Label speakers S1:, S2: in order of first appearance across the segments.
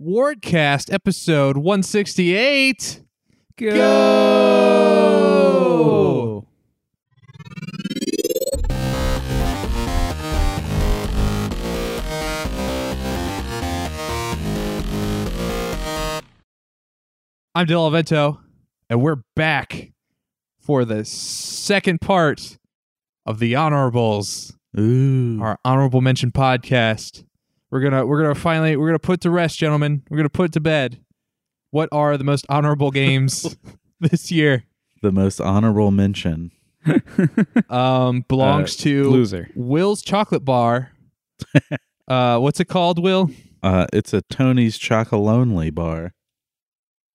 S1: Wardcast episode 168. Go! I'm Dil Alvento, and we're back for the second part of the Honorables
S2: Ooh.
S1: Mm. our honorable mention podcast. We're gonna we're gonna finally we're gonna put to rest, gentlemen. We're gonna put to bed. What are the most honorable games this year?
S2: The most honorable mention.
S1: Um, belongs to
S3: loser.
S1: Will's Chocolate Bar. uh, what's it called, Will?
S2: Uh, it's a Tony's Chocolonely bar.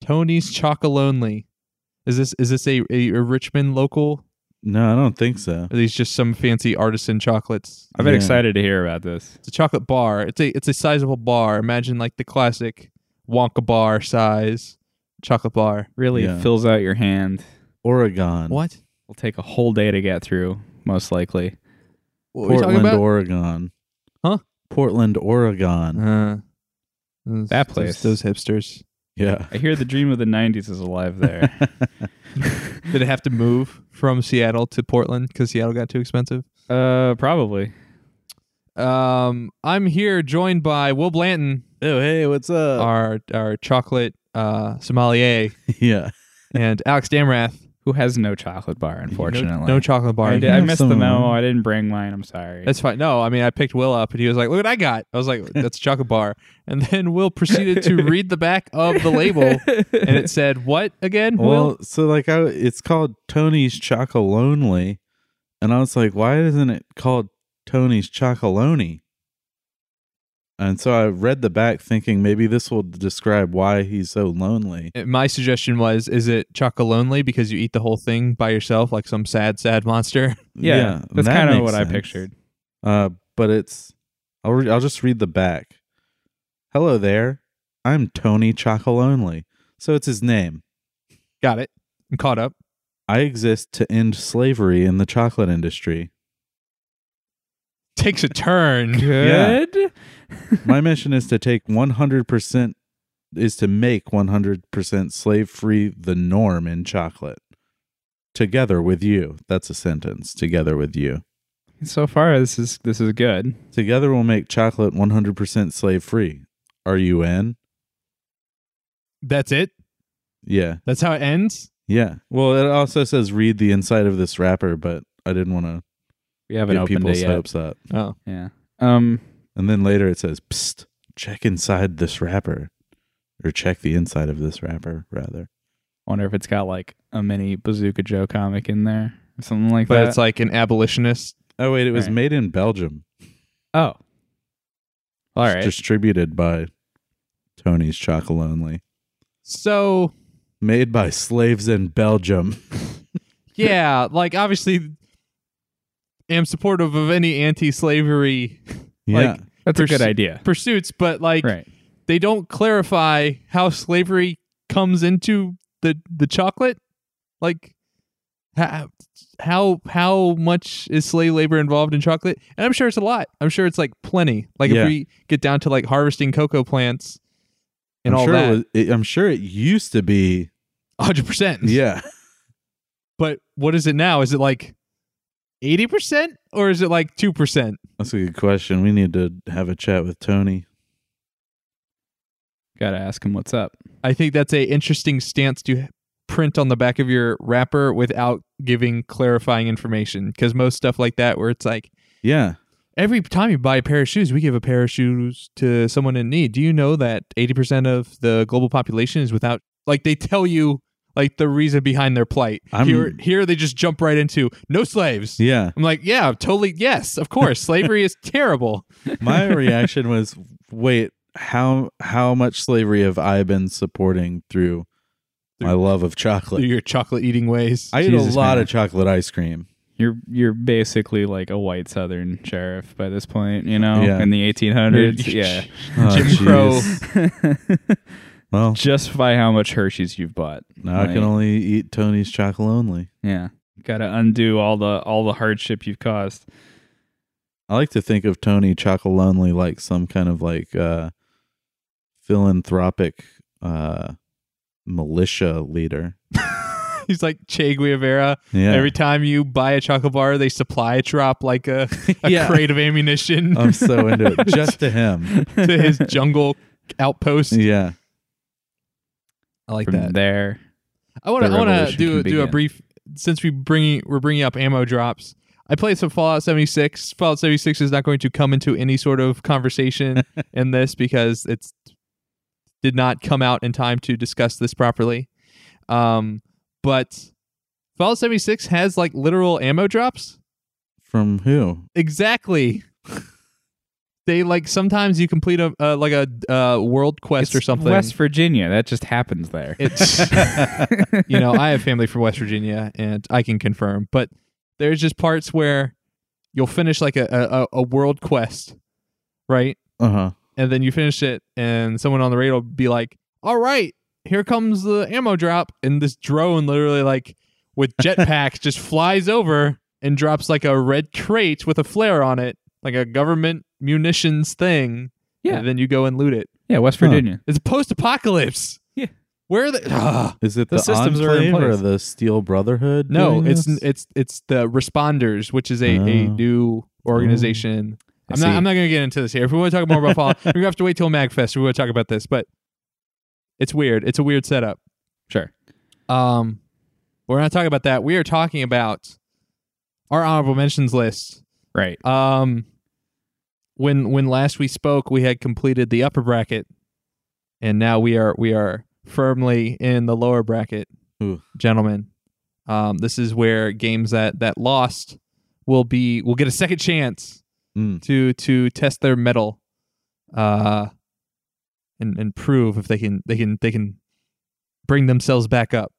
S1: Tony's Chocolonely. Is this is this a, a, a Richmond local?
S2: No, I don't think so.
S1: Are these just some fancy artisan chocolates?
S3: I've been
S2: Yeah.
S3: excited to hear about this.
S1: It's a chocolate bar. It's a it's a sizable bar. Imagine like the classic Wonka bar size chocolate bar.
S3: Really
S2: Yeah.
S3: fills out your hand.
S2: Oregon.
S1: What?
S3: It'll take a whole day to get through, most likely.
S1: What are we talking
S2: Portland,
S1: about?
S2: Oregon.
S1: Huh?
S2: Portland, Oregon.
S1: Uh, those-
S3: That
S1: those-
S3: place.
S1: Those, hipsters.
S2: Yeah.
S3: I hear the dream of the 90s is alive there.
S1: Did it have to move from Seattle to Portland because Seattle got too expensive?
S3: uh, probably.
S1: Um, I'm here joined by Will Blanton,
S2: Oh, hey, what's up?
S1: our our chocolate uh, sommelier,
S2: yeah.
S1: and Alex Damrath.
S3: Who has no chocolate bar, unfortunately?
S1: No, no chocolate bar.
S3: I, did-
S2: You
S3: I
S2: have
S3: missed
S2: some
S3: the
S2: of
S3: memo.
S2: mine.
S3: I didn't bring mine. I'm sorry.
S1: That's fine. No, I mean I picked Will up and he was like, "Look what I got." I was like, "That's a chocolate bar." And then Will proceeded to read the back of the label, and it said, "What again?" Will
S2: Well, so like, I, it's called Tony's Chocolonely. And I was like, why isn't it called Tony's Chocolonely? And so I read the back thinking maybe this will describe why he's so lonely.
S1: my suggestion was is it chocolate lonely because you eat the whole thing by yourself like some sad sad monster
S3: yeah, that's
S2: that
S3: kind of
S2: makes
S3: what I
S2: sense.
S3: pictured.
S2: Uh, but it's I'll re- I'll just read the back. Hello there, I'm Tony Chocolonely. So it's his name.
S1: got it i'm caught up
S2: I exist to end slavery in the chocolate industry.
S1: takes a turn
S3: Good.
S2: My mission is to take 100% is to make 100% slave free the norm in chocolate. Together with you. That's a sentence. Together with you.
S3: So far, this is this is good.
S2: Together we'll make chocolate 100% slave free. Are you in?
S1: that's it
S2: Yeah.
S1: that's how it ends
S2: Yeah. Well, it also says read the inside of this wrapper, but I didn't want to
S3: We haven't
S2: get
S3: opened it
S2: people's
S3: yet.
S2: hopes up.
S1: oh
S3: Yeah. Um.
S2: And then later it says, "Psst, check inside this wrapper." Or check the inside of this wrapper, rather.
S3: Wonder if it's got like a mini Bazooka Joe comic in there or something like
S1: but
S3: that.
S1: it's like an abolitionist
S2: Oh wait, it was
S3: Right.
S2: made in Belgium.
S3: Oh. All
S2: It's
S3: right.
S2: Distributed by Tony's Chocolonely.
S1: so
S2: Made by slaves in Belgium.
S1: yeah like obviously am supportive of any anti-slavery
S2: yeah.
S1: Like-
S3: That's a good
S1: Pers-
S3: idea.
S1: pursuits but like
S3: Right.
S1: they don't clarify how slavery comes into the the chocolate like how how how much is slave labor involved in chocolate and i'm sure it's a lot i'm sure it's like plenty like
S2: Yeah.
S1: if we get down to like harvesting cocoa plants and
S2: I'm
S1: all
S2: sure
S1: that
S2: It was, it, I'm sure it used to be.
S1: 100%
S2: Yeah.
S1: but what is it now is it like 80% or is it like 2%
S2: That's a good question. We need to have a chat with Tony.
S3: Got to ask him what's up.
S1: i think that's a interesting stance to print on the back of your wrapper without giving clarifying information because most stuff like that where it's like
S2: Yeah.
S1: every time you buy a pair of shoes, we give a pair of shoes to someone in need. Do you know that 80% of the global population is without, like, they tell you, like, the reason behind their plight?
S2: I'm-
S1: Here, here they just jump right into no slaves.
S2: Yeah.
S1: I'm like, yeah, totally. Yes, of course. Slavery is terrible.
S2: My reaction was, wait, how how much slavery have I been supporting through my love of
S1: Through
S2: chocolate?
S1: your chocolate eating ways.
S2: I eat a
S3: Jesus,
S2: lot
S3: man.
S2: of chocolate ice cream.
S3: You're you're basically like a white Southern sheriff by this point, you know,
S2: Yeah.
S3: in the 1800s. yeah.
S2: Oh,
S1: Jim
S2: jeez.
S1: Crow.
S2: Well,
S3: Just by how much Hershey's you've bought.
S2: now I can only eat Tony's chocolate only.
S3: Yeah. Got to undo all the all the hardship you've caused.
S2: I like to think of Tony chocolate only like some kind of like uh philanthropic uh, militia leader.
S1: He's like Che Guevara.
S2: Yeah.
S1: Every time you buy a chocolate bar, they supply drop like a, a
S2: Yeah. Um,
S1: crate of ammunition
S2: I'm so into it. Just to him.
S1: to his jungle outpost.
S2: Yeah.
S1: I like
S3: From there,
S1: I want to.
S3: the
S1: I want to
S3: revolution
S1: do
S3: can
S1: do a
S3: begin.
S1: brief since we bringing we're bringing up ammo drops. I played some Fallout 76. Fallout 76 is not going to come into any sort of conversation in this because it's did not come out in time to discuss this properly. Um, but Fallout 76 has like literal ammo drops.
S2: From who?
S1: Exactly. they like sometimes you complete a uh, like a uh, world quest
S3: It's
S1: or something.
S3: West Virginia. That just happens there.
S1: it's you know, I have family from West Virginia and I can confirm, but there's just parts where you'll finish like a, a, a- a world quest, right?
S2: Uh huh.
S1: And then you finish it and someone on the radio will be like, All right, here comes the ammo drop and this drone literally like with jetpacks just flies over and drops like a red crate with a flare on it, like a government munitions thing.
S3: Yeah.
S1: And then you go and loot it.
S3: yeah, West
S2: Huh.
S3: Virginia.
S1: It's post apocalypse.
S3: Yeah.
S1: Where are the ah. Ugh.
S2: Is it the,
S3: The systems are in
S2: Enclave or
S3: place.
S2: the Steel Brotherhood?
S1: No,
S2: doing
S1: it's
S2: this?
S1: it's it's the responders, which is a, a
S2: Oh.
S1: new organization.
S3: I
S1: I'm not
S3: see.
S1: I'm not gonna get into this here. If we want to talk more about Fallout, we're gonna have to wait till Magfest. If we want to talk about this, but it's weird. It's a weird setup.
S3: Sure.
S1: Um, we're not talking about that. We are talking about our honorable mentions list.
S3: Right.
S1: Um, when when last we spoke, we had completed the upper bracket, and now we are we are firmly in the lower bracket,
S2: Ooh.
S1: gentlemen. Um, this is where games that that lost will be will get a second chance
S2: Mm.
S1: to to test their metal, uh, and and prove if they can they can they can bring themselves back up.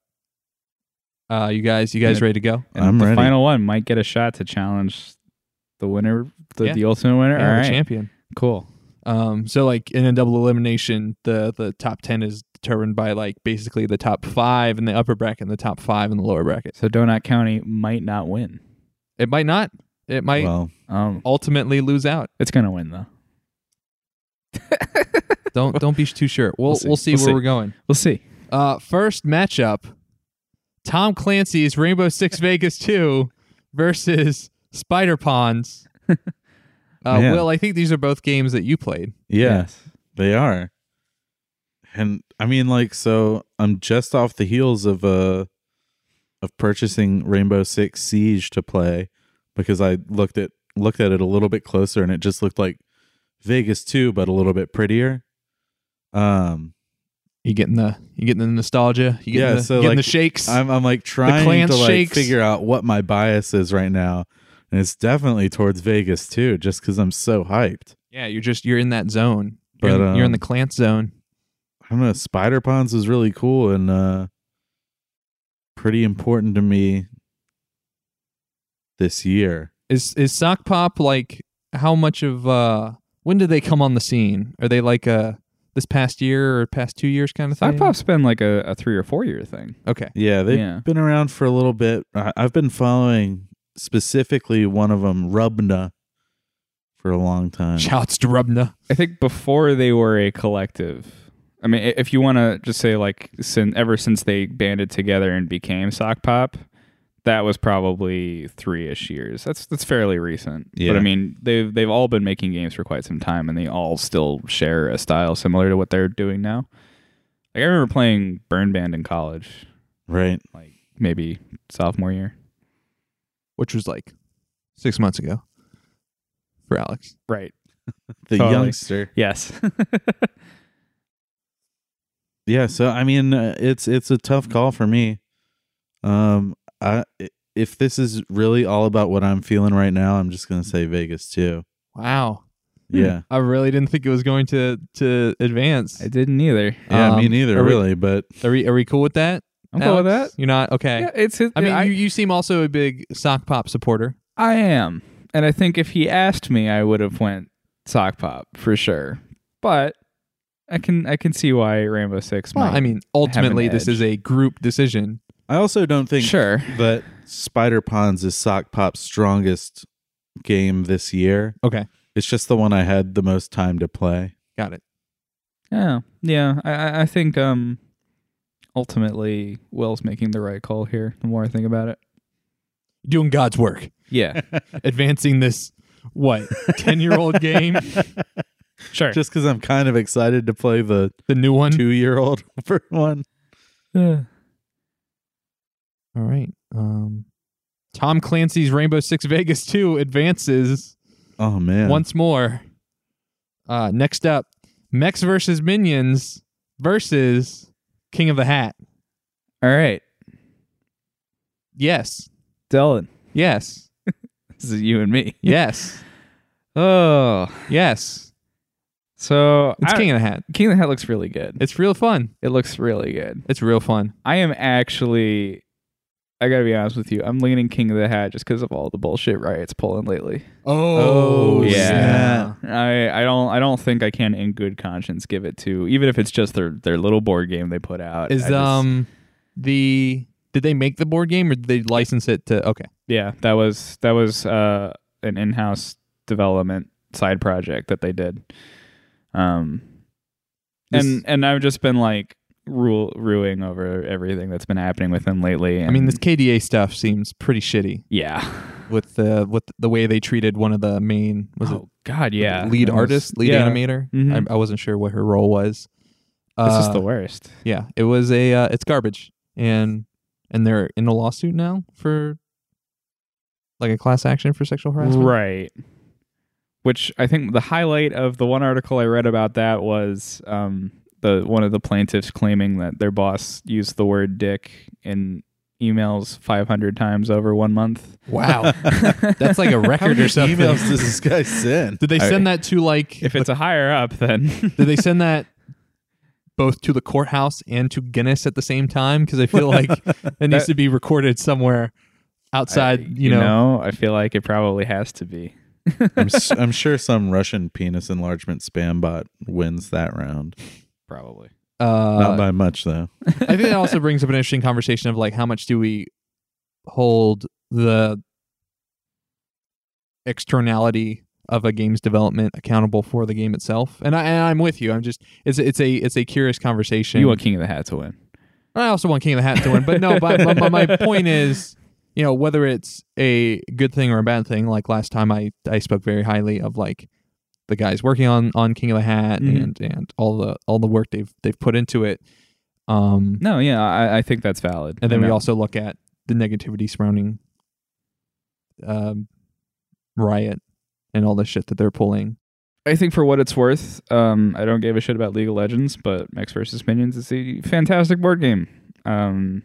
S1: Uh, you guys, you guys
S3: Yeah.
S1: ready to go?
S3: And
S2: I'm
S3: the
S2: ready.
S3: final one might get a shot to challenge the winner, the,
S1: Yeah.
S3: the ultimate winner.
S1: Yeah,
S3: All
S1: the
S3: right.
S1: champion.
S3: Cool.
S1: Um, so like in a double elimination, the the top ten is determined by like basically the top five in the upper bracket and the top five in the lower bracket.
S3: So Donut County might not win.
S1: It might not. It might
S2: Well,
S3: Um,
S1: ultimately lose out.
S3: it's gonna win though.
S1: Don't don't be too sure. We'll we'll
S3: We'll
S1: see,
S3: see. We'll
S1: where
S3: see.
S1: we're going.
S3: We'll see.
S1: Uh, first matchup: Tom Clancy's Rainbow Six Vegas Two versus Spider Ponds. Uh,
S2: Man.
S1: Will, I think these are both games that you played.
S2: yeah. They are. And I mean like so I'm just off the heels of uh of purchasing Rainbow Six Siege to play because I looked at looked at it a little bit closer and it just looked like Vegas 2 but a little bit prettier. Um
S1: You getting the you getting the nostalgia? You getting
S2: Yeah,
S1: the,
S2: so,
S1: getting
S2: like,
S1: the shakes.
S2: I'm I'm like trying
S1: Clan
S2: to like
S1: shakes.
S2: figure out what my bias is right now and it's definitely towards Vegas 2 just cuz I'm so hyped.
S1: Yeah, you're just you're in that zone. You're,
S2: But,
S1: in, you're in the
S2: um,
S1: Clant zone.
S2: I don't know. Spider Ponds was really cool and uh, pretty important to me this year.
S1: Is is sock pop like how much of uh when did they come on the scene? Are they like uh this past year or past two years kind of thing?
S3: Sock Pop's been like a, a three or four year thing.
S1: Okay.
S2: Yeah, they've
S3: Yeah.
S2: been around for a little bit. I- I've been following specifically one of them, Rubna, for a long time.
S1: Shouts to Rubna.
S3: I think before they were a collective. I mean, i- if you want to just say like, sin, ever since they banded together and became Sock Pop, that was probably three-ish years. That's that's fairly recent.
S2: Yeah.
S3: But I mean, they've they've all been making games for quite some time, and they all still share a style similar to what they're doing now. Like I remember playing Burn Band in college,
S2: Right.
S3: like maybe sophomore year.
S1: Which was like six months ago for Alex.
S3: Right.
S2: The
S3: Totally.
S2: youngster.
S3: Yes.
S2: Yeah, so I mean, uh, it's it's a tough call for me. Um I if this is really all about what I'm feeling right now, I'm just going to say Vegas too.
S1: Wow.
S3: Hmm.
S2: Yeah.
S1: I really didn't think it was going to to advance.
S3: I didn't either.
S2: Yeah, me
S1: Um,
S2: neither
S1: are we-
S2: really, but
S1: Are we are we cool with that?
S3: I'm cool with that.
S1: Alex? You're not okay.
S3: Yeah, it's. it-
S1: I mean,
S3: I-
S1: you, you seem also a big sock pop supporter.
S3: I am. And I think if he asked me, I would have went sock pop for sure. But I can I can see why Rainbow Six
S1: Well,
S3: might.
S1: I mean, ultimately, this
S3: edge.
S1: is a group decision.
S2: I also don't think
S3: sure.
S2: that Spider Ponds is Sock Pop's strongest game this year.
S1: Okay.
S2: It's just the one I had the most time to play.
S1: Got it.
S3: Yeah, yeah. I- I, I think um, ultimately Will's making the right call here. The more I think about it,
S1: Doing God's work,
S3: yeah,
S1: advancing this what ten year old game,
S3: sure.
S2: Just because I'm kind of excited to play the
S1: the new one.
S2: two year old one.
S3: Yeah.
S1: All right. Um, Tom Clancy's Rainbow Six Vegas Two advances
S2: Oh man.
S1: once more. Uh, next up, Mechs versus Minions versus King of the Hat.
S3: All right,
S1: Yes,
S3: Dylan,
S1: yes,
S3: this is you and me.
S1: yes,
S3: Oh,
S1: yes.
S3: so
S1: It's
S3: I-
S1: King of the Hat.
S3: King of the Hat looks really good.
S1: It's real fun.
S3: It looks really good.
S1: It's real fun.
S3: I am actually, I gotta be honest with you, I'm leaning King of the Hat just because of all the bullshit riots pulling lately.
S2: Oh,
S3: yeah. I, I don't I don't think I can in good conscience give it to even if it's just their their little board game they put out. I
S1: Is
S3: just-
S1: um the did they make the board game or did they license it to? Okay,
S3: yeah that was that was uh an in house development side project that they did. Um,
S1: This-
S3: and and I've just been like rule ruining over everything that's been happening with them lately.
S1: I mean
S3: and-
S1: this KDA stuff seems pretty shitty
S3: yeah.
S1: with the with the way they treated one of the main was it
S3: oh God, yeah.
S1: lead
S3: That was-
S1: artist, lead
S3: yeah.
S1: animator.
S3: Mhm.
S1: I, I wasn't sure what her role was.
S3: This
S1: uh,
S3: is the worst.
S1: yeah. It was a uh, it's garbage, and and they're in a lawsuit now for like a class action for sexual harassment.
S3: Right. Which I think the highlight of the one article I read about that was um, the one of the plaintiffs claiming that their boss used the word "dick" in emails 500 times over one month.
S1: Wow, that's like a
S2: How
S1: record
S2: many
S1: or something.
S2: emails does this guy send?
S1: Did they
S3: I-
S1: send that to like?
S3: If it's a higher up, then
S1: did they send that both to the courthouse and to Guinness at the same time? Because I feel like it needs to be recorded somewhere outside.
S3: I-
S1: you know,
S3: I feel like it probably has to be.
S2: I'm, s- I'm sure some Russian penis enlargement spam bot wins that round.
S3: Probably.
S1: uh,
S2: Not by much though.
S1: I think that also brings up an interesting conversation of like how much do we hold the externality of a game's development accountable for the game itself? And I and I'm with you. I'm just it's it's a it's a curious conversation.
S3: You want King of the Hat to win.
S1: I also want King of the Hat to win, but no. But, but, but my point is, you know, whether it's a good thing or a bad thing. Like last time, I I spoke very highly of like the guys working on on King of the Hat
S3: Mhm.
S1: and and all the all the work they've they've put into it. Um,
S3: No, yeah, I, I think that's valid.
S1: and then
S3: I
S1: we
S3: know.
S1: also look at the negativity surrounding um, riot and all the shit that they're pulling.
S3: I think for what it's worth, um, I don't give a shit about League of Legends, but Max versus Minions is a fantastic board game. Um,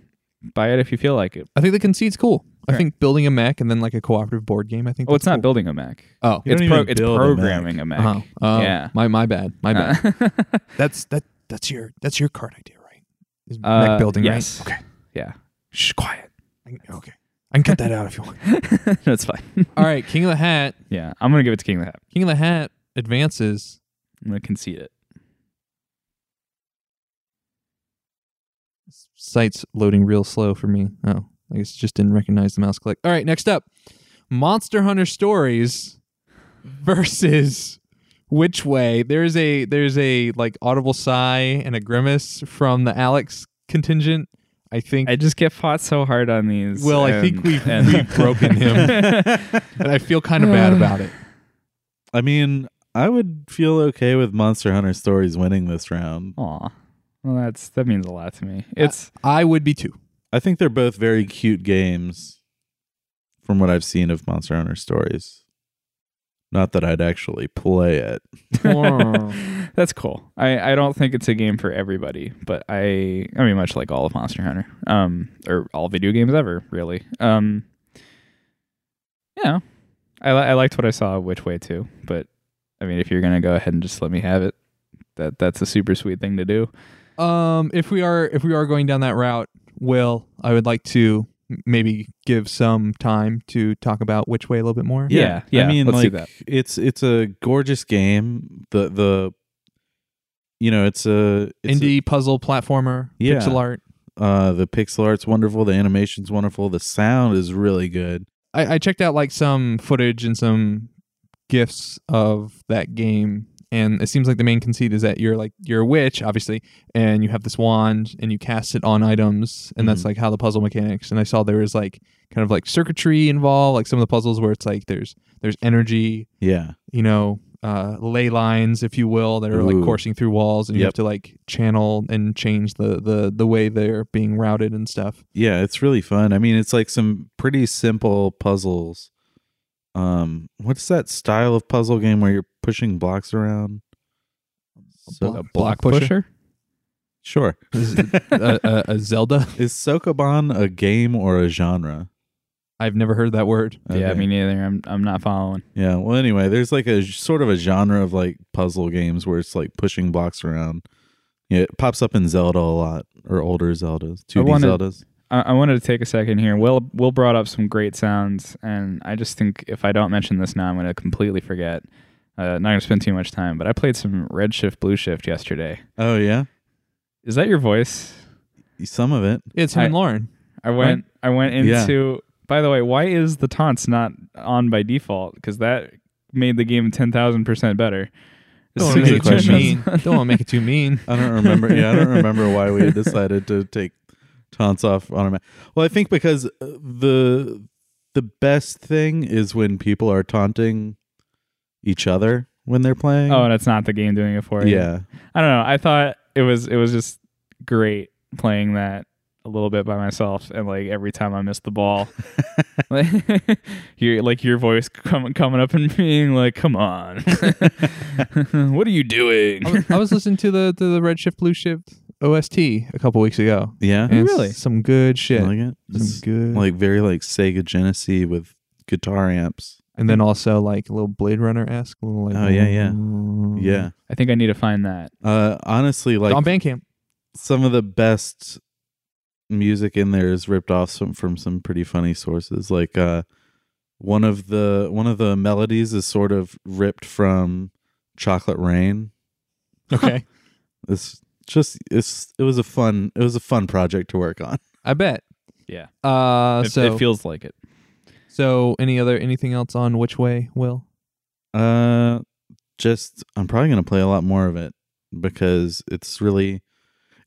S3: buy it if you feel like it.
S1: I think the conceit's cool. I
S3: Right.
S1: think building a mech and then like a cooperative board game. I think.
S3: Oh, it's not
S1: building.
S3: building a Mac.
S1: Oh,
S2: You
S3: it's
S2: don't
S3: pro-
S2: even
S3: it's
S2: build a Mac.
S3: programming a Mac.
S1: uh-huh. oh,
S3: Yeah.
S1: My my bad. My bad.
S3: Uh,
S1: That's that. That's your that's your card idea, right? Is
S3: Uh,
S1: mech building,
S3: yes.
S1: right? Okay.
S3: yeah. Shh, quiet.
S1: I can- okay. I can cut that out if you want.
S3: That's fine.
S1: All right, King of the Hat.
S3: Yeah, I'm gonna give it to King of the Hat.
S1: King of the Hat advances.
S3: I'm gonna concede it.
S1: Site's loading real slow for me. Oh, I guess it just didn't recognize the mouse click. All right, next up, Monster Hunter Stories versus Which Way. There's a there's a like audible sigh and a grimace from the Alex contingent. I think
S3: I just get fought so hard on these.
S1: Well, I
S3: and-
S1: think we've-
S3: and-
S1: we've broken and I feel kind of bad about it.
S2: I mean, I would feel okay with Monster Hunter Stories winning this round.
S3: Aw, well, that's that means a lot to me. It's
S1: I would be too.
S2: I think they're both very cute games from what I've seen of Monster Hunter Stories. Not that I'd actually play it.
S3: That's cool. I, I don't think it's a game for everybody, but I I mean much like all of Monster Hunter, um, or all video games ever, really. Um, yeah, I li- I liked what I saw which way too, but I mean if you're gonna go ahead and just let me have it, that that's a super sweet thing to do.
S1: Um, if we are if we are going down that route, Will, I would like to m- maybe give some time to talk about which way a little bit more.
S3: Yeah, yeah,
S2: I mean,
S3: let's do
S2: like
S3: that.
S2: it's it's a gorgeous game. The the you know it's a it's a-
S1: Indie puzzle platformer,
S2: Yeah.
S1: pixel art.
S2: uh, the pixel art's wonderful. The animation's wonderful. The sound is really good.
S1: I, I checked out like some footage and some gifs of that game and it seems like the main conceit is that you're like you're a witch obviously and you have this wand and you cast it on items and that's
S2: Mhm.
S1: like how the puzzle mechanics and i saw there was like kind of like circuitry involved like some of the puzzles where it's like there's there's energy
S2: Yeah.
S1: you know uh ley lines if you will that are like
S2: Ooh.
S1: coursing through walls and you
S2: Yep.
S1: have to like channel and change the the the way they're being routed and stuff
S2: Yeah, it's really fun. I mean, it's like some pretty simple puzzles. Um, what's that style of puzzle game where you're pushing blocks around? So-
S1: block-
S3: block pusher.
S2: Sure.
S1: Is it a, a, a zelda
S2: Is Sokoban a game or a genre?
S1: i've never heard that word
S3: Yeah,
S2: Okay.
S3: me neither. I'm I'm not following.
S2: Yeah. Well, anyway, there's like a j- sort of a genre of like puzzle games where it's like pushing blocks around. Yeah, it pops up in Zelda a lot or older Zeldas, 2D
S3: wanted-
S2: Zeldas.
S3: I, I wanted to take a second here. Will Will brought up some great sounds, and I just think if I don't mention this now, I'm going to completely forget. Uh, not going to spend too much time, but I played some red shift, blue shift yesterday.
S2: Oh yeah,
S3: Is that your voice?
S2: some of it.
S1: it's him
S3: I-
S1: and lauren
S3: I went. I went
S2: Yeah.
S3: into. By the way, why is the taunts not on by default? Because that made the game ten thousand percent better. As
S1: don't
S2: Oh,
S1: want to
S2: That's
S3: soon as
S1: make
S2: a
S1: it
S2: good
S1: too
S3: turned
S1: mean
S3: on-
S1: don't want to make it too mean
S2: I don't remember. yeah, I don't remember why we decided to take taunts off automatic. Well, I think because uh, the the best thing is when people are taunting each other when they're playing.
S3: Oh, and it's not the game doing it for you.
S2: yeah,
S3: I don't know. I thought it was it was just great playing that a little bit by myself, and like every time I missed the ball, like your like your voice com- coming up and being like, "Come on, what are you doing?"
S1: I was- I was listening to the to the Redshift Blue Shift OST a couple weeks ago.
S2: yeah.
S1: And
S3: Really?
S1: Some good shit.
S2: Like it.
S1: some
S2: It's
S1: good.
S2: like very like Sega Genesee with guitar amps.
S1: and then also like a little Blade Runner esque. Little like.
S2: Oh, yeah, yeah.
S1: Mm-hmm.
S2: Yeah.
S3: I think I need to find that.
S2: Uh, honestly, like
S1: on Bandcamp.
S2: some of the best music in there is ripped off some, from some pretty funny sources. Like uh, one of the one of the melodies is sort of ripped from Chocolate Rain.
S1: Okay.
S2: It's just it's it was a fun it was a fun project to work on.
S1: I bet.
S3: Yeah,
S1: Uh,
S3: it,
S1: so
S3: it feels like it.
S1: so any other anything else on which way will?
S2: Uh, just I'm probably gonna play a lot more of it because it's really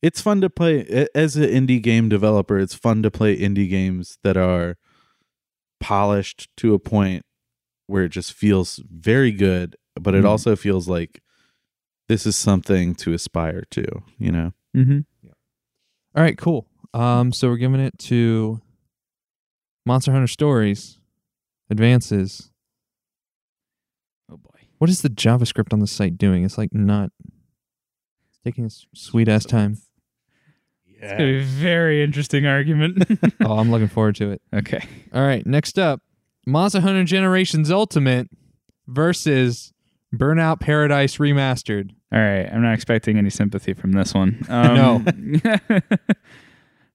S2: it's fun to play a- as an indie game developer. It's fun to play indie games that are polished to a point where it just feels very good, but it
S3: Mhm.
S2: also feels like this is something to aspire to. You know,
S3: Mm-hmm.
S1: All right. Cool. Um. So we're giving it to Monster Hunter Stories Advances.
S3: Oh boy.
S1: What is the JavaScript on the site doing? It's like not. It's taking its sweet ass time.
S3: It's gonna be a very interesting argument.
S1: oh, I'm looking forward to it.
S3: okay.
S1: All right, next up, Monster Hunter Generations Ultimate versus Burnout Paradise Remastered.
S3: All right, I'm not expecting any sympathy from this one.
S1: No.
S3: no.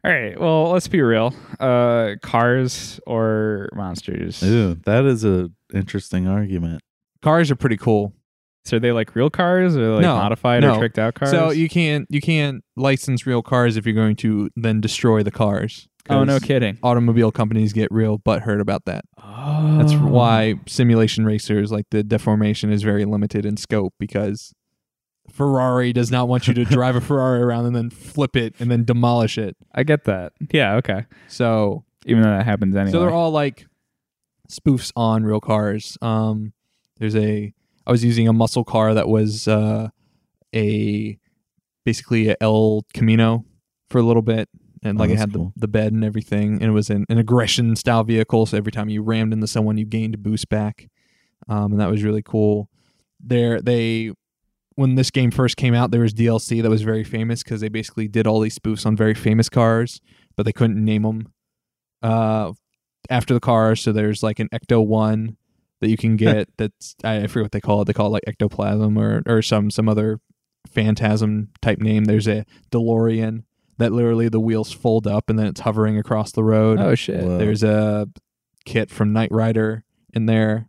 S3: All right, well, let's be real. Uh, cars or monsters?
S2: Ew, that is a interesting argument.
S1: Cars are pretty cool.
S3: So are they like real cars or like
S1: No,
S3: modified
S1: no.
S3: or tricked out cars?
S1: So you can't you can't license real cars if you're going to then destroy the cars.
S3: oh no
S1: 'Cause
S3: kidding.
S1: Automobile companies get real butthurt about that.
S3: Oh.
S1: That's why simulation racers like the deformation is very limited in scope because Ferrari does not want you to drive a Ferrari around and then flip it and then demolish it.
S3: I get that. Yeah, okay.
S1: So
S3: Even though that happens anyway.
S1: So they're all like spoofs on real cars. Um, there's a I was using a muscle car that was uh, a basically a El Camino for a little bit, and
S2: Oh,
S1: like it
S2: that's
S1: had
S2: cool.
S1: the, the bed and everything, and it was an, an aggression style vehicle. So every time you rammed into someone, you gained a boost back, um, and that was really cool. There they when this game first came out, there was DLC that was very famous because they basically did all these spoofs on very famous cars, but they couldn't name them uh, after the car. So there's like an Ecto One that you can get. that's I I forget what they call it. They call it like ectoplasm or or some some other phantasm type name. There's a DeLorean that literally the wheels fold up and then it's hovering across the road.
S3: Oh shit.
S2: Whoa.
S1: There's a kit from Knight Rider in there.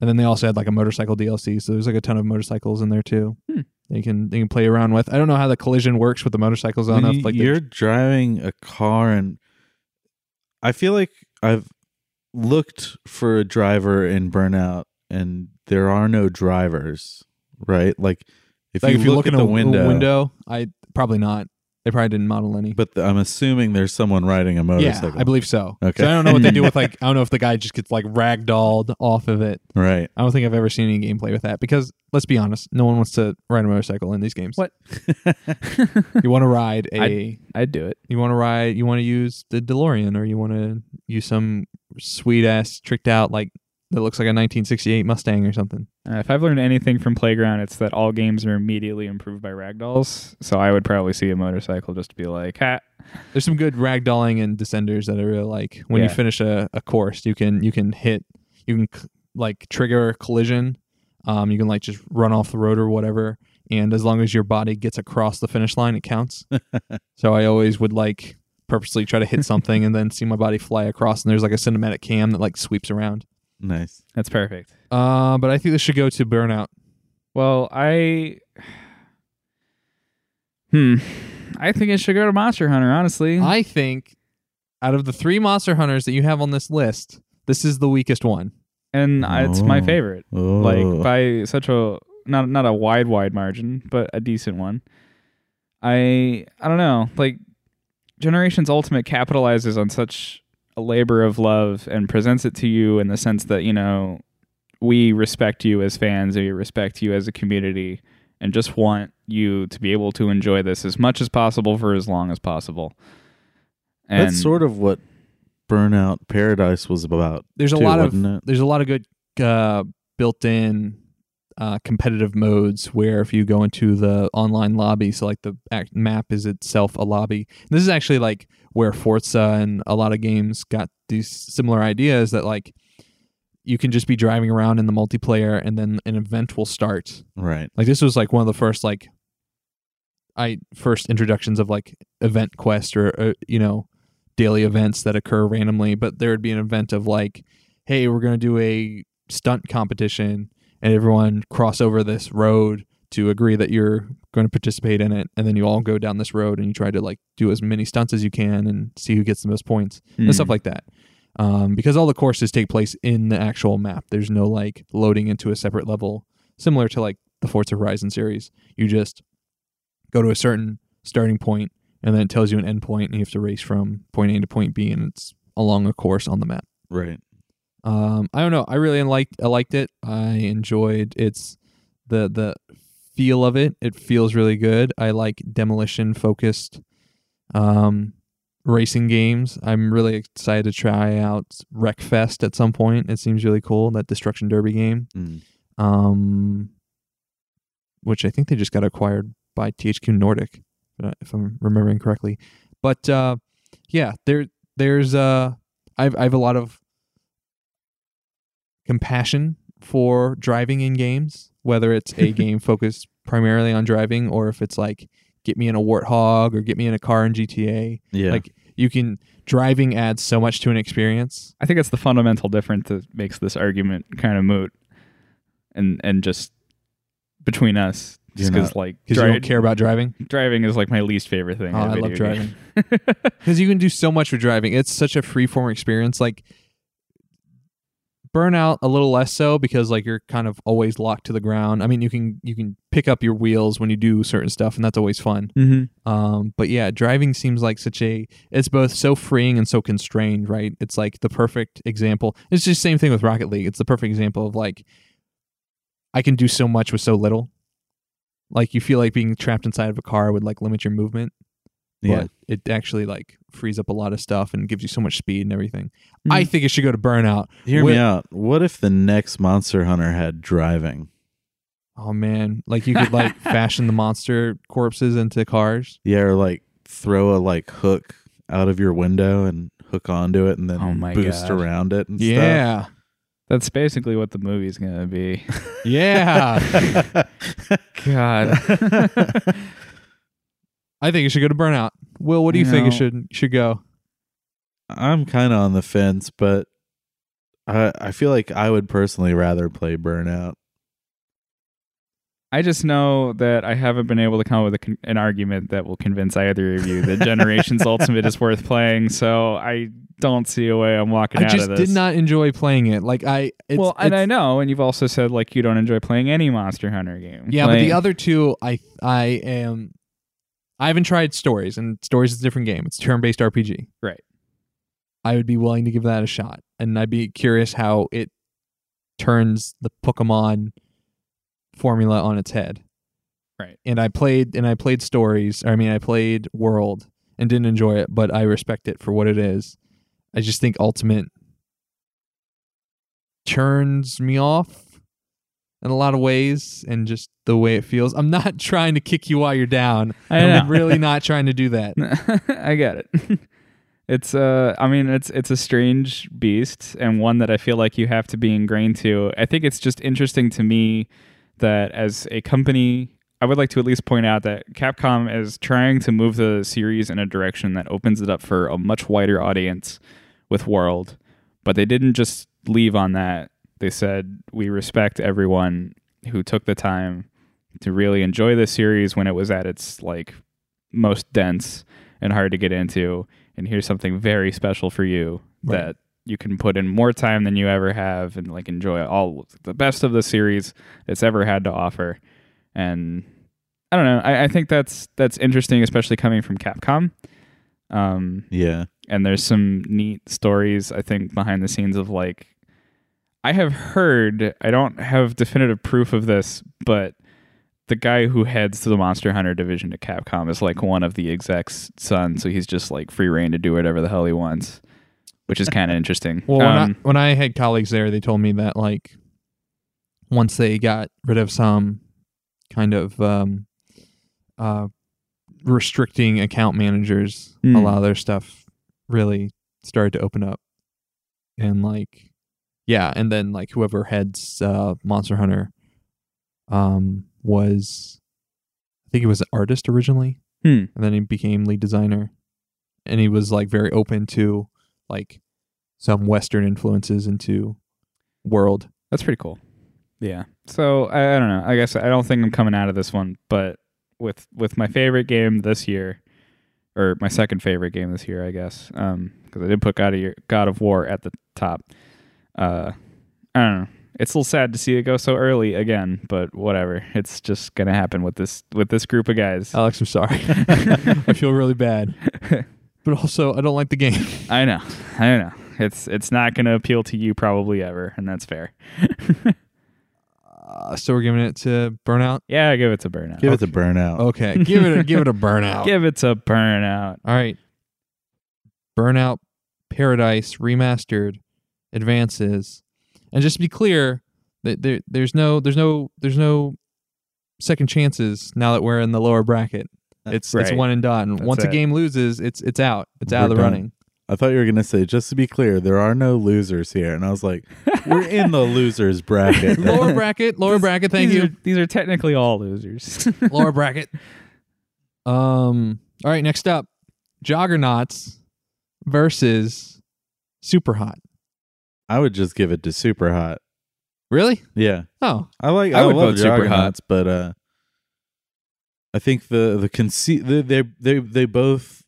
S1: And then they also had like a motorcycle DLC, so there's like a ton of motorcycles in there too.
S3: Hmm.
S1: They can they can play around with. I don't know how the collision works with the motorcycles. I don't know
S2: When
S1: if like the-
S2: you're driving a car and i feel like i've looked for a driver in burnout and there are no drivers right? Like if
S1: like
S2: you
S1: if you look
S2: look, at
S1: in
S2: the
S1: a
S2: window,
S1: a window, I probably not. They probably didn't model any.
S2: but oh, the, I'm assuming there's someone riding a
S1: yeah,
S2: motorcycle.
S1: I believe so.
S2: Okay.
S1: So I don't know what they do with like I don't know if the guy just gets like ragdolled off of it.
S2: right.
S1: I don't think I've ever seen any gameplay with that because let's be honest, no one wants to ride a motorcycle in these games.
S3: What?
S1: You want to ride a
S3: I'd do it.
S1: you want to ride you want to use the DeLorean or you want to use some sweet ass tricked out like that looks like a 1968 Mustang or something.
S3: Uh, if I've learned anything from Playground, it's that all games are immediately improved by ragdolls. So I would probably see a motorcycle just to be like, ha.
S1: There's some good ragdolling and descenders that I really like. When you
S3: Yeah.
S1: finish a, a course, you can you can hit you can c- like trigger a collision. Um, you can like just run off the road or whatever, and as long as your body gets across the finish line, it counts. so I always would like purposely try to hit something and then see my body fly across, and there's like a cinematic cam that like sweeps around.
S2: Nice.
S3: That's perfect.
S1: Uh, but I think this should go to burnout.
S3: Well, I. Hmm. I think it should go to Monster Hunter, honestly.
S1: I think out of the three monster hunters that you have on this list, this is the weakest one.
S3: and I- it's my
S2: Oh.
S3: favorite.
S2: Oh,
S3: Like, by such a. Not, not a wide, wide margin, but a decent one. I. I don't know. Like, Generations Ultimate capitalizes on such a labor of love and presents it to you in the sense that, you know, we respect you as fans, we respect you as a community, and just want you to be able to enjoy this as much as possible for as long as possible. And
S2: that's sort of what Burnout Paradise was about.
S1: There's a
S2: too,
S1: lot of
S2: wasn't it?
S1: there's a lot of good uh, built-in uh, competitive modes where if you go into the online lobby, so like the ac- map is itself a lobby. this is actually like where Forza and a lot of games got these similar ideas that like you can just be driving around in the multiplayer and then an event will start
S2: right.
S1: like this was like one of the first like I first introductions of like event quest or uh, you know daily events that occur randomly, but there would be an event of like, hey, we're gonna do a stunt competition and everyone cross over this road to agree that you're going to participate in it, and then you all go down this road and you try to like do as many stunts as you can and see who gets the most points
S3: Hmm.
S1: and stuff like that. Um, because all the courses take place in the actual map. There's no like loading into a separate level, similar to like the Forza Horizon series. You just go to a certain starting point, and then it tells you an end point, and you have to race from point A to point B, and it's along a course on the map.
S2: Right.
S1: Um, I don't know. I really liked. I liked it. I enjoyed its the the feel of it. It feels really good. I like demolition focused um, racing games. I'm really excited to try out Wreckfest at some point. It seems really cool that destruction derby game,
S2: Mm.
S1: um, which I think they just got acquired by THQ Nordic, uh, if I'm remembering correctly. But uh, yeah, there there's uh, I've I've a lot of compassion for driving in games, whether it's a game focused primarily on driving or if it's like get me in a warthog or get me in a car in GTA.
S2: Yeah.
S1: Like you can driving adds so much to an experience.
S3: I think that's the fundamental difference that makes this argument kind of moot, and and just between us, just
S2: You're
S3: because like
S1: Because
S3: dri-
S1: you don't care about driving.
S3: driving is like my least favorite thing.
S1: Oh,
S3: in a
S1: I love
S3: video game.
S1: driving. Because you can do so much with driving. It's such a freeform experience. Like burnout a little less so because like you're kind of always locked to the ground. I mean you can you can pick up your wheels when you do certain stuff and that's always fun. Um, but yeah, driving seems like such a it's both so freeing and so constrained, right? It's like the perfect example. It's just the same thing with Rocket League. It's the perfect example of like I can do so much with so little. Like you feel like being trapped inside of a car would like limit your movement.
S2: yeah.
S1: But it actually like frees up a lot of stuff and gives you so much speed and everything.
S3: Mhm.
S1: I think it should go to burnout.
S2: Hear
S1: Wh-
S2: me out. What if the next Monster Hunter had driving?
S1: Oh man. Like you could like fashion the monster corpses into cars.
S2: Yeah, or like throw a like hook out of your window and hook onto it and then
S3: Oh my
S2: boost
S3: God.
S2: around it and
S1: Yeah.
S3: That's basically what the movie's gonna be.
S1: Yeah.
S2: stuff.
S3: God,
S1: I think it should go to burnout. Will, what do you,
S3: You
S1: think it
S3: know-
S1: should should go?
S2: I'm kind of on the fence, but I I feel like I would personally rather play Burnout.
S3: I just know that I haven't been able to come up with a con- an argument that will convince either of you that Generations Ultimate is worth playing. So I don't see a way I'm walking
S1: I
S3: out
S1: just
S3: of this.
S1: did not enjoy playing it. Like I, it's,
S3: well, and
S1: it's-
S3: I know, and you've also said like you don't enjoy playing any Monster Hunter game.
S1: yeah, but
S3: Like,
S1: the other two, I, I am, I haven't tried Stories, and Stories is a different game. It's a turn-based RPG.
S3: Right.
S1: I would be willing to give that a shot, and I'd be curious how it turns the Pokemon formula on its head.
S3: Right.
S1: And I played, and I played Stories. Or, I mean, I played World and didn't enjoy it, but I respect it for what it is. I just think Ultimate turns me off in a lot of ways and just the way it feels. I'm not trying to kick you while you're down.
S3: I
S1: am
S3: know.
S1: really not trying to do that.
S3: I get it. It's uh I mean it's it's a strange beast and one that I feel like you have to be ingrained to. I think it's just interesting to me that as a company I would like to at least point out that Capcom is trying to move the series in a direction that opens it up for a much wider audience with World. But they didn't just leave on that. They said we respect everyone who took the time to really enjoy the series when it was at its like most dense and hard to get into. And here's something very special for you
S1: Right.
S3: that you can put in more time than you ever have and like enjoy all the best of the series it's ever had to offer. And I don't know. I, I think that's that's interesting, especially coming from Capcom. Um,
S2: Yeah.
S3: and there's some neat stories I think behind the scenes of like I have heard I don't have definitive proof of this, but the guy who heads to the Monster Hunter division at Capcom is like one of the execs' son, so he's just like free reign to do whatever the hell he wants, which is kind of interesting.
S1: Well, when,
S3: Um,
S1: I, when I had colleagues there, they told me that like once they got rid of some kind of um, uh, restricting account managers, a
S3: Mm.
S1: lot of their stuff really started to open up, and like yeah, and then like whoever heads uh, Monster Hunter um, was, I think he was an artist originally,
S3: Hmm.
S1: and then he became lead designer, and he was like very open to like some Western influences into world.
S3: That's pretty cool. Yeah. So I, I don't know. I guess I don't think I'm coming out of this one, but with with my favorite game this year, or my second favorite game this year, I guess, because I did put God of Year- God of War at the top. Uh, I don't know. It's a little sad to see it go so early again, but whatever. It's just gonna happen with this with this group of guys.
S2: Oh.
S1: Alex, I'm sorry. I feel really bad, but also I don't like the game.
S3: I know. I know. It's it's not gonna appeal to you probably ever, and that's fair.
S1: Uh, so we're giving it to Burnout.
S3: Yeah, I give it to burnout.
S2: Give it the burnout.
S1: Okay, Oh, give it a, give it a Burnout.
S3: give it to burnout.
S1: All right, Burnout Paradise remastered advances, and just to be clear, that there there's no there's no there's no second chances now that we're in the lower bracket. It's it's
S3: Right.
S1: one and done.
S3: That's
S1: Once a
S3: it.
S1: game loses, it's it's out. It's out of
S2: We're
S1: the
S2: done.
S1: running.
S2: I thought you were gonna say, just to be clear, there are no losers here, and I was like, we're in the losers bracket.
S1: lower bracket, lower bracket. Thank
S3: these
S1: you.
S3: Are, these are technically all losers.
S1: lower bracket. Um. All right. Next up, Joggernauts versus Super Hot.
S2: I would just give it to super hot.
S1: Really?
S2: Yeah,
S1: Oh,
S2: I like.
S3: I
S2: I,
S3: would
S2: love
S3: vote super hot.
S2: Juggernauts, but uh, I think the the conceit the, they they they both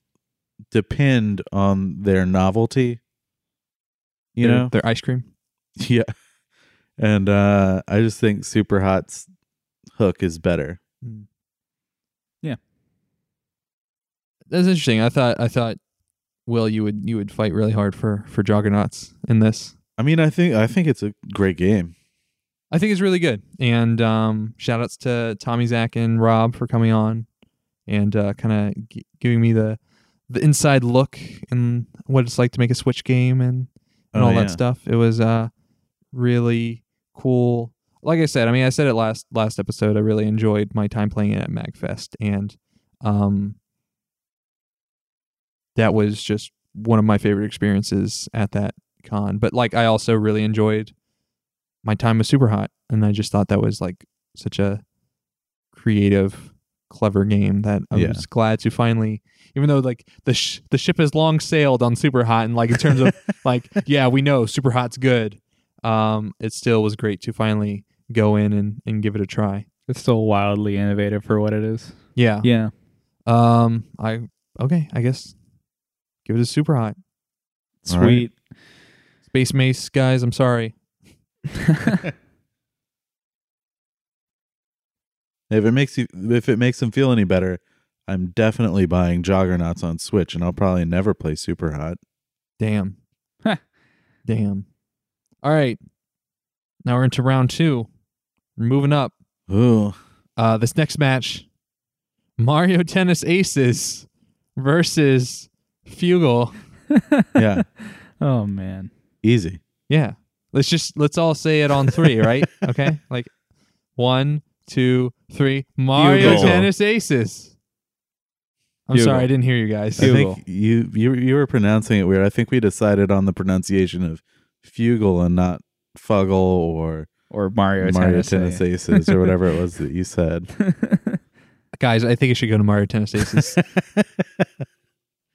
S2: depend on their novelty. You
S1: Their-
S2: know,
S1: their ice cream.
S2: yeah, and uh, I just think super hot's hook is better.
S1: That's interesting. I thought. I thought. Will you would you would fight really hard for for Joggernauts in this?
S2: I mean, I think I think it's a great game.
S1: I think it's really good. And um, shout outs to Tommy, Zach, and Rob for coming on and uh, kind of g- giving me the the inside look and what it's like to make a Switch game and, and
S2: Oh,
S1: all
S2: yeah.
S1: that stuff. It was uh, really cool. Like I said, I mean, I said it last last episode. I really enjoyed my time playing it at Magfest, and um, that was just one of my favorite experiences at that con. But like, I also really enjoyed my time was super hot and i just thought that was like such a creative clever game that i
S2: Yeah.
S1: was glad to finally even though like the sh- the ship has long sailed on super hot and like in terms of like yeah we know super hot's good um it still was great to finally go in and, and give it a try
S3: it's still wildly innovative for what it is.
S1: yeah
S3: Yeah.
S1: um i okay i guess give it a super hot
S2: All right.
S3: Sweet.
S1: Space Mace guys, I'm sorry.
S2: If it makes you, if it makes them feel any better, I'm definitely buying Joggernauts on Switch, and I'll probably never play Super Hot.
S1: Damn.
S3: Huh.
S1: Damn. All right. Now we're into round two. We're moving up.
S2: Ooh,
S1: Uh, this next match Mario Tennis Aces versus Fugle.
S2: yeah,
S3: oh man.
S2: easy.
S1: Yeah. Let's just let's all say it on three, right? Okay. Like one, two, three. Mario
S3: Fugle.
S1: Tennis Aces. I'm
S3: Fugle.
S1: sorry, I didn't hear you guys.
S2: I
S3: Fugle.
S2: think you you you were pronouncing it weird. I think we decided on the pronunciation of Fugle and not Fuggle or
S3: Or Mario,
S2: Mario
S3: Tennis.
S2: Tennis Aces or whatever it was that you said.
S1: Guys, I think it should go to Mario Tennis Aces.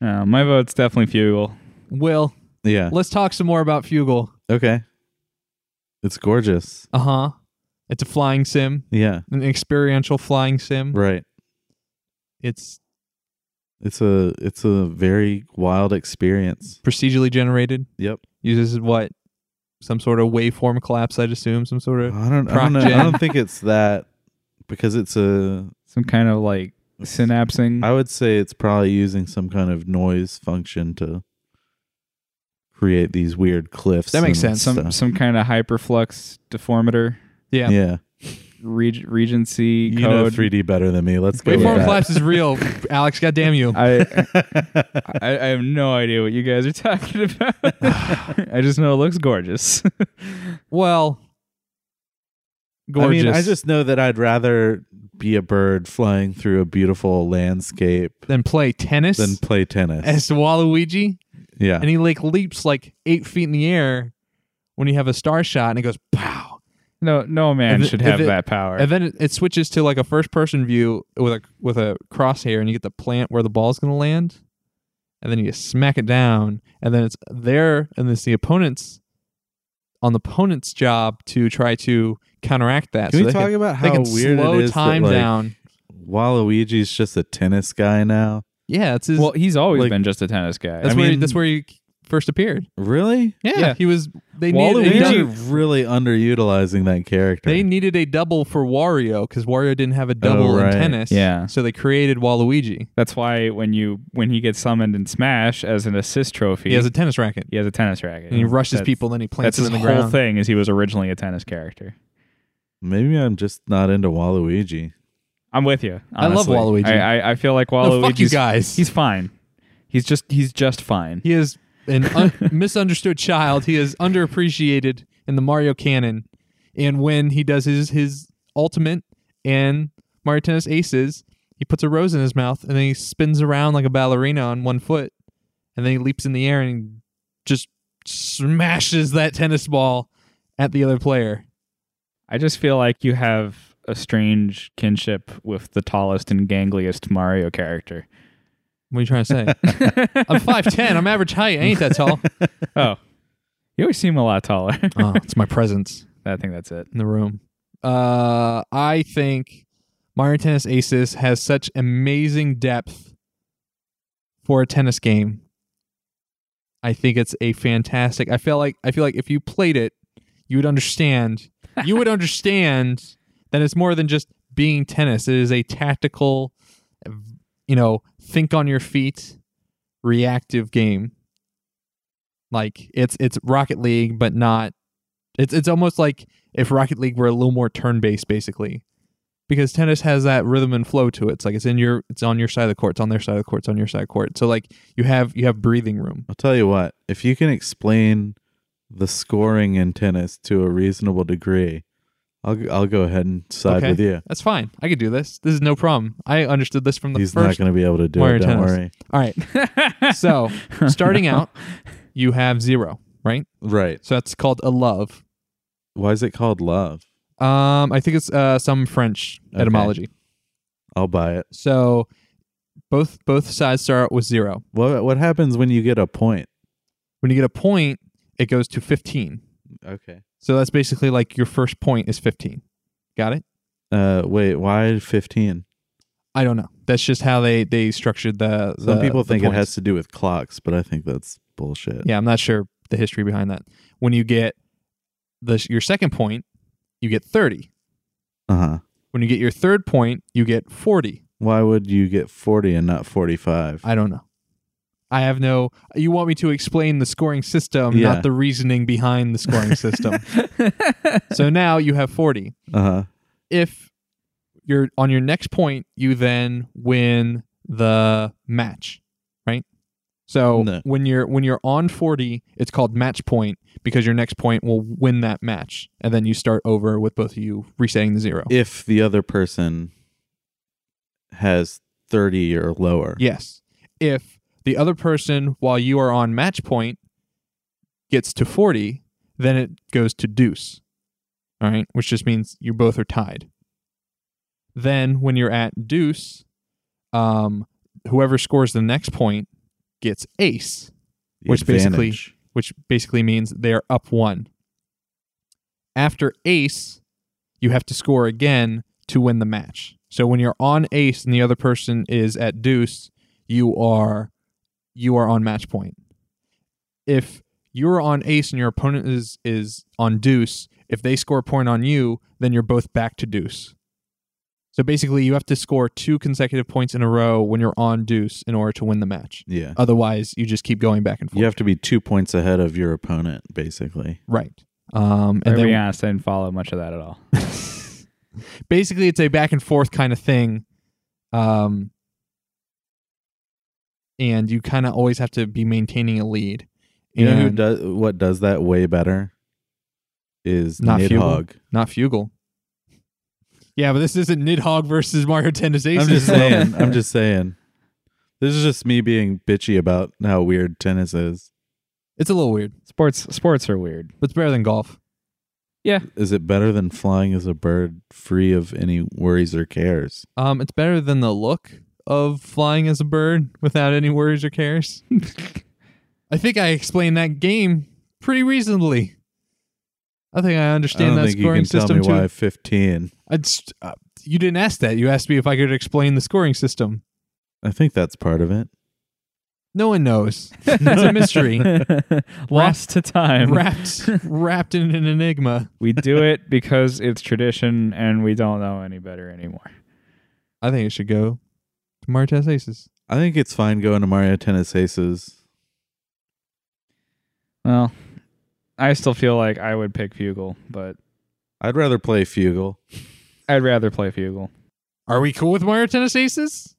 S3: Uh, my vote's definitely Fugle.
S1: Will,
S2: Yeah.
S1: let's talk some more about Fugle.
S2: Okay. It's gorgeous.
S1: Uh huh. It's a flying sim,
S2: Yeah.
S1: an experiential flying sim.
S2: Right.
S1: It's
S2: It's a it's a very wild experience.
S1: procedurally generated.
S2: Yep.
S1: Uses what? Some sort of waveform collapse, I'd assume. Some sort of.
S2: I don't I don't know.
S1: Proc-gen.
S2: I don't think it's that because it's a
S3: Some kind of like synapsing.
S2: I would say it's probably using some kind of noise function to create these weird cliffs.
S1: That makes
S2: and
S1: sense.
S2: stuff.
S3: some some kind of hyperflux deformeter.
S1: Yeah.
S2: yeah.
S3: Reg- Regency
S2: You know
S3: code.
S2: 3D better than me. Let's go.
S1: Waveform
S2: with
S1: collapse is real, Alex. God damn you.
S3: I,
S2: that.
S3: I I have no idea what you guys are talking about. I just know it looks gorgeous.
S1: Well,
S2: I
S1: gorgeous.
S2: mean, I just know that I'd rather be a bird flying through a beautiful landscape
S1: then play tennis
S2: than play tennis.
S1: as Waluigi,
S2: yeah.
S1: and he like leaps like eight feet in the air when you have a star shot, and it goes pow,
S3: No no man
S1: If it-
S3: should
S1: if
S3: have
S1: it-
S3: that power.
S1: and then it, it switches to like a first person view with a with a crosshair, and you get the plant where the ball's gonna land, and then you smack it down, and then it's there, and it's the opponent's on the opponent's job to try to counteract that. so
S2: Can we
S1: they
S2: talk about
S1: they
S2: how
S1: can
S2: weird
S1: slow
S2: it is
S1: time
S2: that, like,
S1: down.
S2: Waluigi's just a tennis guy now?
S1: Yeah, it's his,
S3: well, he's always
S2: like-
S3: been just a tennis guy.
S1: that's
S2: I
S1: where
S2: mean-
S1: that's where he first appeared.
S2: Really?
S1: Yeah,
S3: Yeah.
S1: he was. They needed, a
S2: Waluigi
S1: dou-
S2: really underutilizing that character.
S1: they needed a double for Wario because Wario didn't have a double in
S2: right.
S1: tennis.
S3: Oh, Yeah.
S1: so they created Waluigi.
S3: That's why when you when he gets summoned in Smash as an assist trophy,
S1: He has a tennis racket
S3: he has a tennis racket
S1: and he rushes
S3: That's-
S1: people, then he plants
S3: That's
S1: them
S3: his
S1: in the
S3: whole
S1: ground.
S3: thing is he was originally a tennis character.
S2: Maybe I'm just not into Waluigi.
S3: I'm with you.
S1: I love
S3: honestly.
S1: Waluigi.
S3: I, I, I feel like
S1: No,
S3: Waluigi.
S1: fuck you guys.
S3: He's fine. He's just he's just fine.
S1: he is an un- misunderstood child. He is underappreciated in the Mario canon. And when he does his his ultimate and Mario Tennis Aces, he puts a rose in his mouth and then he spins around like a ballerina on one foot, and then he leaps in the air and just smashes that tennis ball at the other player.
S3: I just feel like you have a strange kinship with the tallest and gangliest Mario character.
S1: What are you trying to say? I'm five ten. I'm average height. I ain't that tall.
S3: Oh, you always seem a lot taller.
S1: Oh, it's my presence.
S3: I think that's it.
S1: in the room. Uh, I think Mario Tennis Aces has such amazing depth for a tennis game. I think it's a fantastic. I feel like I feel like if you played it, you would understand. You would understand that it's more than just being tennis. It is a tactical, you know, think on your feet, reactive game. Like it's it's Rocket League, but not. It's it's almost like if Rocket League were a little more turn based, basically, because tennis has that rhythm and flow to it. It's like it's in your, it's on your side of the court, it's on their side of the court, it's on your side of the court. So like you have you have breathing room.
S2: I'll tell you what, if you can explain the scoring in tennis to a reasonable degree, I'll g- I'll go ahead and side
S1: Okay.
S2: with you.
S1: That's fine. I could do this. This is no problem. I understood this from the
S2: He's not
S1: first.
S2: going to be able to do
S1: Mario
S2: it. Don't
S1: Tennis.
S2: worry.
S1: All right. So starting out, you have zero, right?
S2: Right.
S1: So that's called a love.
S2: Why is it called love?
S1: Um, I think it's uh some French
S2: Okay.
S1: etymology.
S2: I'll buy it.
S1: So both both sides start out with zero.
S2: What what happens when you get a point?
S1: When you get a point, it goes to fifteen.
S2: Okay.
S1: So that's basically like your first point is 15. Got it?
S2: Uh wait, why 15?
S1: I don't know. That's just how they they structured the.
S2: Some
S1: the-
S2: people
S1: the
S2: think it
S1: points.
S2: has to do with clocks, but I think that's bullshit.
S1: Yeah, I'm not sure the history behind that. When you get the your second point, you get 30.
S2: Uh huh.
S1: When you get your third point, you get 40.
S2: Why would you get 40 and not 45?
S1: I don't know. I have no. You want me to explain the scoring system,
S2: Yeah.
S1: not the reasoning behind the scoring system. So now you have 40.
S2: Uh huh.
S1: If you're on your next point, you then win the match, right? So
S2: No.
S1: when you're when you're on 40, it's called match point because your next point will win that match and then you start over with both of you resetting the zero.
S2: If the other person has 30 or lower.
S1: Yes. If the other person, while you are on match point, gets to 40, then it goes to deuce. All right. Which just means you both are tied. Then when you're at deuce, um, whoever scores the next point gets ace
S2: The
S1: Which basically-
S2: advantage.
S1: which basically means they are up one. After ace, you have to score again to win the match. So when you're on ace and the other person is at deuce, you are you are on match point. If you're on ace and your opponent is is on deuce, if they score a point on you, then you're both back to deuce. So basically, you have to score two consecutive points in a row when you're on deuce in order to win the match.
S2: Yeah.
S1: Otherwise, you just keep going back and forth.
S2: You have to be two points ahead of your opponent, basically.
S1: Right. Um,
S3: to
S1: and
S3: be
S1: then
S3: honest, I didn't follow much of that at all.
S1: basically it's a back and forth kind of thing. Um, and you kind of always have to be maintaining a lead.
S2: You know who
S1: And
S2: does what does that way better is
S1: Not
S2: Nidhogg.
S1: Not Fugle. Yeah, but this isn't Nidhogg versus Mario Tennis Aces.
S2: I'm just saying. I'm just saying. This is just me being bitchy about how weird tennis is.
S1: It's a little weird,
S3: Sports sports are weird.
S1: but it's better than golf.
S2: Is it better than flying as a bird free of any worries or cares?
S1: Um, it's better than the look of flying as a bird without any worries or cares. I think I explained that game pretty reasonably. I think I
S2: I
S1: understand
S2: don't
S1: that
S2: think you
S1: scoring
S2: can tell
S1: system
S2: me
S1: too.
S2: why 15.
S1: I just, uh, you didn't ask that. You asked me if I could explain the scoring system.
S2: I think that's part of it.
S1: No one knows. it's a mystery
S3: Lost to time.
S1: wrapped wrapped in an enigma.
S3: We do it because it's tradition and we don't know any better anymore.
S1: I think it should go to Martes Aces.
S2: I think it's fine going to Mario Tennis Aces.
S3: Well, I still feel like I would pick Fugle, but
S2: I'd rather play Fugle.
S3: I'd rather play Fugle.
S1: Are we cool with Mario Tennis Aces?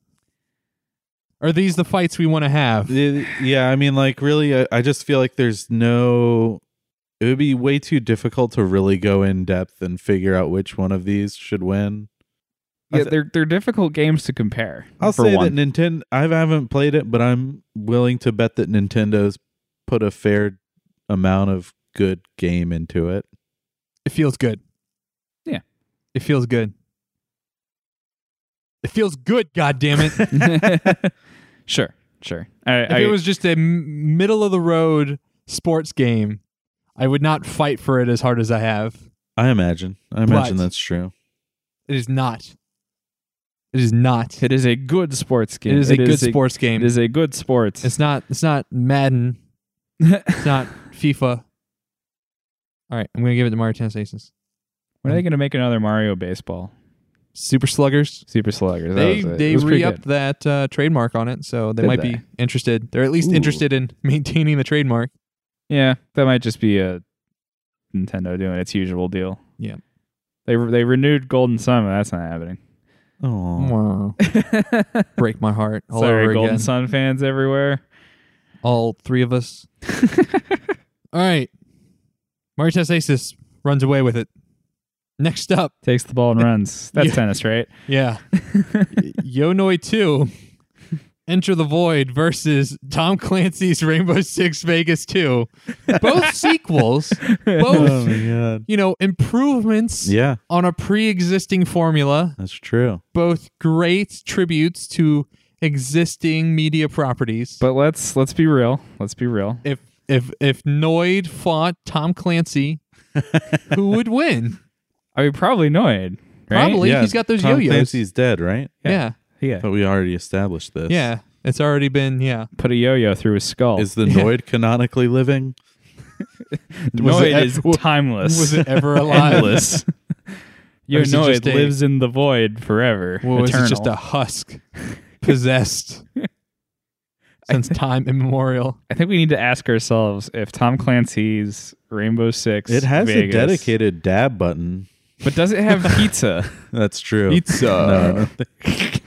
S1: Are these the fights we want to have?
S2: It- yeah, I mean, like, really, I, I just feel like there's no. It would be way too difficult to really go in depth and figure out which one of these should win. I
S3: Yeah,
S2: th-
S3: they're they're difficult games to compare.
S2: I'll
S3: for
S2: say
S3: one.
S2: that Nintendo. I haven't played it, but I'm willing to bet that Nintendo's put a fair amount of good game into it.
S1: It feels good.
S3: Yeah.
S1: It feels good. It feels good, God damn it! if
S3: sure, sure. I, I,
S1: it was just a middle of the road sports game, I would not fight for it as hard as I have.
S2: I imagine. I imagine
S1: But-
S2: that's true.
S1: It is not. It is not.
S3: it is a good sports game.
S1: it is a good sports game.
S3: It is a good sports.
S1: it's not. It's not Madden. It's not FIFA. All right, I'm gonna give it to Mario Tennis Aces.
S3: when are they going to make another Mario baseball?
S1: Super Sluggers.
S3: Super Sluggers.
S1: They
S3: that was uh, it. It
S1: they
S3: was pretty
S1: re-upped that uh, trademark on it, so they
S3: Did
S1: might
S3: they?
S1: be interested. They're at least
S2: Ooh.
S1: interested in maintaining the trademark.
S3: good. Yeah, that might just be a Nintendo doing its usual deal.
S1: Yeah.
S3: They re- they renewed Golden Sun, but that's not happening.
S2: Oh,
S1: Wow. Break my heart all over
S3: Sorry, Golden
S1: again.
S3: Sun fans everywhere.
S1: All three of us. all right, Mario Tennis Aces runs away with it. Next up,
S3: Takes the ball and runs. That's
S1: Yeah.
S3: tennis, right?
S1: Yeah. Yonoi 2, Enter the Void versus Tom Clancy's Rainbow Six Vegas 2. Both sequels,
S2: oh
S3: Um,
S1: both,
S2: my god.
S1: you know, improvements
S2: Yeah,
S1: on a pre existing formula,
S2: that's true.
S1: both great tributes to existing media properties.
S3: But let's let's be real. Let's be real.
S1: if, if, if Noid fought Tom Clancy, who would win?
S3: I mean, probably annoyed, right?
S1: Probably. He's got those
S2: Tom
S1: yo-yos.
S2: Clancy's dead, right?
S1: Yeah.
S3: Yeah.
S2: But we already established this.
S1: Yeah. It's already been yeah.
S3: Put a yo-yo through his skull.
S2: Is the Noid canonically living?
S3: no,
S4: was
S3: it
S4: it
S3: is
S4: ev-
S3: timeless.
S4: Was it ever alive?
S3: endless? you
S1: Or is it
S3: know, it
S1: just a-
S3: lives in the void forever.
S1: Well, was
S3: eternal.
S1: it just a husk possessed since time immemorial?
S3: I think we need to ask ourselves if Tom Clancy's Rainbow Six.
S2: It has a
S3: Vegas-
S2: dedicated dab button.
S3: but does it have pizza?
S2: That's true.
S4: Pizza.
S2: No, I don't think-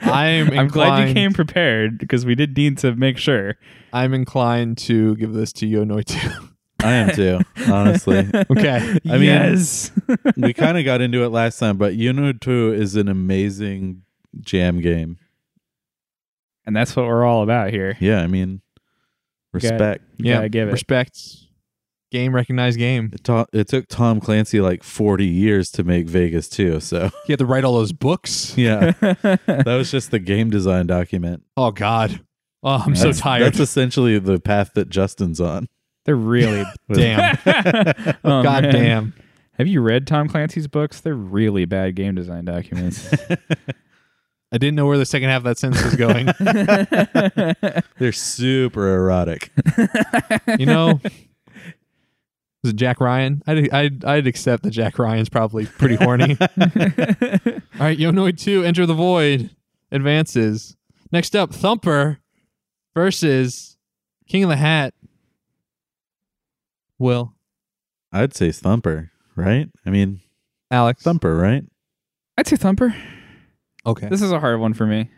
S1: I am. Inclined,
S3: I'm glad you came prepared because we did need to make sure.
S1: I'm inclined to give this to Yo Noitu.
S2: I am too. Honestly,
S1: okay.
S2: I mean-
S3: yes.
S2: we kind of got into it last time, but you know, two is an amazing jam game.
S3: and that's what we're all about here.
S2: Yeah, I mean,
S3: Okay.
S2: respect.
S1: Yeah.
S3: Gotta give it.
S1: Respect. Game recognized game.
S2: It, ta- it took Tom Clancy like 40 years to make Vegas too. So
S1: He had to write all those books.
S2: yeah, that was just the game design document.
S1: Oh God. Oh, I'm so
S2: That's-
S1: tired.
S2: That's essentially the path that Justin's on.
S3: They're really
S1: damn.
S3: Oh,
S1: God
S3: man.
S1: damn.
S3: Have you read Tom Clancy's books? They're really bad game design documents.
S1: I didn't know where the second half of that sentence was going.
S2: They're super erotic.
S1: you know, was it Jack Ryan? I'd, I'd I'd accept that Jack Ryan's probably pretty horny. all right, Yonoid Two, Enter the Void advances. Next up, Thumper versus King of the Hat. Will
S2: I'd say Thumper, right? I mean,
S1: Alex
S2: Thumper, right?
S3: I'd say Thumper.
S1: Okay.
S3: This is a hard one for me.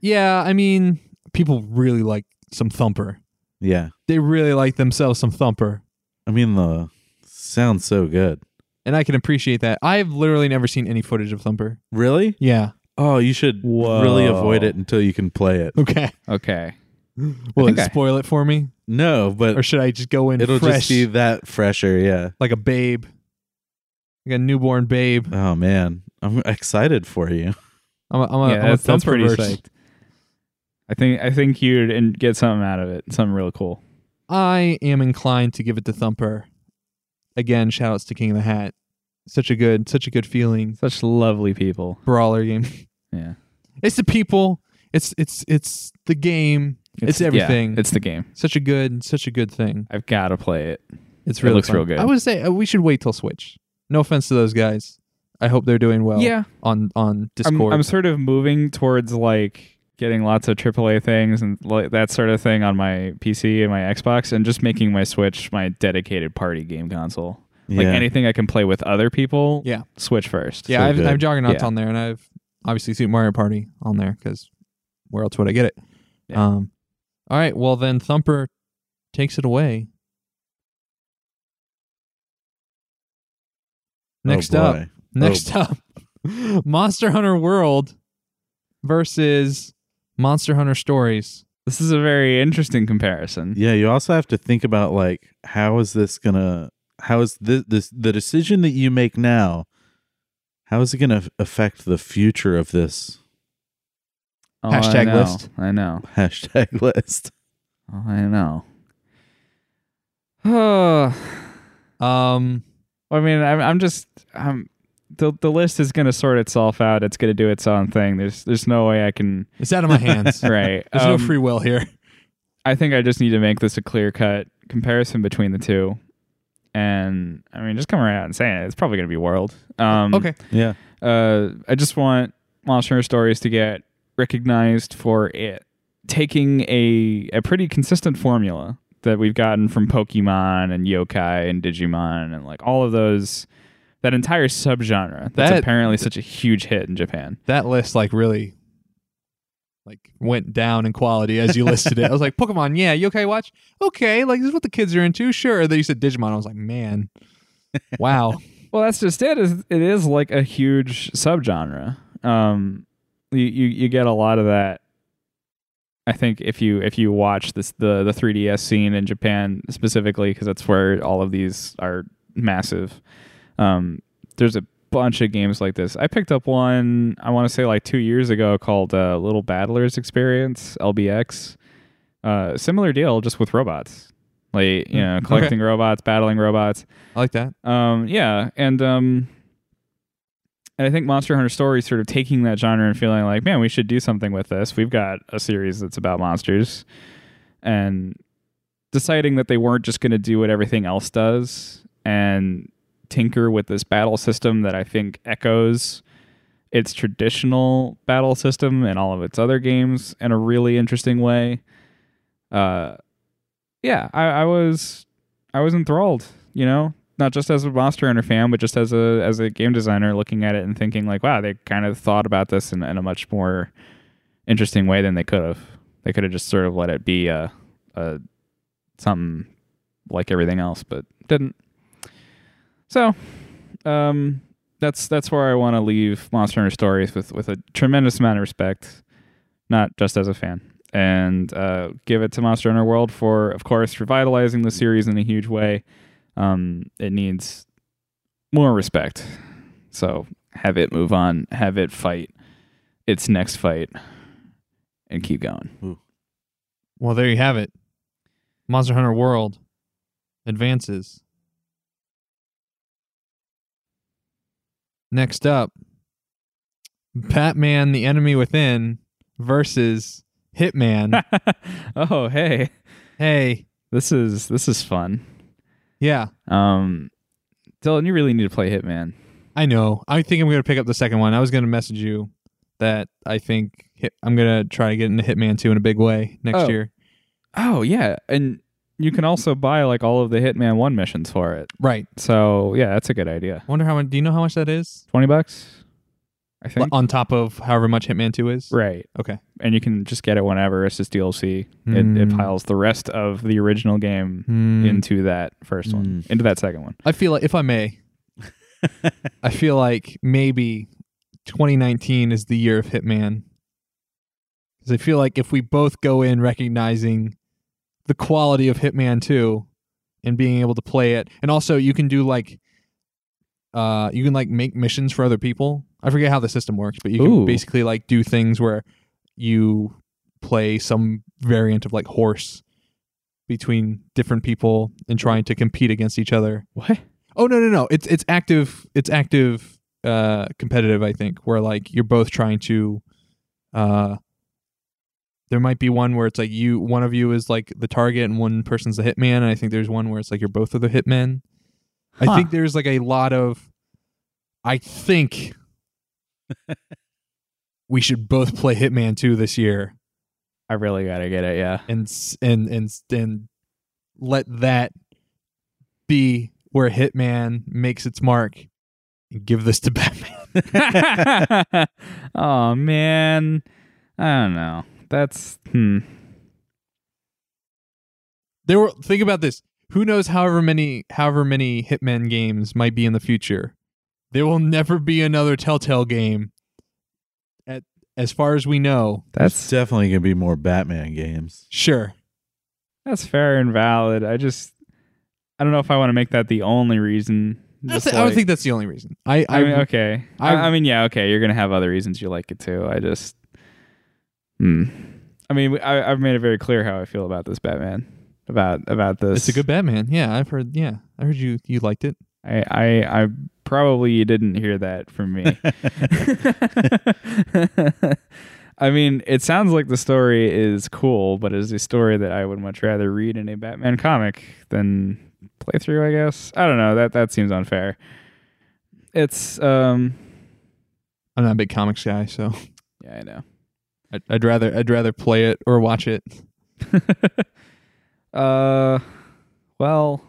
S1: Yeah, I mean, people really like some Thumper.
S2: Yeah.
S1: They really like themselves some Thumper.
S2: I mean, the sounds so good.
S1: and I can appreciate that. I've literally never seen any footage of Thumper.
S2: Really?
S1: Yeah.
S2: Oh, you should
S3: Whoa.
S2: really avoid it until you can play it.
S1: Okay.
S3: Okay.
S1: Will it
S3: think I-
S1: spoil it for me,
S2: No,
S1: or
S2: but
S1: should I just go in
S2: it'll
S1: fresh,
S2: just be that fresher. Yeah.
S1: like a babe, like a newborn babe?
S2: Oh man, I'm excited for you.
S1: I'm a, I'm a,
S3: yeah,
S1: I'm a
S3: that's, that's
S1: Thumper
S3: pretty
S1: verse.
S3: psyched. I think I think you'd and get something out of it, something real cool.
S1: I am inclined to give it to Thumper. Again, shout outs to King of the Hat. Such a good, such a good feeling
S3: Such lovely people.
S1: brawler game.
S3: Yeah.
S1: It's the people. It's it's it's the game. It's,
S3: yeah,
S1: everything.
S3: it's the game.
S1: such a good, such a good thing.
S3: I've got to play it.
S1: It's
S3: It
S1: really
S3: looks
S1: fun.
S3: real good.
S1: I would say uh, we should wait till Switch. No offense to those guys. I hope they're doing well.
S3: yeah.
S1: On on
S3: I'm,
S1: Discord.
S3: I'm sort of moving towards like getting lots of AAA things and like that sort of thing on my PC and my Xbox and just making my Switch my dedicated party game console. Like
S2: Yeah.
S3: anything I can play with other people,
S1: Yeah.
S3: Switch first.
S1: yeah,
S2: so
S1: I've,
S2: good.
S1: I've Juggernauts
S3: Yeah.
S1: on there, and I've obviously Super Mario Party on there because where else would I get it?
S3: Yeah.
S1: Um. All right. Well, then Thumper takes it away.
S2: Oh,
S1: Next up,
S2: boy.
S1: Next up, Monster Hunter World versus Monster Hunter Stories.
S3: This is a very interesting comparison.
S2: Yeah, you also have to think about like how is this gonna how is this, this the decision that you make now? How is it gonna affect the future of this
S3: Oh,
S1: Hashtag
S3: I know.
S1: list.
S3: I know.
S2: hashtag list?
S3: Oh, I know. Oh,
S1: Um.
S3: I mean, I'm, I'm just, I'm, the, the list is going to sort itself out. It's going to do its own thing. There's there's no way I can,
S1: It's out of my hands.
S3: right.
S1: There's no
S3: Um,
S1: free will here.
S3: I think I just need to make this a clear cut comparison between the two. And I mean, just coming right out and saying it, it's probably going to be World. Um,
S1: Okay.
S2: Yeah.
S3: Uh, I just want Monster Hunter Stories to get recognized for it taking a a pretty consistent formula that we've gotten from Pokemon and Yokai and Digimon and like all of those that entire subgenre that's
S1: That-
S3: apparently such a huge hit in Japan.
S1: that list like really like went down in quality as you listed it. I was like, Pokemon, yeah, you okay watch? Okay, like this is what the kids are into, sure. Then you said Digimon. I was like, man. Wow.
S3: Well, that's just it. Is it is like a huge subgenre. Um, you, you you get a lot of that. I think if you if you watch this the the 3DS scene in Japan specifically because that's where all of these are massive. Um, there's a bunch of games like this. I picked up one I want to say like two years ago called uh, Little Battlers Experience (LBX). Uh, similar deal, just with robots. Like you know,
S1: okay.
S3: collecting robots, battling robots.
S1: I like that.
S3: Um, yeah, and um, And I think Monster Hunter Stories sort of taking that genre and feeling like, man, we should do something with this. We've got a series that's about monsters. And deciding that they weren't just going to do what everything else does and tinker with this battle system that I think echoes its traditional battle system and all of its other games in a really interesting way. Uh, yeah, I, I was I was enthralled. You know, not just as a Monster Hunter fan, but just as a as a game designer looking at it and thinking like, wow, they kind of thought about this in, in a much more interesting way than they could have. They could have just sort of let it be a, a something like everything else, but didn't. So, um, that's that's where I want to leave Monster Hunter Stories with with a tremendous amount of respect, not just as a fan, and uh, give it to Monster Hunter World for, of course, revitalizing the series in a huge way. Um, it needs more respect, so have it move on, have it fight its next fight, and keep going.
S1: Well, there you have it. Monster Hunter World advances. Next up, Batman the Enemy Within versus Hitman.
S3: oh, hey,
S1: hey,
S3: this is this is fun.
S1: yeah,
S3: Um, Dylan, you really need to play Hitman.
S1: I know. I think I'm going to pick up the second one. I was going to message you that I think hit, I'm going to try to get into Hitman 2 in a big way next
S3: Oh.
S1: year.
S3: Oh yeah, and you can also buy like all of the Hitman One missions for it.
S1: Right.
S3: So yeah, that's a good idea.
S1: Wonder how much, do you know how much that is?
S3: Twenty bucks, I
S1: L-
S3: think.
S1: On top of however much Hitman 2 is?
S3: Right.
S1: Okay.
S3: And you can just get it whenever. It's just DLC. It,
S1: Mm.
S3: it piles the rest of the original game
S1: Hmm.
S3: into that first one,
S1: Mm.
S3: into that second one.
S1: I feel like, if I may, I feel like maybe 2019 is the year of Hitman. Because I feel like if we both go in recognizing the quality of Hitman 2 and being able to play it, and also you can do like, uh, you can like make missions for other people. I forget how the system works, but you can
S3: Ooh.
S1: basically like do things where you play some variant of like horse between different people and trying to compete against each other.
S3: What?
S1: Oh no no no! It's it's active. It's active. Uh, competitive. I think where like you're both trying to. Uh, there might be one where it's like you one of you is like the target and one person's the hitman, and I think there's one where it's like you're both of the hitmen. I
S3: Huh.
S1: think there's like a lot of. I think. we should both play Hitman 2 this year
S3: I really gotta get it. Yeah.
S1: and s- and and s- and let that be where Hitman makes its mark. And give this to Batman.
S3: oh man, I don't know. That's hmm.
S1: There were think about this. Who knows? However many however many Hitman games might be in the future, there will never be another Telltale game. At as far as we know,
S3: That's
S2: definitely gonna be more Batman games.
S1: sure.
S3: That's fair and valid. I just I don't know if I want to make that the only reason.
S1: That's
S3: Just
S1: I don't
S3: like-
S1: think that's the only reason. I
S3: I,
S1: I,
S3: mean, okay. I,
S1: I-
S3: I mean, yeah, okay. You're gonna have other reasons you like it too. I just, hmm. I mean, I, I've made it very clear how I feel about this Batman, about about this.
S1: it's a good Batman. Yeah, I've heard. Yeah, I heard you you liked it.
S3: I, I, I probably you didn't hear that from me. I mean, it sounds like the story is cool, but it's a story that I would much rather read in a Batman comic than playthrough. I guess I don't know that that seems unfair. It's um,
S1: I'm not a big comics guy, so
S3: yeah, I know.
S1: I'd, I'd rather I'd rather play it or watch it.
S3: uh, well,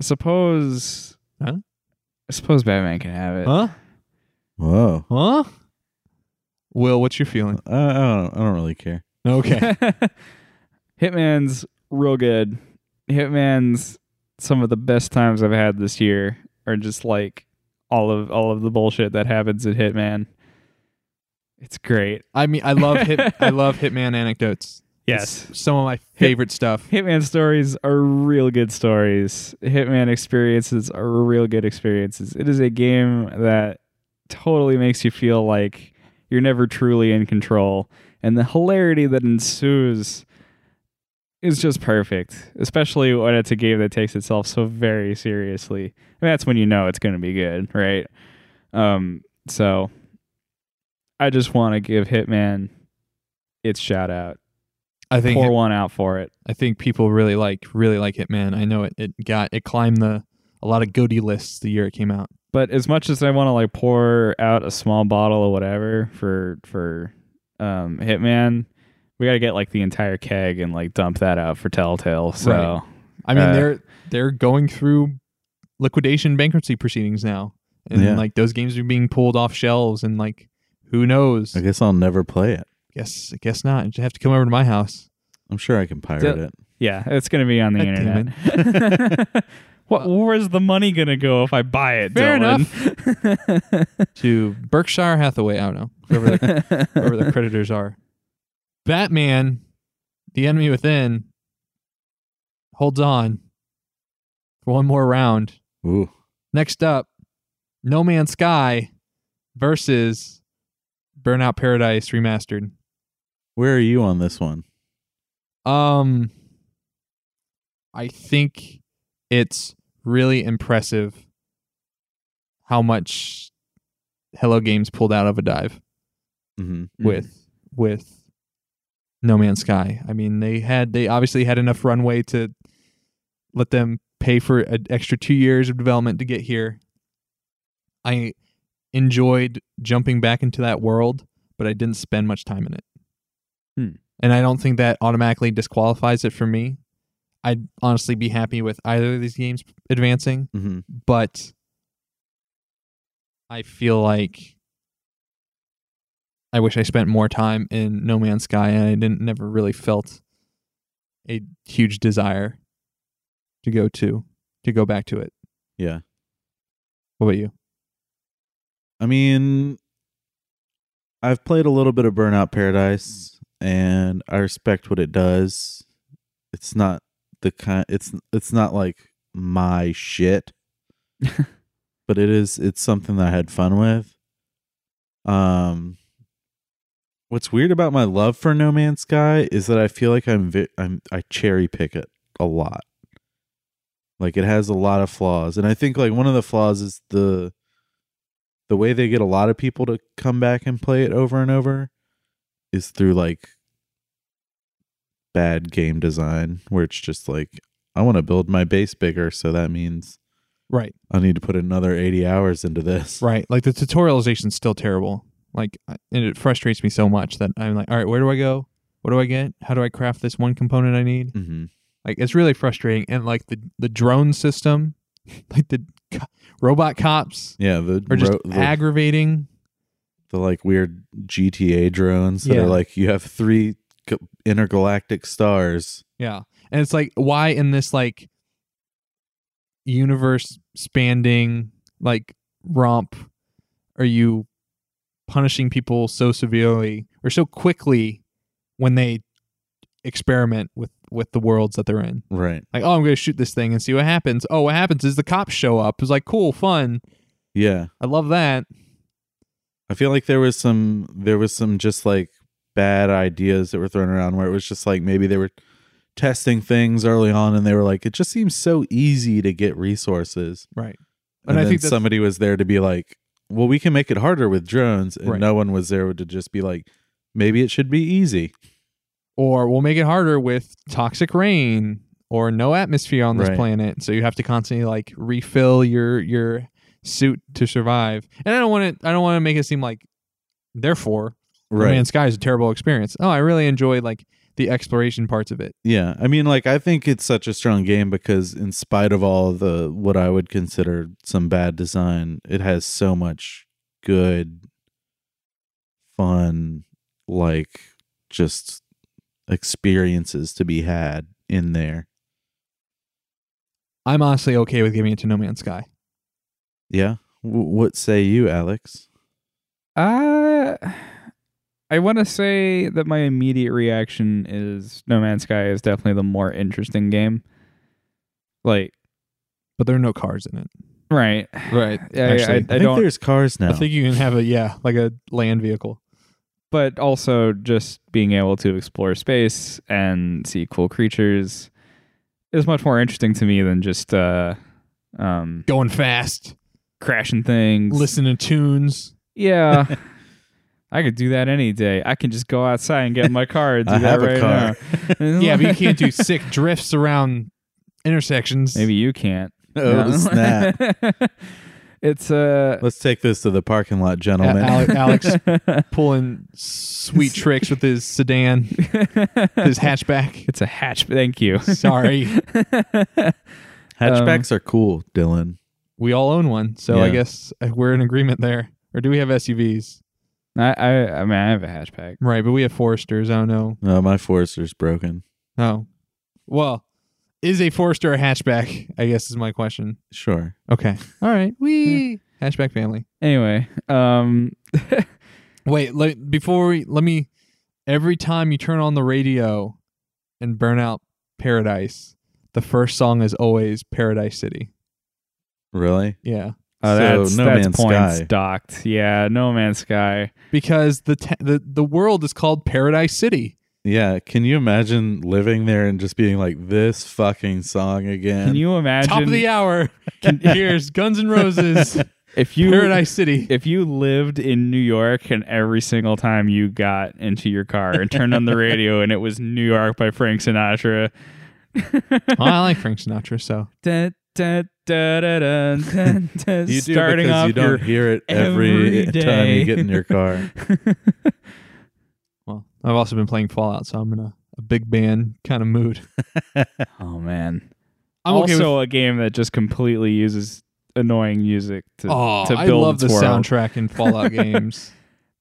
S3: I suppose.
S1: Huh?
S3: I suppose Batman can have it.
S1: Huh?
S2: Whoa.
S1: Huh? Will, what's your feeling?
S2: I, I don't. I don't really care.
S1: Okay.
S3: Hitman's real good. Hitman's some of the best times I've had this year are just like all of all of the bullshit that happens at Hitman. It's great.
S1: I mean, I love hit. I love Hitman anecdotes.
S3: Yes.
S1: It's some of my favorite stuff.
S3: Hitman stories are real good stories. Hitman experiences are real good experiences. It is a game that totally makes you feel like you're never truly in control. And the hilarity that ensues is just perfect, especially when it's a game that takes itself so very seriously. I mean, that's when you know it's going to be good, right? Um, so I just want to give Hitman its shout out.
S1: I think
S3: Pour one out for it.
S1: I think people really like really like Hitman. I know it, it got it climbed the a lot of goatee lists the year it came out.
S3: But as much as I want to like pour out a small bottle of whatever for for um, Hitman, we got to get like the entire keg and like dump that out for Telltale. So.
S1: Right. I mean
S3: Uh,
S1: they're they're going through liquidation bankruptcy proceedings now. And
S2: Yeah.
S1: like those games are being pulled off shelves and like who knows?
S2: I guess I'll never play it.
S1: Guess guess not. You have to come over to my house.
S2: I'm sure I can pirate
S3: Del-
S2: it.
S3: Yeah, it's gonna be on the
S1: God damn
S3: internet. what? Where's the money gonna go if I buy it?
S1: Fair
S3: Dylan?
S1: To Berkshire Hathaway, I don't know. Whoever the, whoever the creditors are. Batman, the enemy within, holds on for one more round.
S2: Ooh,
S1: Next up, No Man's Sky versus Burnout Paradise Remastered.
S2: where are you on this one?
S1: Um I think it's really impressive how much Hello Games pulled out of a dive
S2: Mm-hmm.
S1: with with No Man's Sky. I mean, they had they obviously had enough runway to let them pay for an extra 2 years of development to get here. I enjoyed jumping back into that world, but I didn't spend much time in it.
S3: Hmm.
S1: And I don't think that automatically disqualifies it for me. I'd honestly be happy with either of these games advancing
S2: Mm-hmm.
S1: but I feel like I wish I spent more time in No Man's Sky and I didn't never really felt a huge desire to go to to go back to it.
S2: Yeah.
S1: What about you?
S2: I mean, I've played a little bit of Burnout Paradise, and I respect what it does. It's not the kind. It's it's not like my shit, but it is. It's something that I had fun with. Um, what's weird about my love for No Man's Sky is that I feel like I'm vi- I'm I cherry pick it a lot. Like it has a lot of flaws, and I think like one of the flaws is the the way they get a lot of people to come back and play it over and over is through like bad game design where it's just like I want to build my base bigger so that means
S1: Right.
S2: I need to put another 80 hours into this.
S1: Right. Like the tutorialization's still terrible. Like I- and it frustrates me so much that I'm like, "All right, where do I go? What do I get? How do I craft this one component I need?"
S2: hmm
S1: Like it's really frustrating and like the the drone system, like the co- robot cops
S2: Yeah, the,
S1: or just
S2: ro- the,
S1: aggravating.
S2: the like weird GTA drones that
S1: Yeah.
S2: are like you have 3 g- intergalactic stars.
S1: Yeah. And it's like, why in this like universe spanning like romp are you punishing people so severely or so quickly when they experiment with with the worlds that they're in?
S2: Right.
S1: Like, oh, I'm going to shoot this thing and see what happens. Oh, what happens is the cops show up. It's like, cool, fun.
S2: Yeah.
S1: I love that.
S2: I feel like there was some there was some just like bad ideas that were thrown around where it was just like maybe they were testing things early on and they were like it just seems so easy to get resources
S1: Right.
S2: and,
S1: And I
S2: then
S1: think that's-
S2: somebody was there to be like well we can make it harder with drones and
S1: Right.
S2: no one was there to just be like maybe it should be easy
S1: or we'll make it harder with toxic rain or no atmosphere on this
S2: Right.
S1: planet so you have to constantly like refill your your suit to survive and i don't want to i don't want to make it seem like therefore
S2: right
S1: man sky is a terrible experience oh i really enjoy like the exploration parts of it
S2: yeah i mean like i think it's such a strong game because in spite of all the what i would consider some bad design it has so much good fun like just experiences to be had in there
S1: i'm honestly okay with giving it to no man's sky
S2: yeah w- what say you alex
S3: Uh, I want to say that my immediate reaction is No Man's Sky is definitely the more interesting game. Like,
S1: but there are no cars in it
S3: right?
S1: right
S3: Yeah, yeah,
S1: actually
S2: i, think
S3: don't-
S2: there's cars now
S1: I think you can have a yeah like a land vehicle
S3: but also just being able to explore space and see cool creatures is much more interesting to me than just uh, um,
S1: Going fast,
S3: crashing things.
S1: listening to tunes.
S3: Yeah. I could do that any day. I can just go outside and get in my car and do
S2: I
S3: that
S2: have
S3: right
S2: a car.
S3: now.
S1: Yeah, but you can't do sick drifts around intersections.
S3: Maybe you can't.
S2: oh
S3: No.
S2: snap!
S3: it's uh
S2: Let's take this to the parking lot,
S1: A-
S2: gentlemen.
S1: Ale- Alex pulling sweet tricks with his sedan, his hatchback.
S3: it's a hatch. Thank you.
S1: Sorry,
S3: um,
S2: Hatchbacks are cool, Dylan.
S1: we all own one, so I
S2: Yeah.
S1: guess uh, we're in agreement there. Or do we have SUVs?
S3: I, I I mean I have a hatchback.
S1: Right, but we have Foresters. I don't know.
S2: No, Uh, my Forester's broken.
S1: Oh, well, is a Forester a hatchback? I guess is my question.
S2: Sure.
S1: Okay, all right. We hatchback family.
S3: Anyway, um
S1: Wait, let, before we let me. Every time you turn on the radio, in Burnout Paradise, the first song is always Paradise City.
S2: Really?
S1: Yeah,
S2: So,
S3: oh, that's
S2: No
S3: that's
S2: Man's
S3: points
S2: Sky.
S3: docked. Yeah, No Man's Sky.
S1: because the te- the the world is called Paradise City.
S2: Yeah. Can you imagine living there and just being like this fucking song again?
S3: Can you imagine
S1: Top of the hour. Here's Guns N' Roses,
S3: if you
S1: Paradise City.
S3: if you lived in New York and every single time you got into your car and turned on the radio and it was New York by Frank Sinatra.
S1: Well, I like Frank Sinatra, so
S3: Dun, dun, dun, dun, dun, dun, dun.
S2: You do
S3: starting
S2: because
S3: off
S2: you don't
S3: your
S2: hear it every,
S3: every
S2: time
S3: day.
S2: you get in your car.
S1: well, I've also been playing Fallout, so I'm in a, a big band kind of mood.
S3: Oh man.
S1: I'm
S3: also
S1: okay with.
S3: a game that just completely uses annoying music to,
S1: Oh,
S3: to
S1: I
S3: build
S1: love the
S3: its world.
S1: soundtrack in Fallout games.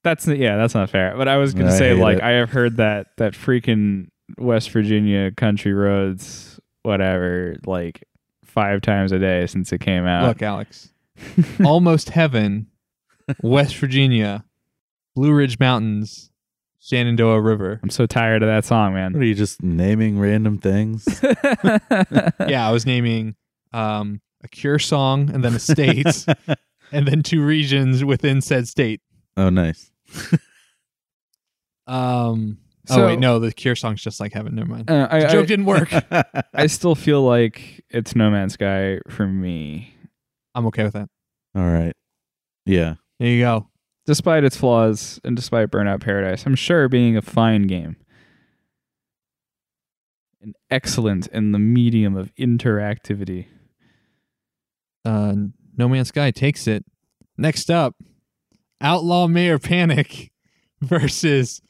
S3: That's yeah, that's not fair. But I was gonna
S2: I
S3: say
S2: hate
S3: like
S2: it.
S3: I have heard that that freaking West Virginia country roads whatever like five times a day since it came out.
S1: Look, Alex, Almost Heaven, West Virginia, Blue Ridge Mountains, Shenandoah River.
S3: I'm so tired of that song,
S2: What
S3: man.
S2: are you just naming random things?
S1: yeah, I was naming um, a Cure song and then a state and then two regions within said state.
S2: oh, nice.
S1: Um,
S3: So-
S1: oh, wait, no, the Cure song's just like Heaven. Never mind.
S3: Uh, I,
S1: the joke
S3: I,
S1: didn't work.
S2: All
S3: I still feel like it's No Man's Sky for me,
S1: I'm okay with that.
S2: right. Yeah.
S1: There you go.
S3: despite its flaws and despite Burnout Paradise. I'm sure being a fine game, and excellent in the medium of interactivity.
S1: Uh, no Man's Sky takes it. Next up, Outlaw Mayor Panic versus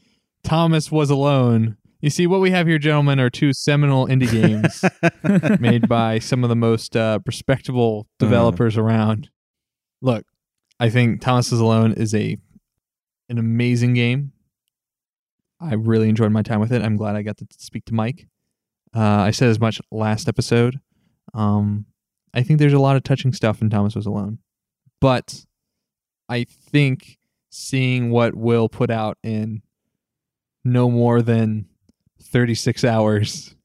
S1: Thomas Was Alone. You see, what we have here, gentlemen, are two seminal indie games made by some of the most uh, respectable
S2: Mm.
S1: developers around. Look, I think Thomas is Alone is a an amazing game. I really enjoyed my time with it. I'm glad I got to speak to Mike. Uh, I said as much last episode. Um, I think there's a lot of touching stuff in Thomas Was Alone, but I think seeing what Will put out in no more than 36 hours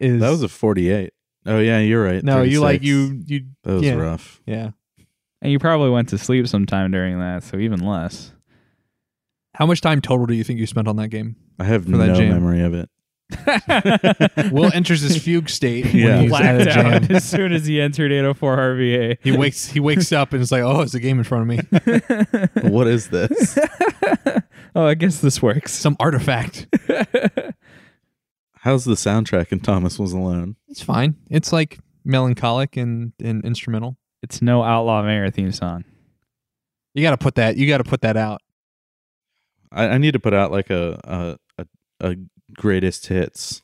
S1: is
S2: That was a 48. Oh, yeah, you're right.
S1: no, you like
S2: 36.
S1: you you
S2: That was
S1: yeah.
S2: rough.
S1: yeah.
S3: And you probably went to sleep sometime during that, so even less.
S1: How much time total do you think you spent on that game?
S2: I have
S1: For that
S2: no
S1: jam.
S2: memory of it.
S1: Will enters his fugue state when he's
S2: Yeah.
S1: at a
S3: Blacked out
S1: jam.
S3: as soon as he entered 804 RVA.
S1: He wakes he wakes up and it's like, "Oh, it's a game in front of me.
S2: What is this?
S3: oh, I guess this works.
S1: Some artifact."
S2: How's the soundtrack in Thomas Was Alone?
S1: It's fine. It's like melancholic and, and instrumental.
S3: It's no Outlaw Mayor theme song.
S1: You got to put that you got to put that out.
S2: I, I need to put out like a a, a, a greatest hits.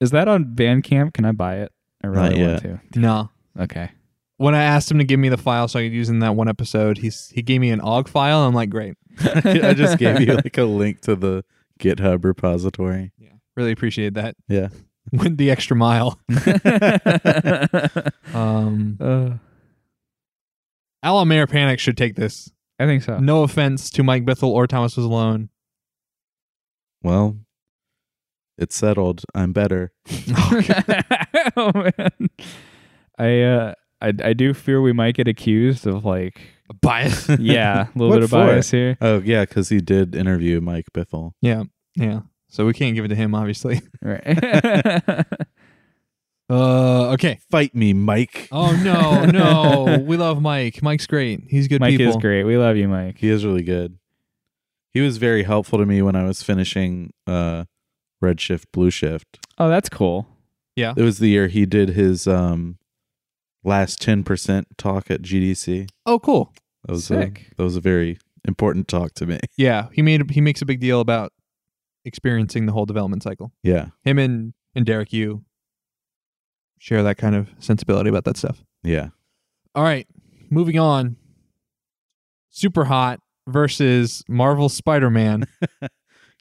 S3: Is that on Bandcamp? Can I buy it? I really
S2: Not
S3: want to.
S1: No.
S3: Okay.
S1: When I asked him to give me the file so I could use it in that one episode, he's he gave me an OGG file. I'm like, "Great.
S2: I just gave you like a link to the GitHub repository.
S1: Yeah. Really appreciate that."
S2: Yeah.
S1: Went the extra mile.
S3: uh,
S1: Um Outlaw Mayor Panic should take this.
S3: I think so.
S1: No offense to Mike Bithell or Thomas was alone.
S2: Well, it's settled. I'm better.
S3: oh man, I uh, I I do fear we might get accused of like
S1: bias.
S3: yeah, a little
S2: What
S3: bit of
S2: for?
S3: bias here.
S2: Oh yeah, because he did interview Mike Biffle.
S1: yeah, yeah. So we can't give it to him, obviously.
S3: Right.
S1: Uh, okay.
S2: Fight me, Mike.
S1: Oh no, no. we love Mike. Mike's great. He's good
S3: Mike
S1: people.
S3: is great. We love you, Mike.
S2: He is really good. He was very helpful to me when I was finishing uh, Red Shift Blue Shift.
S3: Oh, that's cool.
S2: It was the year he did his um, last ten percent talk at GDC.
S1: Oh, cool.
S2: That was
S3: Sick.
S2: A, that was a very important talk to me.
S1: Yeah, he made he makes a big deal about experiencing the whole development cycle.
S2: Yeah,
S1: Him and and Derek, you share that kind of sensibility about that stuff.
S2: yeah.
S1: All right, moving on. Super hot versus Marvel Spider Man.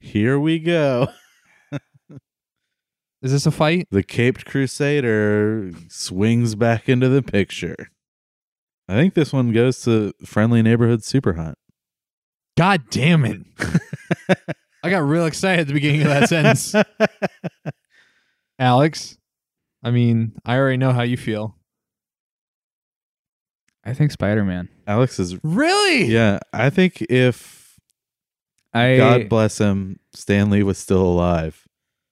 S2: Here we go.
S1: Is this a fight?
S2: The Caped Crusader swings back into the picture. I think this one goes to Friendly Neighborhood Super Hunt.
S1: God damn it! I got real excited at the beginning of that sentence, Alex. I mean, I already know how you feel.
S3: I think Spider Man.
S2: Alex is
S1: Really?
S2: yeah. I think if
S3: I
S2: God bless him, Stanley was still alive.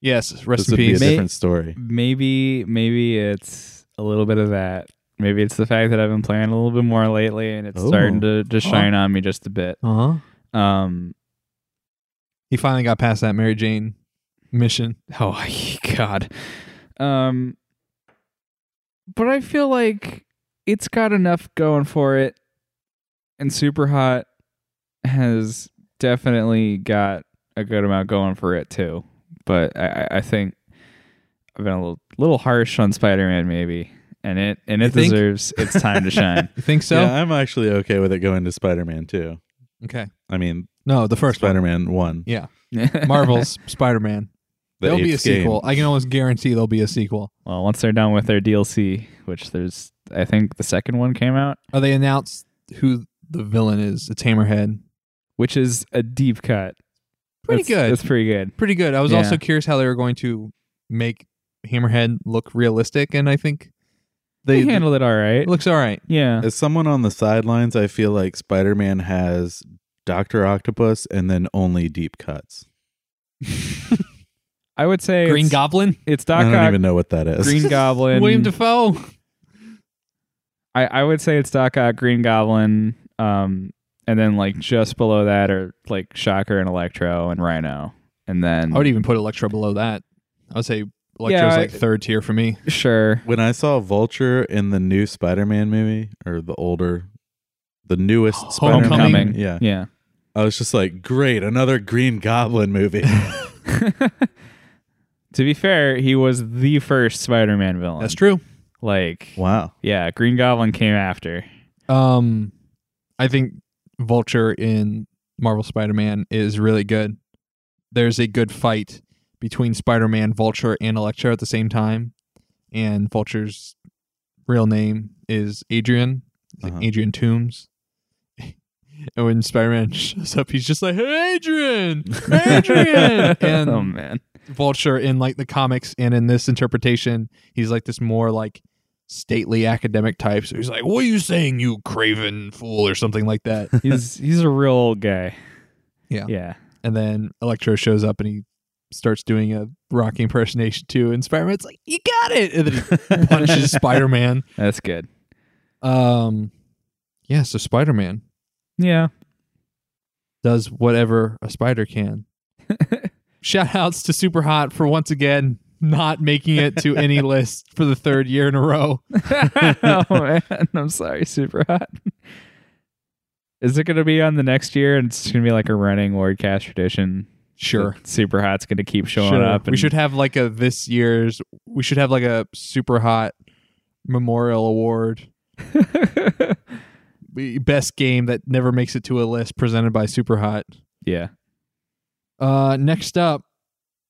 S1: Yes. Rest
S2: This
S1: in
S2: would be a
S1: peace.
S3: May-
S2: different story.
S3: maybe maybe it's a little bit of that. Maybe it's the fact that I've been playing a little bit more lately, and it's
S2: Oh.
S3: starting to, to shine on me just a bit.
S1: Uh huh.
S3: Um.
S1: He finally got past that Mary Jane mission.
S3: Oh God. Um. But I feel like it's got enough going for it, and Super Hot has definitely got a good amount going for it too. But I, I I think I've been a little little harsh on Spider Man maybe, and it and
S1: You
S3: it
S1: think?
S3: deserves its time to shine.
S1: You think so?
S2: yeah, I'm actually okay with it going to Spider Man too.
S1: Okay.
S2: I mean,
S1: No, the first one.
S2: Spider Man one.
S1: Yeah. Marvel's Spider Man.
S2: the
S1: there'll be a
S2: eighth game.
S1: sequel. I can almost guarantee there'll be a sequel.
S3: Well, once they're done with their DLC, which there's I think the second one came out,
S1: Oh, they announced who the villain is. It's Hammerhead.
S3: which is a deep cut.
S1: Pretty
S3: That's-
S1: good.
S3: That's pretty good.
S1: pretty good. I was
S3: Yeah.
S1: also curious how they were going to make Hammerhead look realistic, and I think
S3: They,
S1: they,
S3: handled it all right.
S1: it looks all right.
S3: yeah.
S2: As someone on the sidelines, I feel like Spider Man has Doctor Octopus and then only deep cuts.
S3: I would say
S1: Green
S3: it's,
S1: Goblin,
S3: it's
S2: I
S3: Doc
S2: don't
S3: Ock,
S2: even know what that is.
S3: Green Goblin.
S1: William Defoe.
S3: I, I would say it's Doc Ock, Green Goblin, um, and then like just below that are like Shocker and Electro and Rhino, and then
S1: I would even put Electro below that. I would say Electro's
S3: Yeah, I-
S1: like third tier for me.
S3: sure.
S2: when I saw Vulture in the new Spider Man movie or the older, the newest Spider
S1: Homecoming.
S2: Man,
S3: Homecoming.
S2: yeah,
S3: Yeah.
S2: I was just like, great, another Green Goblin movie.
S3: to be fair, he was the first Spider-Man villain.
S1: That's true.
S3: Like,
S2: wow,
S3: yeah, Green Goblin came after.
S1: Um, I think Vulture in Marvel Spider-Man is really good. There's a good fight between Spider-Man, Vulture, and Electro at the same time, and Vulture's real name is Adrian, It's like
S2: Uh-huh.
S1: Adrian Toombs. And when Spider-Man shows up, he's just like, "Hey, Adrian, Adrian!" and
S3: oh man,
S1: Vulture in like the comics and in this interpretation, he's like this more like stately academic type. So he's like, "What are you saying, you craven fool?" or something like that.
S3: he's he's a real old guy.
S1: Yeah.
S3: Yeah.
S1: and then Electro shows up and he starts doing a Rocky impersonation too. And Spider Man's like, "You got it!" and then he punches Spider Man.
S3: That's good.
S1: Um, yeah. So Spider Man
S3: Yeah.
S1: does whatever a spider can. Shout outs to Super Hot for once again not making it to any list for the third year in a row.
S3: oh man, I'm sorry, super hot. Is it going to be on the next year? And it's going to be like a running wordcast tradition.
S1: Sure.
S3: that super hot's going to keep showing
S1: Sure.
S3: up.
S1: We should have like a this year's. We should have like a super hot memorial award,
S3: have.
S1: Be- best game that never makes it to a list presented by Super Hot.
S3: yeah.
S1: Uh, next up,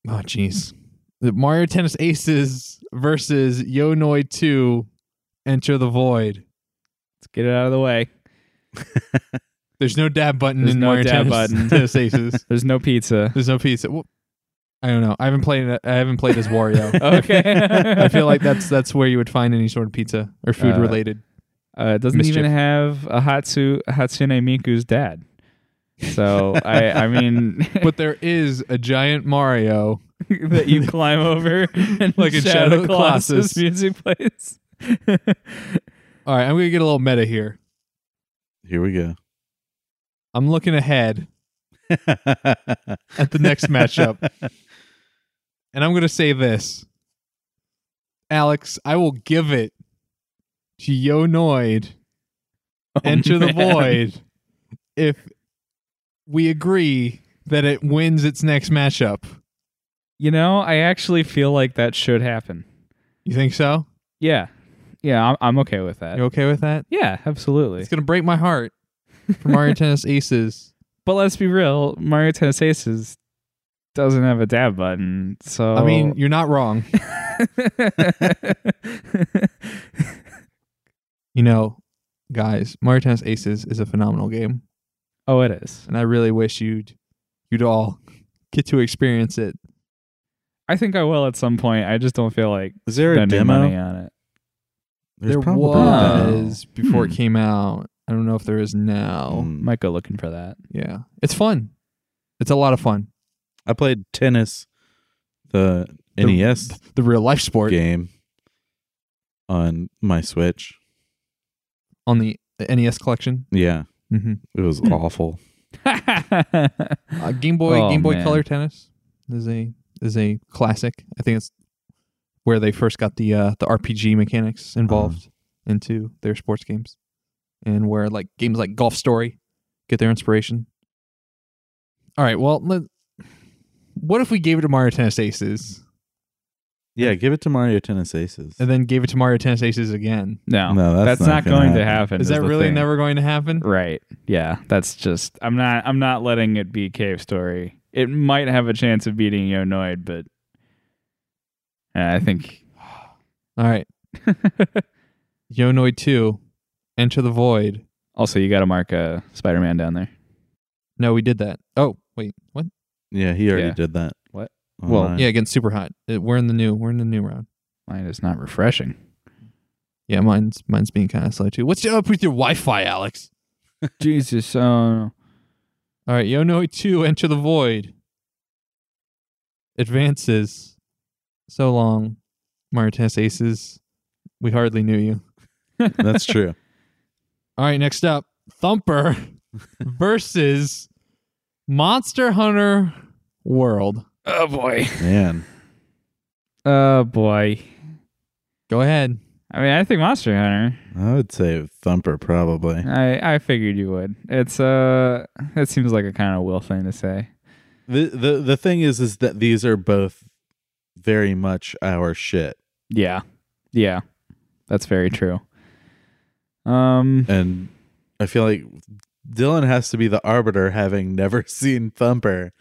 S1: oh jeez, the Mario Tennis Aces versus Yo Noi Two, Enter the Void.
S3: Let's get it out of the way.
S1: There's no dab button
S3: There's
S1: in
S3: no
S1: Mario
S3: dab
S1: Tennis,
S3: button.
S1: Tennis Aces.
S3: There's no pizza.
S1: There's no pizza. Wh- I don't know. I haven't played. it- I haven't played as Wario.
S3: Okay.
S1: I feel like that's that's where you would find any sort of pizza or food
S3: Uh,
S1: related.
S3: Uh, it doesn't even
S1: Mischief.
S3: have a Hatsu Hatsune Miku's dad. So I I mean
S1: but there is a giant Mario.
S3: that you climb over and
S1: Like in Shadow of the Colossus.
S3: music plays.
S1: All right, I'm gonna get a little meta here.
S2: Here we go.
S1: I'm looking ahead at the next matchup, and I'm gonna say this, Alex. I will give it to Yo Noid. Enter the
S3: man.
S1: void if we agree that it wins its next matchup.
S3: You know, I actually feel like that should happen.
S1: You think so?
S3: Yeah. Yeah, I'm, I'm okay with that.
S1: You okay with that?
S3: Yeah, absolutely.
S1: It's gonna break my heart for Mario Tennis Aces.
S3: But let's be real, Mario Tennis Aces doesn't have a dab button. So
S1: I mean, you're not wrong. You know, guys, Mario Tennis Aces is a phenomenal game,
S3: oh, it is.
S1: and I really wish you'd you'd all get to experience it.
S3: I think I will at some point. I just don't feel like
S2: Is there a
S3: spending money
S2: demo?
S3: on it.
S2: There's
S1: there
S2: probably a demo.
S1: was Oh, before it came out. I don't know if there is now.
S2: Mm.
S3: Might go looking for that.
S1: Yeah, it's fun. It's a lot of fun.
S2: I played tennis, the
S1: The-
S2: NES
S1: The real life sport
S2: E game on my Switch.
S1: on the NES collection.
S2: Yeah,
S1: Mm-hmm.
S2: it was awful.
S1: Uh, Game Boy
S3: Oh,
S1: Game Boy
S3: man.
S1: Color Tennis is a is a classic. I think it's where they first got the uh, the RPG mechanics
S3: Mm.
S1: involved into their sports games, and where like games like Golf Story get their inspiration. All right, well, let, what if we gave it to Mario Tennis Aces
S2: Yeah, give it to Mario Tennis Aces.
S1: and then gave it to Mario Tennis Aces again?
S3: no,
S2: No, that's not gonna
S3: going
S2: happen.
S3: to happen.
S1: Is that
S3: the
S1: really
S3: thing.
S1: never going to happen?
S3: Right. Yeah. That's just I'm not I'm not letting it be cave story. It might have a chance of beating Yonoid, but uh, I think
S1: All right, Yonoid Two, Enter the Void.
S3: also you gotta mark a Spider Man down there.
S1: No, we did that. Oh wait, what?
S2: yeah, he already
S3: Yeah.
S2: did that. Oh
S3: What?
S2: Well,
S1: Yeah, against Super Hot. It- We're in the new. We're in the new round.
S3: Mine is not refreshing.
S1: Yeah, mine's mine's being kind of slow too. What's up with your Wi-Fi, Alex?
S3: Jesus, uh,
S1: All right, Yonoi two, enter the void. Advances. So long, Martinez Aces. We hardly knew you.
S2: that's true.
S1: All right, next up, Thumper versus Monster Hunter World.
S3: oh boy,
S2: Man,
S3: oh boy.
S1: Go ahead.
S3: I mean, I think Monster Hunter.
S2: I would say Thumper probably.
S3: I I figured you would. It's uh, that seems like a kind of will thing to say.
S2: The the the thing is, is that these are both very much our shit,
S3: Yeah, yeah, that's very true. Um,
S2: and I feel like Dylan has to be the arbiter, having never seen Thumper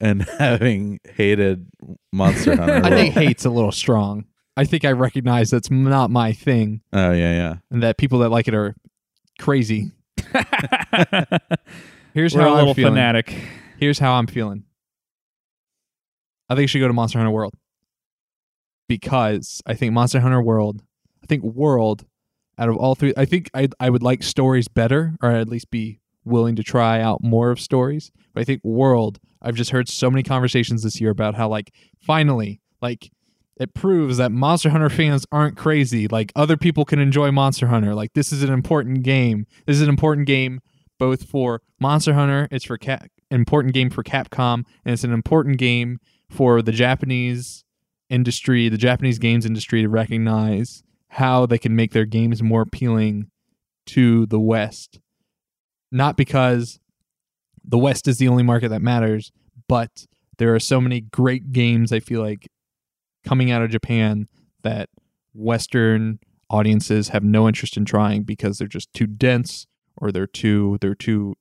S2: and having hated Monster Hunter.
S1: I think
S2: World.
S1: hate's a little strong. I think I recognize that's not my thing,
S2: oh yeah, yeah.
S1: and that people that like it are crazy. Here's
S3: We're
S1: how
S3: a
S1: I'm
S3: little
S1: feeling.
S3: fanatic.
S1: Here's how I'm feeling. I think you should go to Monster Hunter World because I think Monster Hunter World, I think World, out of all three, I think I I would like stories better, or I'd at least be willing to try out more of stories. But I think World, I've just heard so many conversations this year about how like finally, like it proves that Monster Hunter fans aren't crazy. Like other people can enjoy Monster Hunter. Like this is an important game. This is an important game both for Monster Hunter, it's for Cap- important game for Capcom, and it's an important game for the Japanese industry, the Japanese games industry to recognize how they can make their games more appealing to the West. Not because the West is the only market that matters, but there are so many great games I feel like coming out of Japan that Western audiences have no interest in trying because they're just too dense or they're too they're too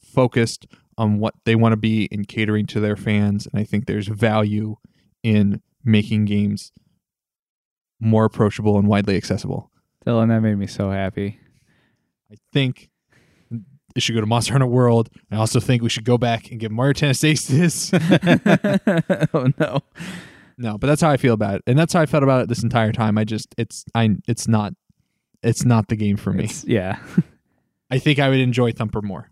S1: focused on what they want to be in catering to their fans and i think there's value in making games more approachable and widely accessible
S3: Dylan, that made me so happy.
S1: i think it should go to monster hunter world i also think we should go back and give mario tennis aces
S3: oh no.
S1: no but that's how i feel about it and that's how i felt about it this entire time i just it's i it's not it's not the game for me.
S3: It's- yeah.
S1: I think I would enjoy Thumper more.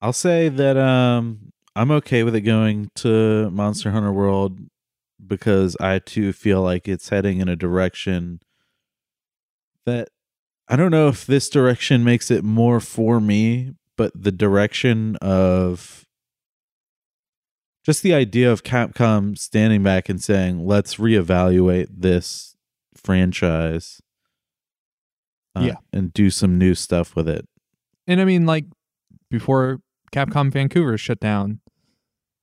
S2: I'll say that um I'm okay with it going to Monster Hunter World because I too feel like it's heading in a direction that I don't know if this direction makes it more for me, but the direction of just the idea of Capcom standing back and saying, "Let's reevaluate this franchise." uh,
S1: Yeah.
S2: and do some new stuff with it.
S1: And I mean, like before Capcom Vancouver shut down,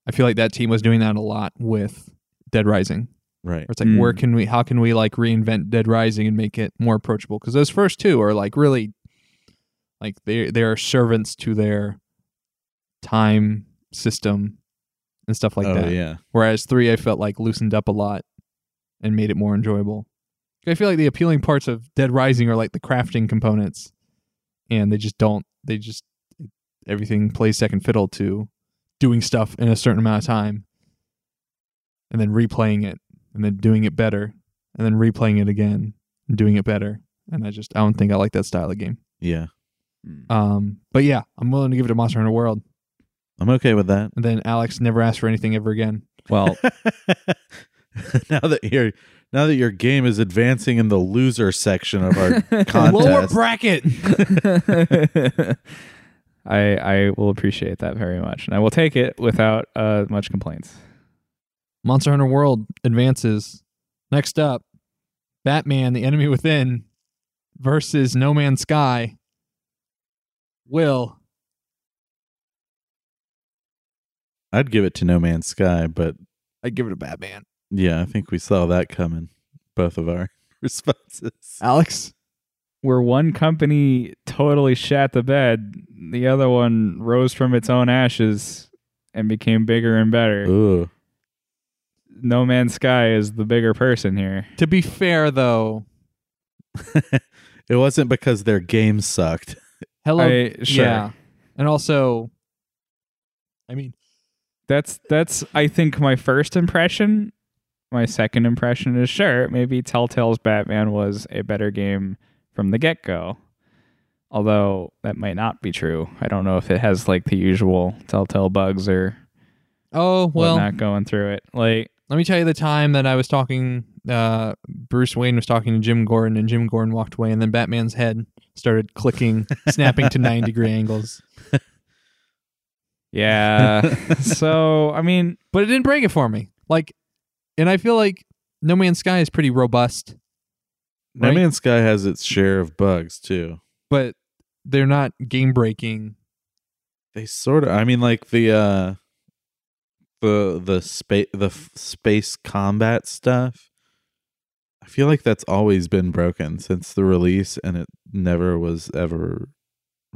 S1: I feel like that team was doing that a lot with Dead Rising.
S2: Right.
S1: Where It's like
S3: Mm.
S1: where can we how can we like reinvent Dead Rising and make it more approachable? Because those first two are like really like they they are servants to their time system and stuff like
S2: oh
S1: that.
S2: yeah.
S1: Whereas three I felt like loosened up a lot and made it more enjoyable. I feel like the appealing parts of Dead Rising are like the crafting components and they just don't they just everything plays second fiddle to doing stuff in a certain amount of time and then replaying it and then doing it better and then replaying it again and doing it better and i just i don't think i like that style of game
S2: Yeah.
S1: um but yeah i'm willing to give it to monster hunter world
S2: I'm okay with that.
S1: and then alex never asked for anything ever again
S3: Well,
S2: now that your now that your game is advancing in the loser section of our contest,
S1: lower bracket
S3: I I will appreciate that very much, and I will take it without uh, much complaints.
S1: Monster Hunter World advances. Next up, Batman: The Enemy Within versus No Man's Sky. Will
S2: I'd give it to No Man's Sky, but
S1: I give it a Batman?
S2: yeah, I think we saw that coming. Both of our responses.
S1: Alex,
S3: Where one company totally shat the bed, the other one rose from its own ashes and became bigger and better.
S2: Ooh,
S3: No Man's Sky is the bigger person here.
S1: to be fair though,
S2: it wasn't because their game sucked.
S1: hello,
S3: I- sure.
S1: yeah, and also, I mean,
S3: That's that's I think my first impression. My second impression is sure, maybe Telltale's Batman was a better game from the get go. Although that might not be true. I don't know if it has like the usual Telltale bugs or
S1: oh well,
S3: whatnot going through it. Like
S1: let me tell you the time that I was talking. Uh, Bruce Wayne was talking to Jim Gordon, and Jim Gordon walked away, and then Batman's head started clicking, snapping to nine degree angles.
S3: yeah. so I mean
S1: but it didn't break it for me. Like, and I feel like No Man's Sky is pretty robust,
S2: No
S1: Right.
S2: Man's Sky has its share of bugs too.
S1: but they're not game breaking.
S2: They sort of. I mean, like the uh, the the space the f- space combat stuff. I feel like that's always been broken since the release, and it never was ever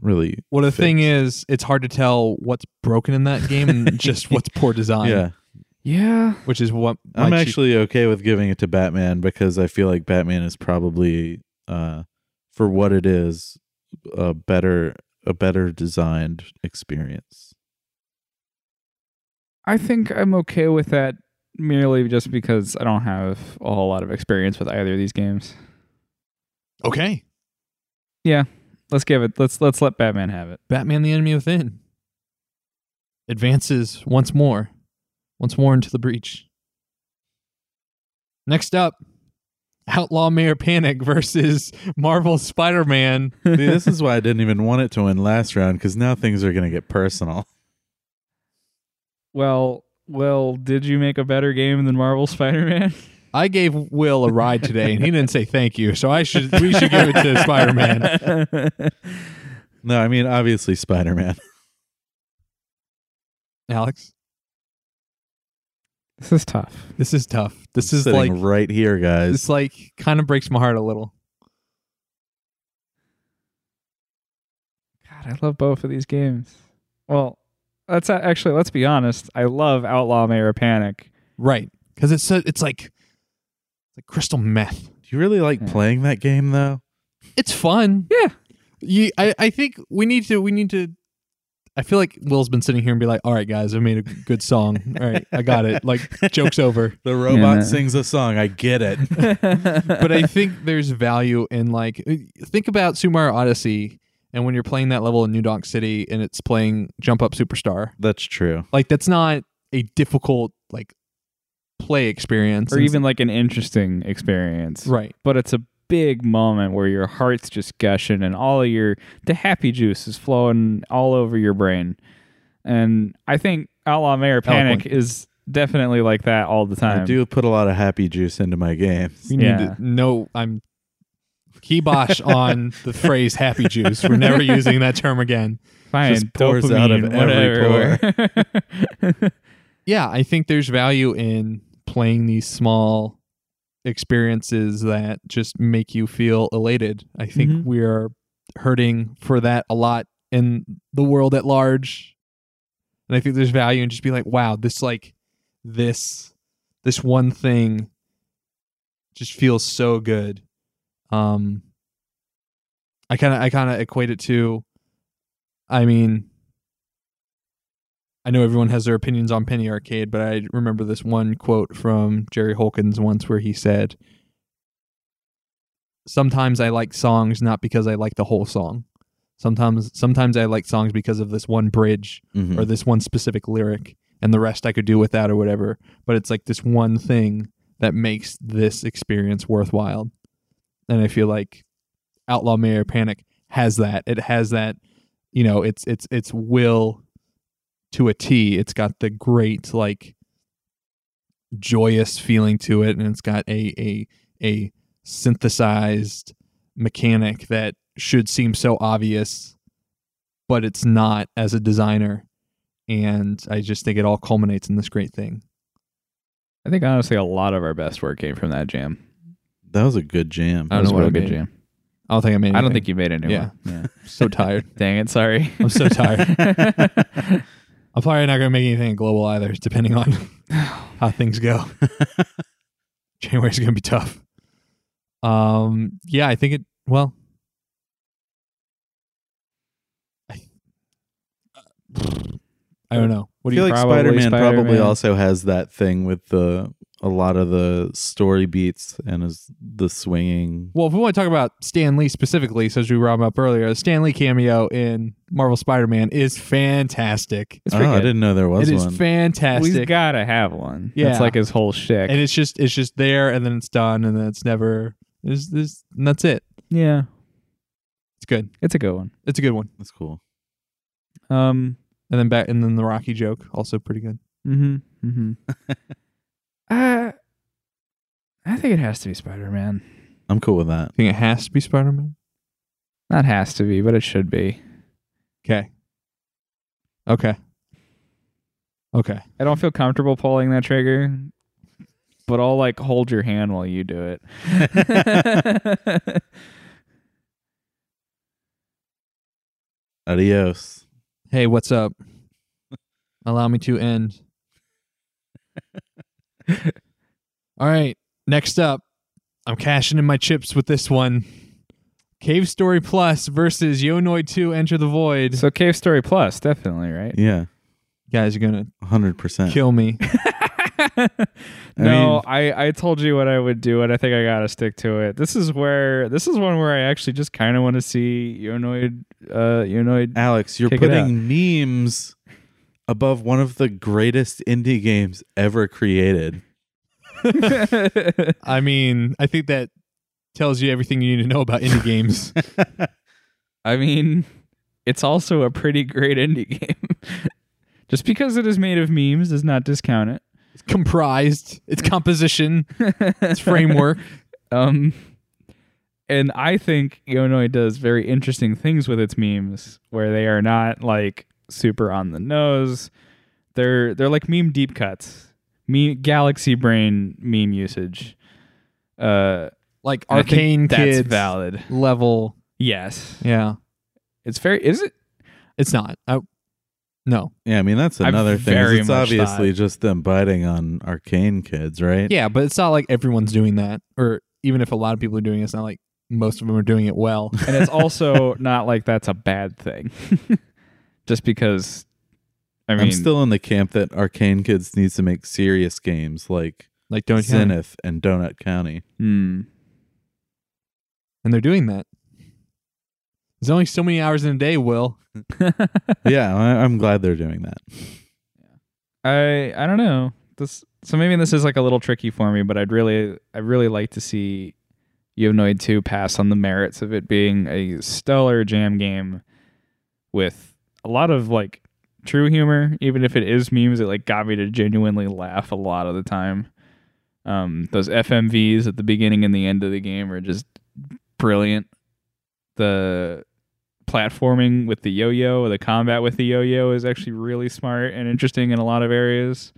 S2: really.
S1: Well, the thing
S2: fixed.
S1: is, it's hard to tell what's broken in that game and just what's poor design.
S2: yeah,
S3: Yeah.
S1: which is what my
S2: I'm
S1: chief-
S2: actually okay with giving it to Batman because I feel like Batman is probably, uh, for what it is, a better a better designed experience.
S3: I think I'm okay with that merely just because I don't have a whole lot of experience with either of these games.
S1: okay.
S3: Let's give it let's let's let Batman have it.
S1: Batman: The Enemy Within advances once more, once more into the breach. Next up, Outlaw Mayor Panic versus Marvel Spider-Man.
S2: See, this is why I didn't even want it to win last round because now things are going to get personal.
S3: Well, well, did you make a better game than Marvel Spider-Man?
S1: I gave Will a ride today, and he didn't say thank you. So I should we should give it to Spider Man.
S2: No, I mean obviously Spider Man.
S1: Alex,
S3: this is tough.
S1: this is tough. This is like
S2: right here, guys.
S1: this like kind of breaks my heart a little.
S3: God, I love both of these games. Well, let's uh, actually let's be honest. I love Outlaw Mayor Panic.
S1: Right? Because it's so, it's like it's like crystal meth.
S2: Do you really like
S3: Yeah.
S2: playing that game though?
S1: It's fun.
S3: Yeah.
S1: You, I I think we need to we need to I feel like Will's been sitting here and be like, "All right, guys, I made a good song. All right, I got it. Like, joke's over."
S2: The robot
S3: Yeah.
S2: sings a song. I get it.
S1: But I think there's value in like uh, think about Sumaru Odyssey, and when you're playing that level in New Donk City, and it's playing Jump Up Superstar.
S2: That's true.
S1: Like, that's not a difficult like play experience,
S3: or
S1: And-
S3: even like an interesting experience.
S1: right.
S3: But it's a big moment where your heart's just gushing and all of your the happy juice is flowing all over your brain. And I think a la Mayor Panic is definitely like that all the time.
S2: I do put a lot of happy juice into my games.
S1: We need
S3: Yeah.
S1: to no I'm kibosh on the phrase happy juice. We're never using that term again.
S3: Fine,
S2: Just pours out of
S3: dopamine,
S2: every
S3: whatever.
S1: Yeah, I think there's value in playing these small experiences that just make you feel elated. I think
S2: Mhm.
S1: we are hurting for that a lot in the world at large. And I think there's value in just be like, wow, this like this this one thing just feels so good. Um I kind of I kind of equate it to I mean I know everyone has their opinions on Penny Arcade, but I remember this one quote from Jerry Holkins once where he said Sometimes I like songs not because I like the whole song. Sometimes sometimes I like songs because of this one bridge
S2: Mhm.
S1: or this one specific lyric and the rest I could do without or whatever. But it's like this one thing that makes this experience worthwhile. And I feel like Outlaw Mayor Panic has that. It has that, you know, it's it's it's will to a T. It's got the great like joyous feeling to it and it's got a a a synthesized mechanic that should seem so obvious but it's not as a designer and I just think it all culminates in this great thing.
S3: I think honestly a lot of our best work came from that jam.
S2: That was a good jam.
S1: I
S3: That
S1: don't
S3: was
S1: know what
S3: a real
S1: I
S3: good
S1: made.
S3: jam.
S1: I don't think I made. Anything.
S3: I don't think you made anyone.
S1: Yeah.
S3: yeah.
S1: so tired.
S3: Dang it, sorry.
S1: I'm so tired. I'm probably not going to make anything global either, depending on how things go. January's going to be tough. Um. Yeah, I think it. Well, I, I don't know.
S2: I
S1: What do
S2: feel
S1: you?
S2: like
S3: probably
S2: Spider-Man, probably
S3: Spider-Man?
S2: also has that thing with the a lot of the story beats and is the swinging.
S1: Well, if we want to talk about Stan Lee specifically, so as we wrapped up earlier, the Stan Lee cameo in Marvel Spider-Man is fantastic.
S3: It's
S2: Oh,
S3: pretty
S2: I
S3: good.
S2: didn't know there was
S1: It is
S2: one.
S1: fantastic.
S3: We've gotta have one.
S1: Yeah.
S3: That's like his whole shtick.
S1: and it's just it's just there and then it's done and then it's never there's this and that's it.
S3: yeah.
S1: It's good.
S3: It's a good one.
S1: It's a good one.
S2: That's cool.
S3: Um
S1: And then back and then the Rocky joke also pretty good.
S3: mm-hmm, mm-hmm. uh, I think it has to be Spider Man.
S2: I'm cool with that.
S1: I think it has to be Spider Man.
S3: Not has to be, but it should be.
S1: Okay. Okay. Okay.
S3: I don't feel comfortable pulling that trigger, but I'll like hold your hand while you do it.
S2: Adios.
S1: Hey, what's up? Allow me to end. All right. Next up, I'm cashing in my chips with this one. Cave Story Plus versus Yonoid 2 Enter the Void.
S3: so Cave Story Plus, definitely, right?
S2: Yeah,
S1: guys are going
S2: hundred
S1: to
S2: percent.
S1: kill me.
S3: no,
S2: mean-
S3: I, I told you what I would do, and I think I gotta stick to it. This is where this is one where I actually just kind of want to see Yonoid, uh, Yonoid.
S2: Alex, you're
S3: Kick it
S2: putting memes above one of the greatest indie games ever created.
S1: I mean, I think that tells you everything you need to know about indie games.
S3: I mean, it's also a pretty great indie game. just because it is made of memes does not discount it.
S1: It's comprised, its composition, its framework.
S3: Um, and I think Yonoi does very interesting things with its memes, where they are not like super on the nose. They're they're like meme deep cuts, meme galaxy brain meme usage. Uh,
S1: like
S3: and I think
S1: arcane
S3: that's
S1: kids
S3: valid.
S1: level.
S3: Yes,
S1: Yeah.
S3: it's very. Is it?
S1: It's not. I, no.
S2: Yeah, I mean that's
S3: I
S2: another thing. is
S3: very
S2: It's
S3: much
S2: obviously
S3: thought-
S2: just them biting on arcane kids, right?
S1: Yeah, but it's not like everyone's doing that, or even if a lot of people are doing it, it's not like most of them are doing it well.
S3: And it's also not like that's a bad thing. just because. I mean,
S2: I'm still in the camp that Arcane Kids needs to make serious games like
S1: Like Don't County.
S2: Zenith and Donut County.
S3: hmm.
S1: And they're doing that. There's only so many hours in a day, Will.
S2: yeah, I, I'm glad they're doing that.
S3: I I don't know. This so maybe this is like a little tricky for me, but I'd really I really like to see Yovnoid 2 pass on the merits of it being a stellar jam game with a lot of like true humor, even if it is memes, it like got me to genuinely laugh a lot of the time. Um those FMVs at the beginning and the end of the game are just brilliant. The platforming with the yo-yo, the combat with the yo-yo is actually really smart and interesting in a lot of areas.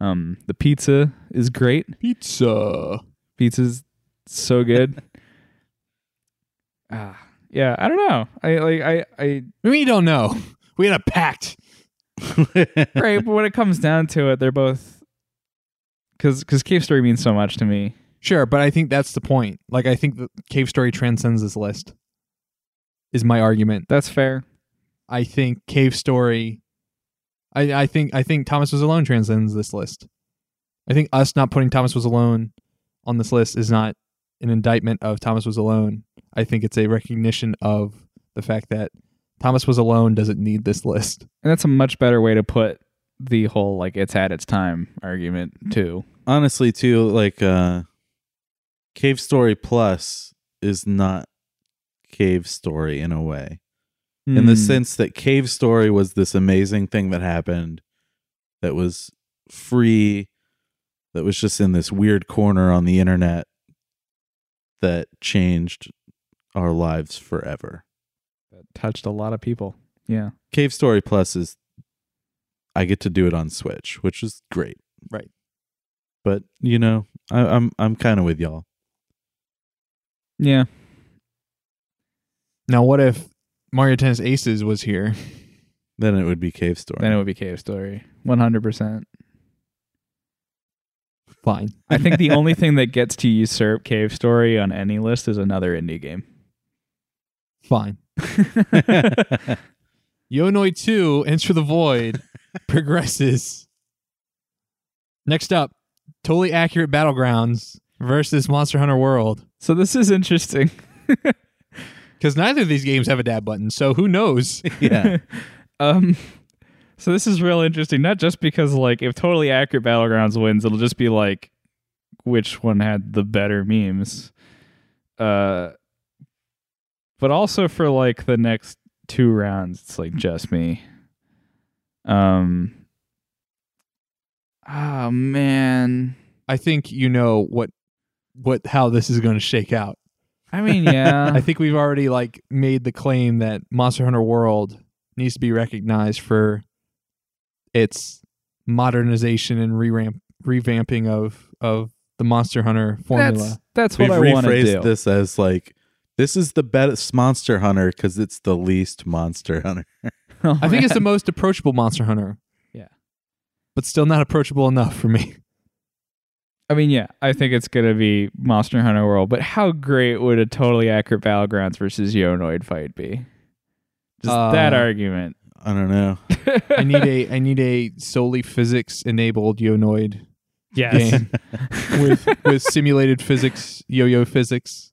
S3: Um, the pizza is great.
S1: Pizza.
S3: Pizza's so good. ah, yeah, I don't know. I like I I
S1: We don't know. We had a pact.
S3: right, but when it comes down to it, they're both because because cave story means so much to me.
S1: Sure, but I think that's the point. Like, I think the Cave Story transcends this list, is my argument.
S3: That's fair.
S1: I think Cave Story. I, I think I think Thomas was alone transcends this list. I think us not putting Thomas was alone on this list is not an indictment of Thomas was alone. I think it's a recognition of the fact that Thomas was alone doesn't need this list.
S3: And that's a much better way to put the whole like it's at its time argument too.
S2: honestly too like uh cave story plus is not cave story in a way in the
S3: Hmm.
S2: sense that cave story was this amazing thing that happened that was free that was just in this weird corner on the internet that changed our lives forever
S3: that touched a lot of people. Yeah.
S2: cave story plus is i get to do it on switch which is great
S1: Right.
S2: but you know I, i'm i'm kind of with y'all
S3: Yeah.
S1: Now, what if Mario Tennis Aces was here?
S2: Then it would be Cave Story.
S3: Then it would be Cave Story. 100%.
S1: Fine.
S3: I think the only thing that gets to usurp Cave Story on any list is another indie game.
S1: Fine. Yonoi 2 Enter the Void progresses. Next up, totally accurate Battlegrounds versus Monster Hunter World.
S3: so this is interesting.
S1: Because neither of these games have a dab button, so who knows?
S2: yeah.
S3: Um so this is real interesting not just because like if totally accurate battlegrounds wins it'll just be like which one had the better memes. Uh but also for like the next two rounds it's like just me. Um Ah man.
S1: I think you know what what how this is going to shake out.
S3: I mean, yeah.
S1: I think we've already like made the claim that Monster Hunter World needs to be recognized for its modernization and revamp revamping of of the Monster Hunter formula.
S3: That's, that's
S2: We've
S3: what I want to
S2: rephrased
S3: do.
S2: this as like this is the best Monster Hunter because it's the least Monster Hunter.
S1: I think it's the most approachable Monster Hunter.
S3: Yeah.
S1: But still not approachable enough for me.
S3: I mean, yeah, I think it's gonna be Monster Hunter World. But how great would a totally accurate battlegrounds versus Yonoid fight be? Just
S1: Uh,
S3: that argument.
S2: I don't know.
S1: I need a I need a solely physics enabled Yonoid
S3: yes.
S1: game with with simulated physics, yo-yo physics.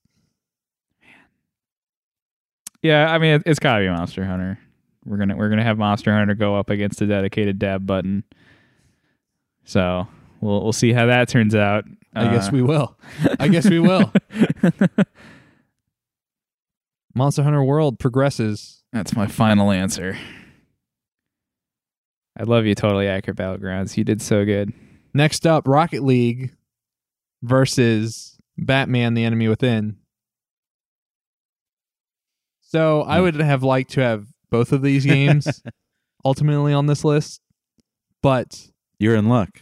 S3: Yeah, I mean, it, it's gotta be Monster Hunter. We're gonna we're gonna have Monster Hunter go up against a dedicated dab button. So we'll we'll see how that turns out.
S1: I
S3: Uh.
S1: guess we will. I guess we will. Monster Hunter World progresses.
S3: That's my final answer. I love you, totally accurate battlegrounds. You did so good.
S1: Next up, Rocket League versus Batman: The Enemy Within. So I
S3: Hmm.
S1: would have liked to have both of these games ultimately on this list, but
S2: You're in luck.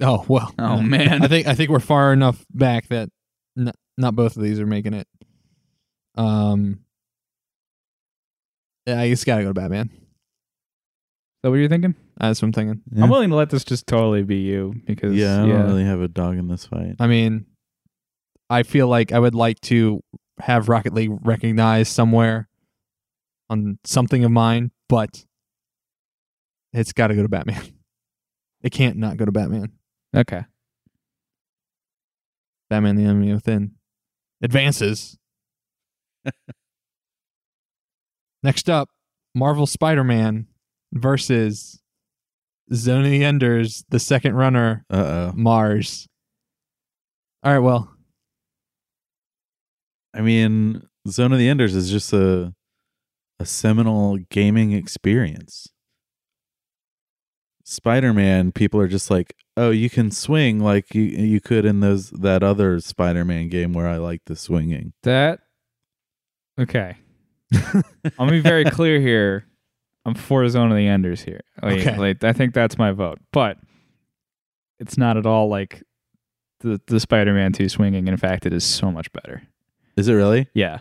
S1: oh well.
S3: Oh, man.
S1: I think I think we're far enough back that n- not both of these are making it. Um, yeah, I just gotta go to Batman.
S3: Is that what you're thinking?
S1: That's what I'm thinking.
S2: Yeah.
S3: I'm willing to let this just totally be you because
S2: yeah, I don't really have a dog in this fight.
S1: I mean, I feel like I would like to have Rocket League recognized somewhere on something of mine, but it's got to go to Batman. It can't not go to Batman.
S3: Okay.
S1: Batman: The Enemy Within advances. Next up, Marvel Spider-Man versus Zony Enders, the second runner
S2: Uh oh.
S1: Mars. All right, well,
S2: I mean, Zone of the Enders is just a a seminal gaming experience. Spider-Man people are just like, "Oh, you can swing like you you could in those that other Spider-Man game where I like the swinging."
S3: That. Okay. I'll be very clear here. I'm for Zone of the Enders here. Like,
S1: Okay.
S3: like, I think that's my vote, but it's not at all like the the Spider-Man 2 swinging. In fact, it is so much better.
S2: Is it really?
S3: Yeah.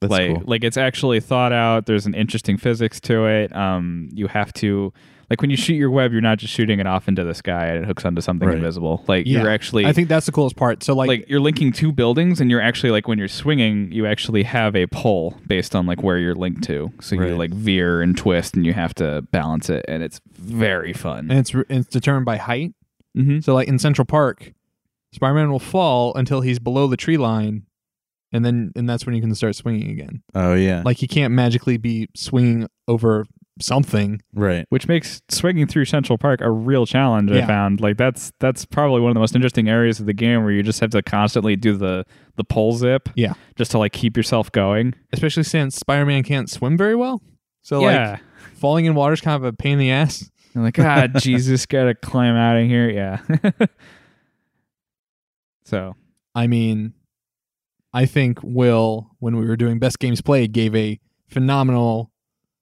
S2: That's
S3: like
S2: cool.
S3: like it's actually thought out. There's an interesting physics to it. Um, you have to like when you shoot your web, you're not just shooting it off into the sky and it hooks onto something
S2: Right.
S3: invisible. Like
S1: Yeah.
S3: you're actually
S1: I think that's the coolest part. So, like,
S3: like, you're linking two buildings and you're actually like when you're swinging you actually have a pull based on like where you're linked to so
S2: Right.
S3: you like veer and twist and you have to balance it and it's very fun
S1: and it's it's determined by height.
S3: mm-hmm.
S1: So, like in Central Park, Spider-Man will fall until he's below the tree line, and then and that's when you can start swinging again.
S2: oh yeah.
S1: Like he can't magically be swinging over something.
S2: right.
S3: which makes swinging through central park a real challenge
S1: Yeah.
S3: i found like that's that's probably one of the most interesting areas of the game where you just have to constantly do the the pull zip
S1: Yeah.
S3: just to like keep yourself going
S1: Especially since Spider-Man can't swim very well. So,
S3: yeah
S1: like, falling in water is kind of a pain in the ass.
S3: You're like, ah, Jesus, gotta climb out of here. Yeah. so,
S1: I mean, I think Will, when we were doing best games played, gave a phenomenal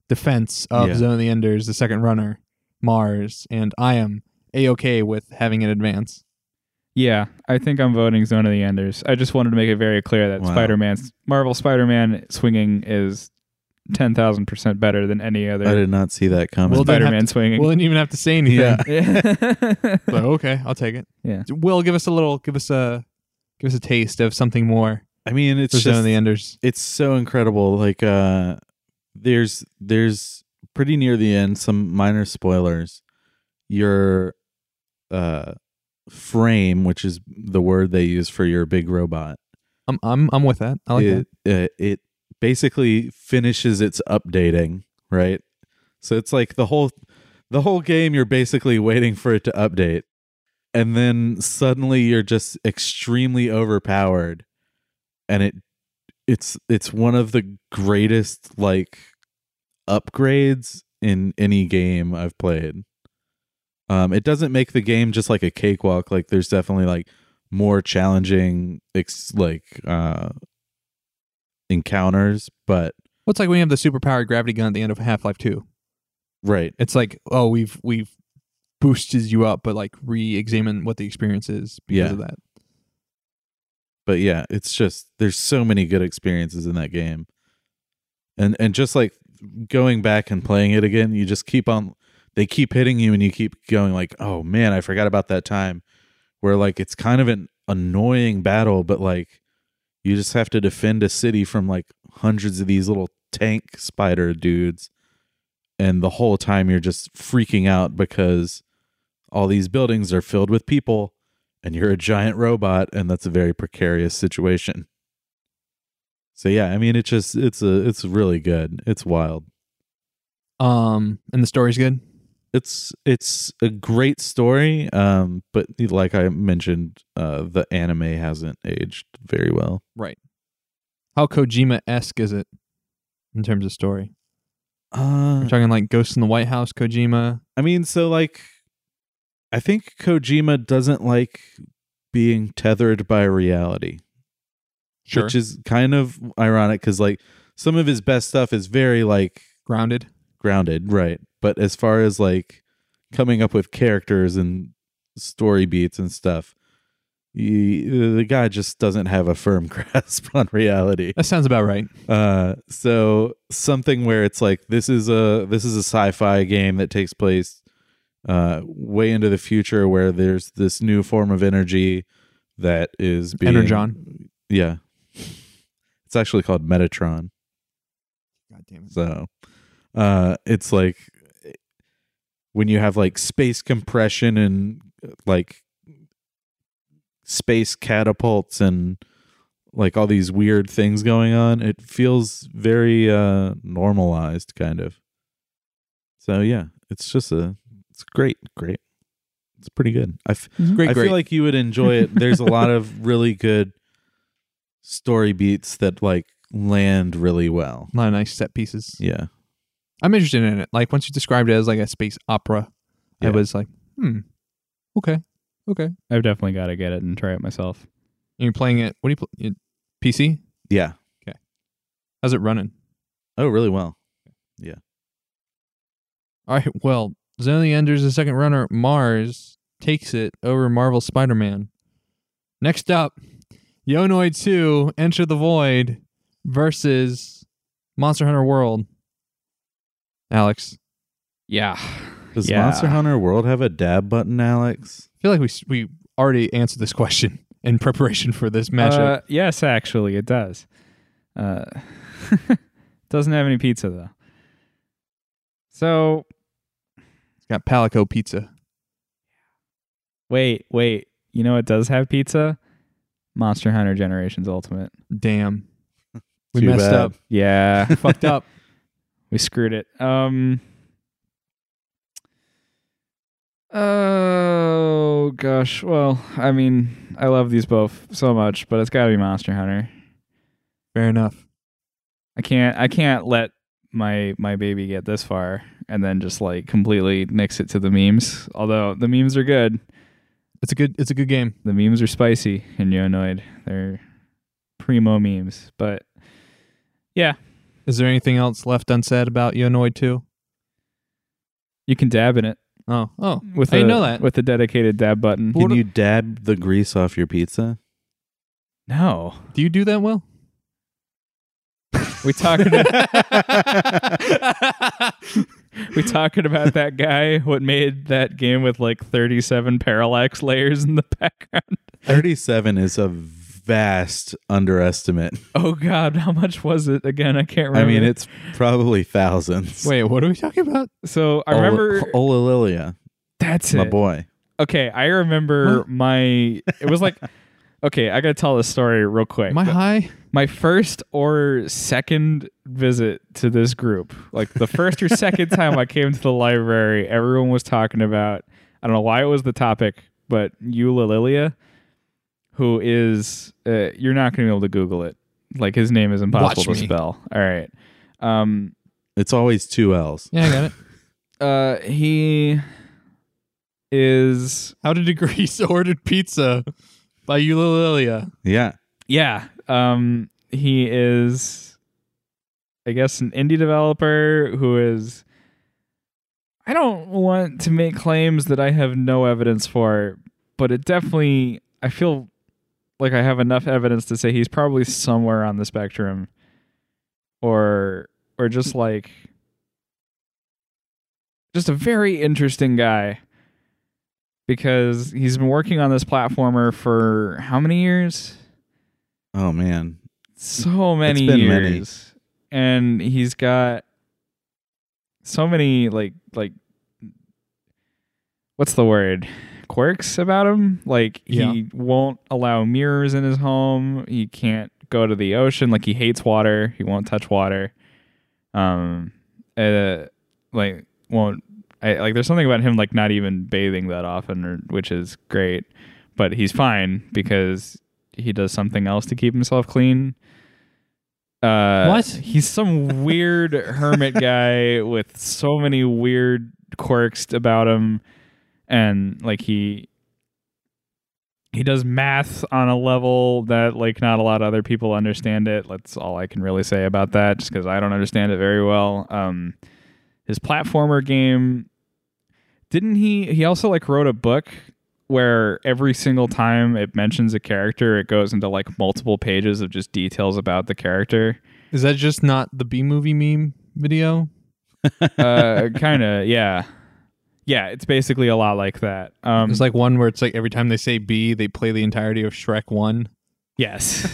S1: defense of
S2: Yeah.
S1: Zone of the Enders, the second runner, Mars, and I am a okay with having an advance.
S3: yeah, I think I'm voting Zone of the Enders. I just wanted to make it very clear that
S2: Wow.
S3: Spider Man's Marvel Spider Man swinging is 10,000% better than any
S2: I
S3: other
S2: did not see that coming.
S1: Well, then
S3: Spider
S1: have
S3: Man swinging.
S1: Will didn't even have to say anything.
S2: yeah.
S1: So okay, I'll take it.
S3: Yeah.
S1: Will, give us a little, give us a, give us a taste of something more
S2: I mean, it's
S1: for Zone
S2: just
S1: of the Enders.
S2: it's so incredible like uh there's there's pretty near the end some minor spoilers your uh frame which is the word they use for your big robot
S1: I'm, I'm, I'm with that. I like that.
S2: it, uh, it basically finishes its updating right so it's like the whole the whole game you're basically waiting for it to update and then suddenly you're just extremely overpowered and it it's it's one of the greatest like upgrades in any game I've played. Um it doesn't make the game just like a cakewalk like there's definitely like more challenging ex- like uh encounters but
S1: Well, it's like when you have the superpowered gravity gun at the end of Half Life Two.
S2: right
S1: it's like oh we've we've boosted you up but like re-examine what the experience is because
S2: Yeah.
S1: of that
S2: but yeah, it's just there's so many good experiences in that game, and and just like going back and playing it again, you just keep on. They keep hitting you, and you keep going like, oh man, I forgot about that time where like it's kind of an annoying battle, but like you just have to defend a city from like hundreds of these little tank spider dudes, and the whole time you're just freaking out because all these buildings are filled with people and you're a giant robot and that's a very precarious situation so yeah i mean it's just it's a it's really good it's wild
S1: um and the story's good
S2: it's it's a great story um but like i mentioned uh the anime hasn't aged very well
S1: how kojima-esque is it in terms of story
S2: uh
S1: we're talking like ghosts in the white house kojima
S2: i mean so like i think kojima doesn't like being tethered by reality which is kind of ironic because like some of his best stuff is very like
S1: grounded
S2: grounded, right? But as far as like coming up with characters and story beats and stuff, you, the guy just doesn't have a firm grasp on reality.
S1: that sounds about right
S2: Uh, so something where it's like this is a this is a sci-fi game that takes place uh, way into the future, where there's this new form of energy that is being
S1: Energon.
S2: Yeah, it's actually called Metatron.
S1: god damn
S2: So, uh it's like when you have like space compression and like space catapults and like all these weird things going on it feels very uh normalized kind of so yeah it's just a it's great great it's pretty good i f-
S1: Great,
S2: I
S1: great.
S2: feel like you would enjoy it. There's a lot of really good story beats that like land really well.
S1: a lot of nice set pieces.
S2: Yeah.
S1: I'm interested in it. Like once you described it as like a space opera, I
S2: Yeah.
S1: was like, hmm, okay, okay. And
S3: I've definitely got to get it and try it myself.
S1: you're playing it. What do you pl- you- PC?
S2: Yeah.
S1: How's it running?
S2: Oh, really well.
S1: All right. Well, Zone of the Enders, the second runner, Mars takes it over Marvel Spider Man. Next up, Yonoid 2, Enter the Void versus Monster Hunter World. Alex,
S3: Yeah.
S2: Does
S3: Yeah.
S2: Monster Hunter World have a dab button, Alex?
S1: I feel like we s- we already answered this question in preparation for this matchup.
S3: Uh, yes, actually, it does. Uh, doesn't have any pizza though. So
S1: it's got Palico Pizza.
S3: wait, wait. You know it does have pizza? Monster Hunter Generations Ultimate.
S1: Damn. We
S2: Too
S1: messed
S2: bad.
S1: up.
S3: Yeah,
S1: Fucked up.
S3: we screwed it. Um. Oh gosh. Well, I mean, I love these both so much, but it's got to be Monster Hunter.
S1: Fair enough.
S3: I can't I can't let my my baby get this far and then just like completely nix it to the memes. Although the memes are good.
S1: It's a good it's a good game.
S3: The memes are spicy and Yonoid. They're primo memes. But
S1: Is there anything else left unsaid about Yonoid 2?
S3: you can dab in it
S1: Oh, oh.
S3: with
S1: I
S3: a
S1: didn't know that.
S3: with a dedicated dab button.
S1: What
S2: Can
S1: a-
S2: you dab the grease off your pizza?
S3: No.
S1: Do you do that well?
S3: We talking we talking about that guy what made that game with like 37 parallax layers in the background.
S2: 37 is a vast underestimate.
S3: Oh god, how much was it again? I can't
S2: I
S3: remember.
S2: mean, it's probably thousands.
S1: Wait, what are we talking about?
S3: so I
S2: Ola-
S3: remember
S2: Olalilia,
S3: that's
S2: my
S3: it.
S2: boy.
S3: okay i remember my it was like okay i gotta tell this story real quick
S1: Am I high?
S3: my first or second visit to this group like the first or second time i came to the library everyone was talking about i don't know why it was the topic but eulalilia who is uh, you're not gonna be able to google it like his name is impossible to
S1: me.
S3: spell all right um
S2: It's always two L's.
S1: Yeah, I got it.
S3: uh he is
S1: How to Degrees ordered pizza by Eulalilia.
S2: Yeah.
S3: Yeah. Um he is I guess an indie developer who is I don't want to make claims that I have no evidence for, but it definitely I feel like I have enough evidence to say he's probably somewhere on the spectrum or or just like just a very interesting guy because he's been working on this platformer for how many years?
S2: Oh man.
S3: so many
S2: been many.
S3: years and he's got so many like like what's the word quirks about him like
S1: Yeah.
S3: he won't allow mirrors in his home he can't go to the ocean like he hates water he won't touch water um uh, like won't I, like there's something about him like not even bathing that often or, which is great but he's fine because he does something else to keep himself clean uh
S1: What?
S3: he's some weird hermit guy with so many weird quirks about him and like he he does math on a level that like not a lot of other people understand it that's all i can really say about that just because i don't understand it very well um his platformer game didn't he he also like wrote a book where every single time it mentions a character it goes into like multiple pages of just details about the character
S1: Is that just not the B movie meme video?
S3: uh kind of yeah yeah it's basically a lot like that um
S1: It's like one where it's like every time they say B, they play the entirety of Shrek 1.
S3: Yes.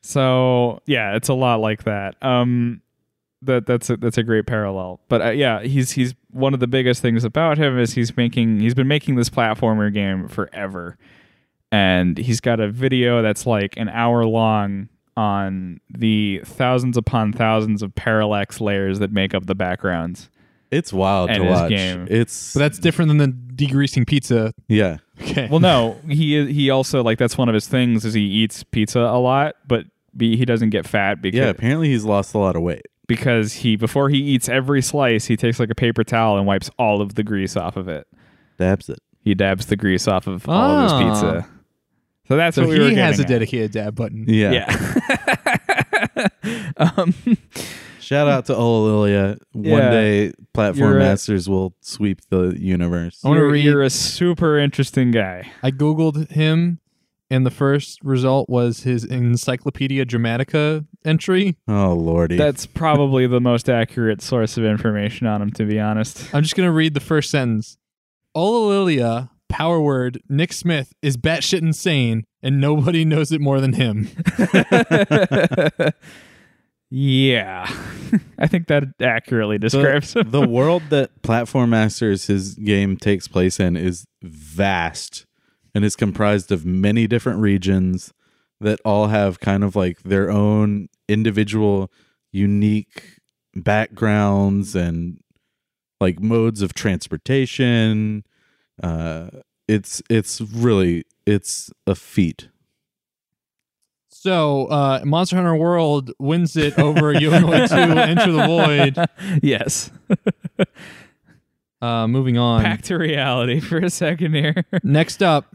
S3: so yeah, it's a lot like that. Um, that that's a, that's a great parallel. But uh, yeah, he's he's one of the biggest things about him is he's making he's been making this platformer game forever, and he's got a video that's like an hour long on the thousands upon thousands of parallax layers that make up the backgrounds.
S2: It's wild
S3: And
S2: to
S3: his
S2: watch.
S3: game.
S2: It's
S1: But that's different than the degreasing pizza.
S2: yeah.
S1: Okay.
S3: Well, no, he he also like that's one of his things is he eats pizza a lot, but be, he doesn't get fat because
S2: Yeah, apparently he's lost a lot of weight.
S3: because he before he eats every slice, he takes like a paper towel and wipes all of the grease off of it.
S2: Dabs it.
S3: He dabs the grease off of all of his
S1: Ah.
S3: pizza. So that's
S1: so
S3: what we were
S1: he has a
S3: getting at.
S1: dedicated dab button.
S2: Yeah.
S3: Yeah. um,
S2: Shout out to Ololia. One
S3: Yeah.
S2: day platform
S3: You're right.
S2: masters will sweep the universe.
S1: I wanna
S3: you're,
S1: read-
S3: you're a super interesting guy.
S1: I googled him, and the first result was his Encyclopedia Dramatica entry.
S2: Oh lordy.
S3: That's probably the most accurate source of information on him, to be honest.
S1: I'm just gonna read the first sentence. Olalilia, power word, Nick Smith is batshit insane, and nobody knows it more than him.
S3: yeah. I think that accurately describes
S2: the,
S3: him.
S2: the world that platform masters his game takes place in is vast and is comprised of many different regions that all have kind of like their own individual unique backgrounds and like modes of transportation uh it's it's really it's a feat
S1: So, uh, Monster Hunter World wins it over Yonoi 2 Enter the Void.
S3: yes.
S1: Uh, moving on.
S3: Back to reality for a second here.
S1: Next up,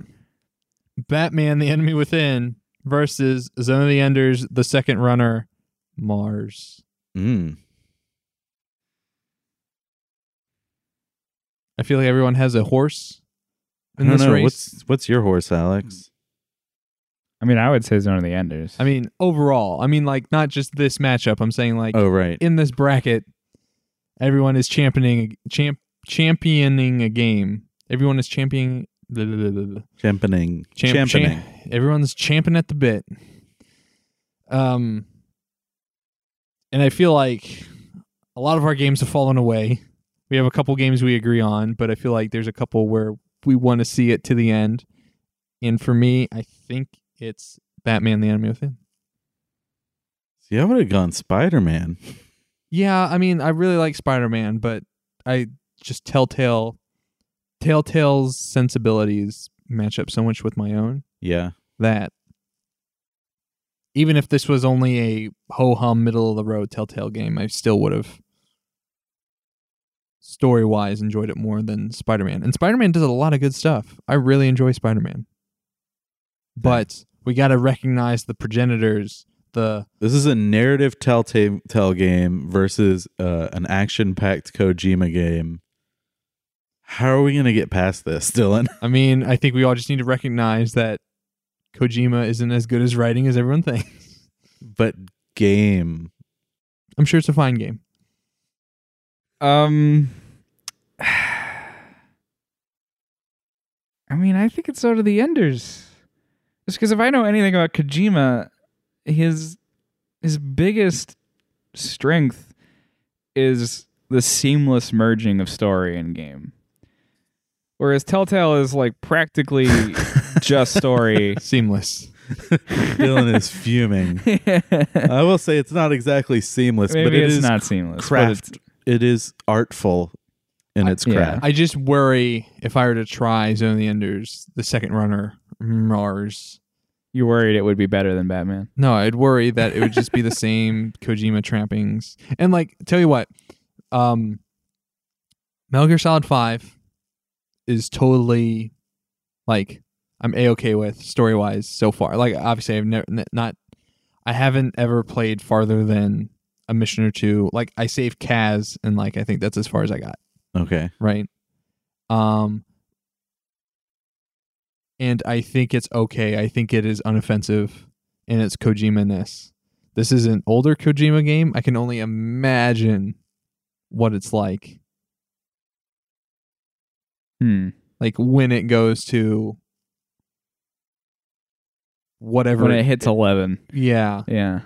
S1: Batman: The Enemy Within versus Zone of the Enders: The Second Runner, Mars.
S2: mm.
S1: I feel like everyone has a horse
S2: I
S1: in
S2: don't
S1: this
S2: know.
S1: race.
S2: what's what's your horse alex
S3: I mean, I would say Zone of the Enders.
S1: I mean, overall, I mean, like not just this matchup. I'm saying like
S2: oh right
S1: in this bracket, everyone is championing champ championing a game. Everyone is championing. blah, blah, blah, blah, blah.
S2: championing
S1: Champ-
S2: championing
S1: champ- everyone's champing at the bit. Um, and I feel like a lot of our games have fallen away. We have a couple games we agree on, but I feel like there's a couple where we want to see it to the end. And for me, I think it's Batman: The Enemy Within.
S2: See, I would have gone Spider Man.
S1: Yeah, I mean, I really like Spider Man, but I just Telltale, Telltale's sensibilities match up so much with my own.
S2: Yeah.
S1: that even if this was only a ho hum middle of the road Telltale game, I still would have story wise enjoyed it more than Spider Man. And Spider Man does a lot of good stuff. I really enjoy Spider Man. But we got to recognize the progenitors, the
S2: This is a narrative telltale tell game versus uh, an action packed Kojima game. How are we going to get past this, Dylan?
S1: I mean, I think we all just need to recognize that Kojima isn't as good as writing as everyone thinks.
S2: but game.
S1: I'm sure it's a fine game.
S3: Um, I mean, I think it's out of the Enders. Just because if I know anything about Kojima, his his biggest strength is the seamless merging of story and game. Whereas Telltale is like practically just story.
S1: Seamless.
S2: Dylan is fuming.
S3: Maybe
S2: I will say it's not exactly seamless, but it
S3: Uh, it's
S2: is
S3: not seamless. but
S2: craft. it is artful in its
S3: yeah.
S2: craft.
S1: I just worry if I were to try Zone of the Enders, the second runner, Mars.
S3: you worried it would be better than Batman.
S1: No, I'd worry that it would just be the same Kojima trampings. And like, tell you what, um, Metal Gear Solid Five is totally like I'm a okay with story wise so far. Like, obviously, I've never n- not, I haven't ever played farther than a mission or two. Like, I saved Kaz, and like I think that's as far as I got.
S2: Okay.
S1: right? Um, and I think it's okay. I think it is unoffensive in its Kojima ness. This is an older Kojima game. I can only imagine what it's like,
S3: Hmm.
S1: like when it goes to whatever.
S3: When it hits eleven.
S1: yeah,
S3: Yeah.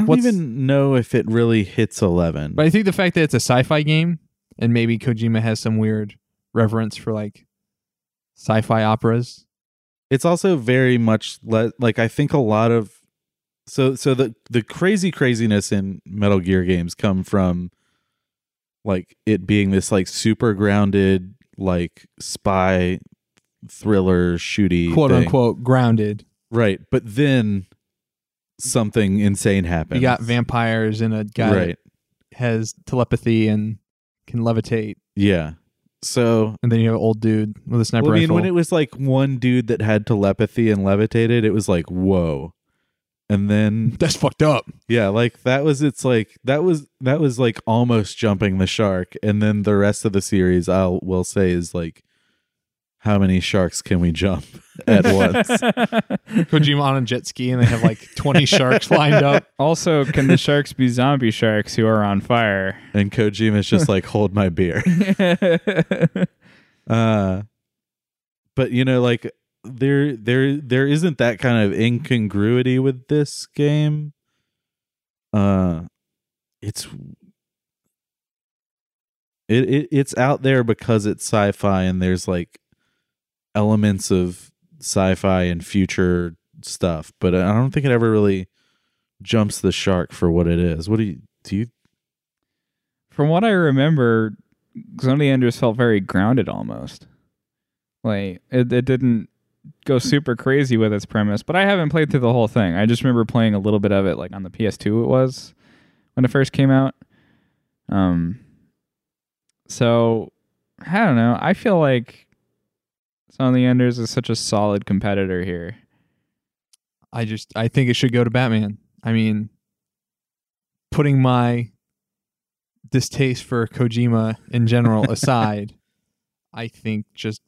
S1: Like
S2: I don't
S1: what's
S2: even know if it really hits eleven.
S1: But I think the fact that it's a sci-fi game and maybe Kojima has some weird reverence for like sci-fi operas.
S2: it's also very much le- like I think a lot of so so the the crazy craziness in Metal Gear games come from like it being this like super grounded like spy thriller shooty
S1: quote
S2: thing.
S1: unquote grounded.
S2: right but then something insane happens
S1: You got vampires and a guy
S2: right
S1: that has telepathy and can levitate.
S2: yeah so
S1: And then you have an old dude with a sniper
S2: Well, I mean,
S1: rifle.
S2: when it was like one dude that had telepathy and levitated, it was like, whoa. And then,
S1: That's fucked up.
S2: yeah, like that was it's like that was that was like almost jumping the shark. And then the rest of the series, I'll will say, is like, how many sharks can we jump at once?
S1: Kojima on a jet ski and they have like 20 sharks lined up.
S3: also, can the sharks be zombie sharks who are on fire?
S2: And Kojima's just like, hold my beer. Uh, but you know, like there, there, there isn't that kind of incongruity with this game. Uh, it's it, it it's out there because it's sci-fi, and there's like elements of sci-fi and future stuff. But I don't think it ever really jumps the shark for what it is. What do you do? You
S3: From what I remember, Zone of the Enders felt very grounded almost. Like it, it didn't go super crazy with its premise, but I haven't played through the whole thing. I just remember playing a little bit of it, like on the PS2 it was when it first came out. Um, so I don't know. I feel like Zone of the Enders is such a solid competitor here.
S1: I just I think it should go to Batman. I mean, putting my distaste for Kojima in general aside, I think just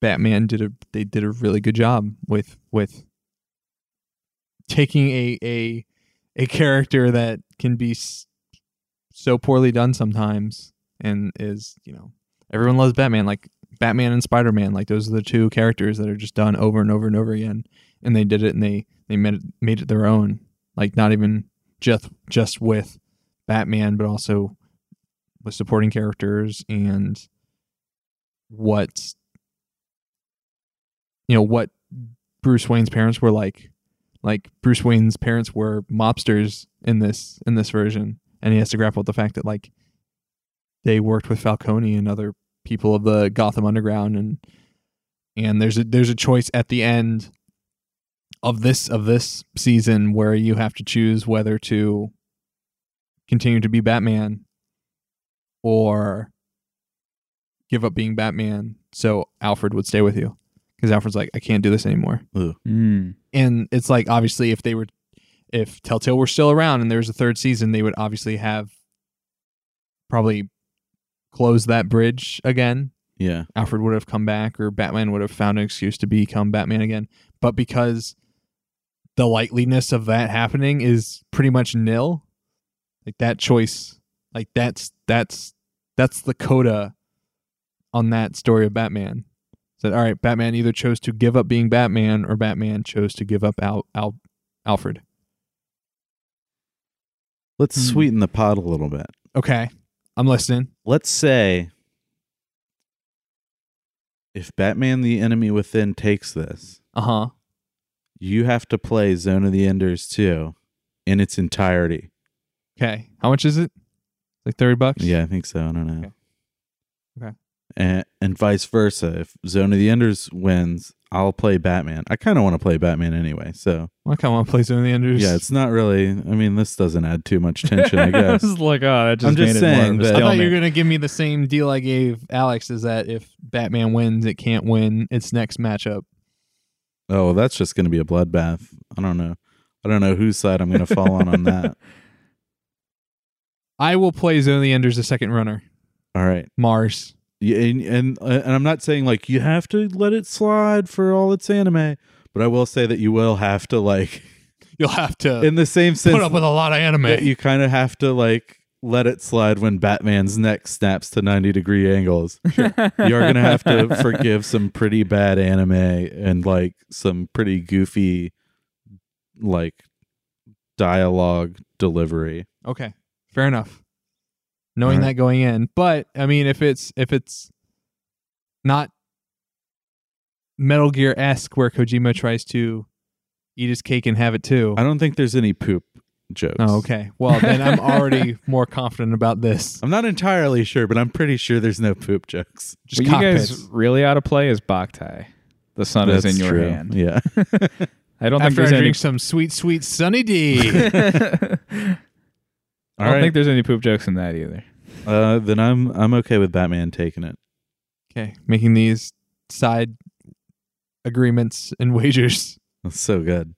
S1: Batman did a they did a really good job with with taking a a a character that can be s- so poorly done sometimes and is, you know, everyone loves Batman like Batman and Spider-Man like those are the two characters that are just done over and over and over again and they did it and they they made it, made it their own like not even just just with batman but also with supporting characters and what you know what bruce wayne's parents were like like bruce wayne's parents were mobsters in this in this version and he has to grapple with the fact that like they worked with falcone and other people of the gotham underground and and there's a there's a choice at the end of this of this season where you have to choose whether to continue to be Batman or give up being Batman so Alfred would stay with you cuz Alfred's like I can't do this anymore.
S2: Hmm.
S3: Mm.
S1: And it's like obviously if they were if Telltale were still around and there was a third season they would obviously have probably closed that bridge again
S2: yeah,
S1: Alfred would have come back or Batman would have found an excuse to become Batman again. But because the likeliness of that happening is pretty much nil, like that choice, like that's that's that's the coda on that story of Batman. Said, all right, Batman either chose to give up being Batman or Batman chose to give up Al, Al Alfred.
S2: let's
S3: Hmm.
S2: sweeten the pot a little bit.
S1: Okay, I'm listening.
S2: let's say if Batman the Enemy Within takes this,
S1: Uh huh.
S2: you have to play Zone of the Enders 2 in its entirety.
S1: Okay, how much is it? Like thirty bucks.
S2: Yeah, I think so. I don't know.
S1: Okay. Okay.
S2: And, and vice versa. If Zone of the Enders wins, I'll play Batman. I kind of want to play Batman anyway. So,
S1: I kind of want to play some of the Andrews.
S2: yeah, it's not really. I mean, this doesn't add too much tension, I guess.
S3: It's like, oh, that just
S2: I'm just
S3: made
S2: saying
S3: it more of a
S2: that-
S1: I thought
S3: stalemate.
S1: you were gonna give me the same deal I gave Alex. Is that if Batman wins, it can't win its next matchup?
S2: Oh, well, that's just going to be a bloodbath. I don't know. I don't know whose side I'm going to fall on on that.
S1: I will play Zone of the Enders, the second runner,
S2: All right.
S1: Mars.
S2: Yeah, and and and I'm not saying like you have to let it slide for all its anime, but I will say that you will have to like
S1: You'll have to
S2: in the same
S1: put
S2: sense
S1: up with a lot of anime.
S2: that you kind of have to like let it slide when Batman's neck snaps to 90 degree angles. You're going to have to forgive some pretty bad anime and like some pretty goofy like dialogue delivery.
S1: Okay, fair enough. Knowing
S2: All right.
S1: that going in, but I mean, if it's if it's not Metal Gear esque, where Kojima tries to eat his cake and have it too.
S2: I don't think there's any poop jokes.
S1: Oh, okay. Well, then I'm already more confident about this.
S2: I'm not entirely sure, but I'm pretty sure there's no poop jokes.
S1: Just
S3: what you
S1: cockpits.
S3: guys really ought to play is Boktai. The sun is
S2: That's
S3: in your
S2: true.
S3: hand.
S2: Yeah.
S3: I don't
S1: After I
S3: think
S1: drink
S3: there's
S1: some sweet, sweet Sunny D.
S3: any. I
S2: All
S3: don't
S2: right.
S3: think there's any poop jokes in that either.
S2: uh, then I'm I'm okay with Batman taking it.
S1: okay, making these side agreements and wagers.
S2: That's so good.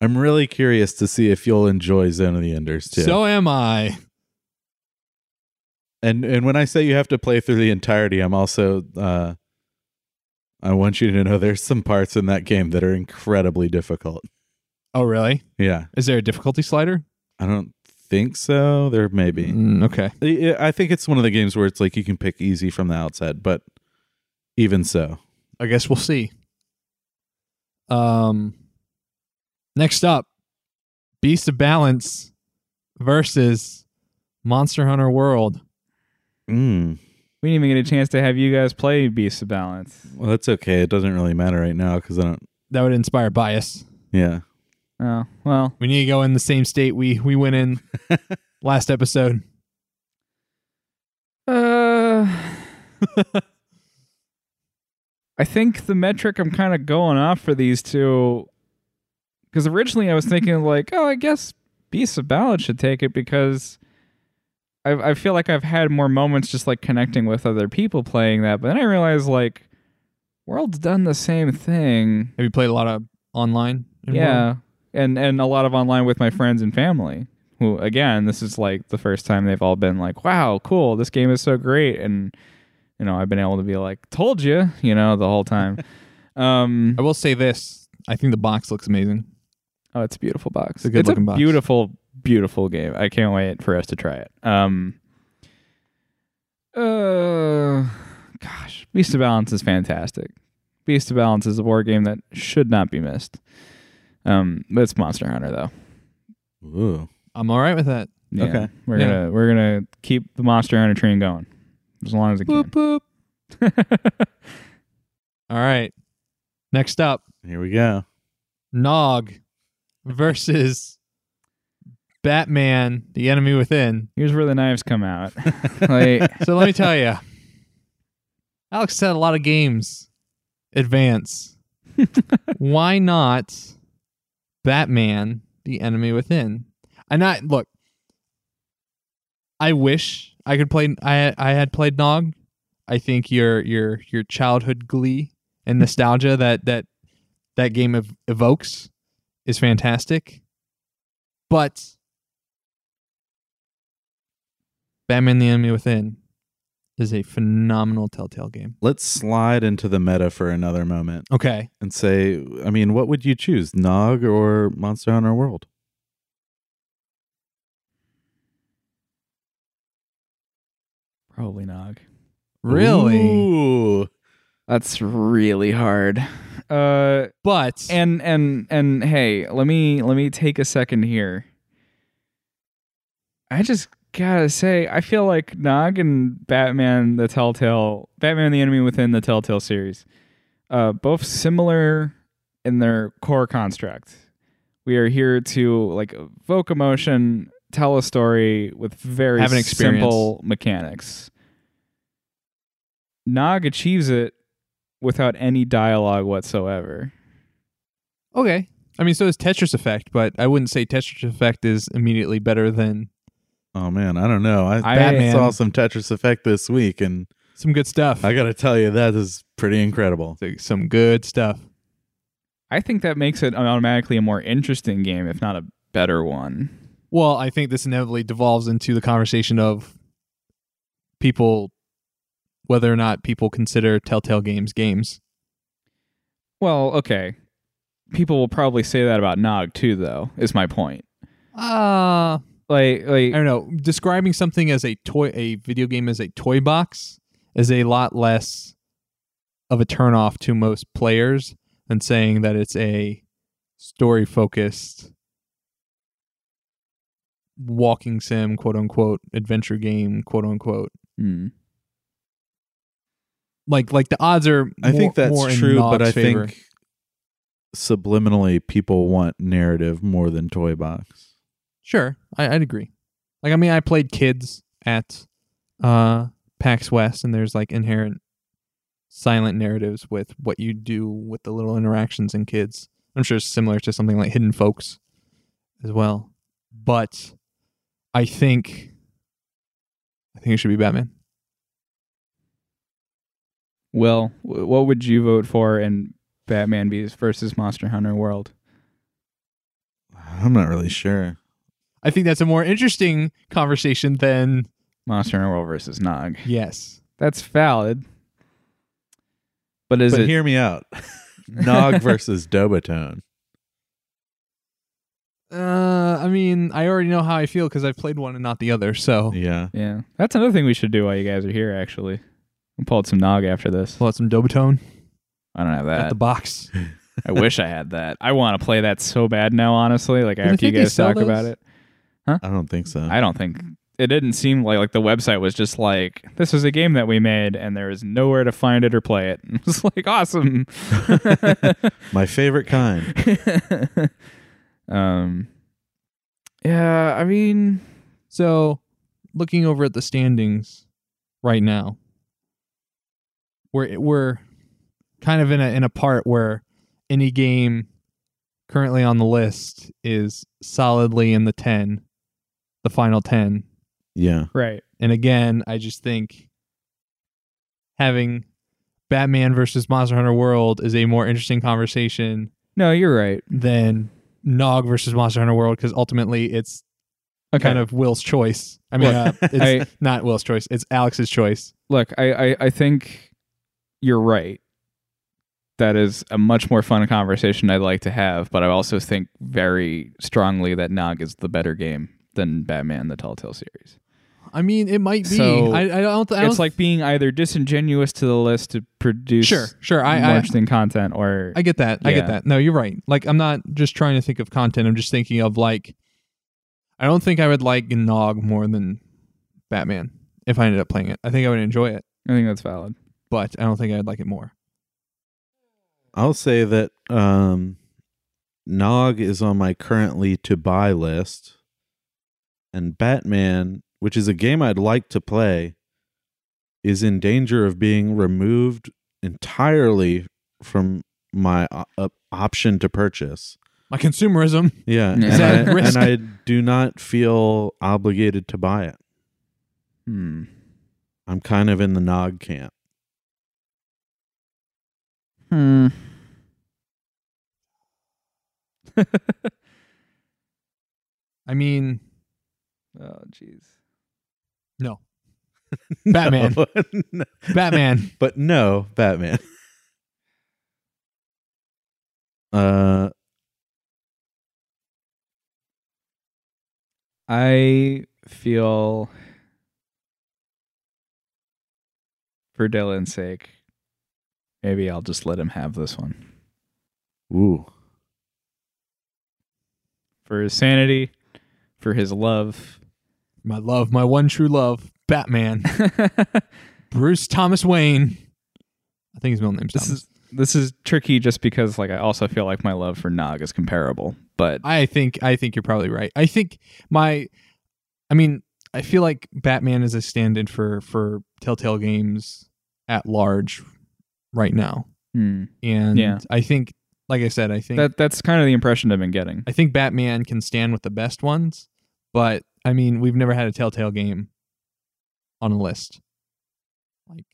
S2: I'm really curious to see if you'll enjoy Zone of the Enders too.
S1: So am I.
S2: and and when I say you have to play through the entirety, I'm also uh, I want you to know there's some parts in that game that are incredibly difficult.
S1: Oh, really?
S2: Yeah,
S1: Is there a difficulty slider?
S2: I don't think so. There may be.
S1: Mm, okay.
S2: I I think it's one of the games where it's like you can pick easy from the outset, but even so,
S1: I guess we'll see. Um, next up, Beast of Balance versus Monster Hunter World.
S2: mm,
S3: We didn't even get a chance to have you guys play Beast of Balance.
S2: well, that's okay. It doesn't really matter right now because I don't.
S1: That would inspire bias.
S2: Yeah,
S3: Oh well,
S1: We need to go in the same state we we went in last episode.
S3: Uh, I think the metric I'm kind of going off for these two, because originally I was thinking like, oh, I guess Beast of Ballad should take it because I I feel like I've had more moments just like connecting with other people playing that, but then I realized like, World's done the same thing,
S1: Have you played a lot of online? in World?
S3: yeah, and and a lot of online with my friends and family. Who again, this is like the first time they've all been like, "Wow, cool! This game is so great!" And you know, I've been able to be like, "Told you," you know, the whole time. um,
S1: I will say this. I think the box looks amazing.
S3: oh, it's a beautiful box.
S1: It's a good looking box.
S3: Beautiful, beautiful game. I can't wait for us to try it. Um, uh, gosh, Beast of Balance is fantastic. Beast of Balance is a board game that should not be missed. Um, but it's Monster Hunter though.
S2: Ooh.
S1: I'm all right with that.
S3: Yeah.
S2: Okay.
S3: We're
S1: Yeah.
S3: gonna we're gonna keep the monster hunter train going as long as it
S1: Boop
S3: can.
S1: boop. All right. Next up,
S2: here we go.
S1: Nog versus Batman: The Enemy Within.
S3: Here's where the knives come out. like
S1: So let me tell you, Alex had a lot of games. Advance. Why not Batman: The Enemy Within? And I look. I wish I could play. I I had played Nog. I think your your your childhood glee and nostalgia that that that game ev- evokes is fantastic. But Batman: The Enemy Within is a phenomenal Telltale game.
S2: Let's slide into the meta for another moment
S1: Okay,
S2: and say, I mean, what would you choose, Nog or Monster Hunter World?
S3: probably nog.
S1: really,
S2: Ooh.
S3: That's really hard. Uh
S1: but
S3: and and and hey, let me let me take a second here. I just gotta say, I feel like Nog and Batman the Telltale Batman the Enemy Within the Telltale series, uh, both similar in their core construct. We are here to like evoke emotion, tell a story with very
S1: Have an experience.
S3: simple mechanics. Nog achieves it without any dialogue whatsoever.
S1: okay. I mean, so is Tetris Effect, but I wouldn't say Tetris Effect is immediately better than
S2: Oh man, I don't know. I,
S3: I-
S1: Batman.
S2: saw some Tetris Effect this week, and
S1: some good stuff.
S2: I got to tell you, that is pretty incredible.
S1: some good stuff.
S3: I think that makes it automatically a more interesting game, if not a better one.
S1: Well, I think this inevitably devolves into the conversation of people, whether or not people consider Telltale games games.
S3: Well, okay. People will probably say that about Nog too, though. Is my point.
S1: Ah,
S3: Like,
S1: I
S3: like,
S1: don't know. Describing something as a toy, a video game as a toy box, is a lot less of a turnoff to most players than saying that it's a story focused walking sim, quote unquote, adventure game, quote unquote.
S3: Mm.
S1: Like like the odds are.
S2: I think
S1: more-
S2: that's
S1: more in
S2: true, but
S1: Nog's
S2: I
S1: favor.
S2: think subliminally people want narrative more than toy box.
S1: Sure, I, I'd agree. Like, I mean, I played kids at uh, PAX West, and there's like inherent silent narratives with what you do with the little interactions in kids. I'm sure it's similar to something like Hidden Folks as well. But I think, I think it should be Batman.
S3: Well, w- what would you vote for in Batman vs versus Monster Hunter World?
S2: I'm not really sure.
S1: I think that's a more interesting conversation than
S3: Monster Hunter World versus Nog.
S1: yes.
S3: That's valid. But is
S2: but
S3: it
S2: hear me out. Nog versus Dobotone.
S1: Uh, I mean, I already know how I feel because I've played one and not the other. So
S2: Yeah.
S3: Yeah, that's another thing we should do while you guys are here. Actually, I'm pulling some nog after this.
S1: pull out some Dobotone
S3: I don't have
S1: at
S3: that.
S1: the box.
S3: I wish I had that. I want to play that so bad now. Honestly, like
S1: they
S3: after you
S1: think they
S3: guys
S1: sell
S3: talk about
S1: those?
S3: it,
S2: I don't think so.
S3: I don't think it didn't seem like like the website was just like this is a game that we made and there is nowhere to find it or play it. It was like awesome.
S2: My favorite kind.
S3: um, yeah, I mean,
S1: So, looking over at the standings right now, we're we're kind of in a in a part where any game currently on the list is solidly in the 10, the final 10.
S2: Yeah.
S3: right.
S1: And again, I just think having Batman versus Monster Hunter World is a more interesting conversation
S3: No, you're right.
S1: than Nog versus Monster Hunter World because ultimately it's
S3: Okay.
S1: kind of Will's choice. I mean, uh, it's
S3: I-
S1: not Will's choice. It's Alex's choice.
S3: look, I, I, I think you're right. That is a much more fun conversation I'd like to have, but I also think very strongly that Nog is the better game than Batman the Telltale series.
S1: I mean, it might be.
S3: So,
S1: I, I don't. I don't
S3: It's like being either disingenuous to the list to produce
S1: sure, sure. I, I,
S3: interesting content or
S1: I get that. I
S3: Yeah.
S1: get that. No, you're right. Like, I'm not just trying to think of content. I'm just thinking of like. I don't think I would like Nog more than Batman if I ended up playing it. I think I would enjoy it,
S3: I think that's valid.
S1: but I don't think I'd like it more.
S2: I'll say that um Nog is on my currently to buy list. And Batman, which is a game I'd like to play, is in danger of being removed entirely from my o- op- option to purchase.
S1: My consumerism.
S2: Yeah.
S3: Is
S2: and,
S1: that
S2: I,
S1: a risk?
S2: and I do not feel obligated to buy it.
S3: Hmm.
S2: I'm kind of in the Nog camp.
S3: Hmm.
S1: I mean,
S3: Oh, jeez.
S1: no. Batman.
S2: No.
S1: Batman.
S2: but no Batman. uh,
S3: I feel for Dylan's sake, maybe I'll just let him have this one.
S2: ooh,
S3: For his sanity, for his love.
S1: My love. My one true love. Batman. Bruce Thomas Wayne. I think his middle name's
S3: this
S1: Thomas.
S3: is this is tricky just because like I also feel like my love for Nog is comparable. But
S1: I think I think you're probably right. I think my I mean, I feel like Batman is a stand-in for for Telltale games at large right now.
S3: hmm,
S1: And
S3: Yeah.
S1: I think like I said, I think
S3: that that's kind of the impression I've been getting.
S1: I think Batman can stand with the best ones, but I mean, we've never had a Telltale game on a list. Like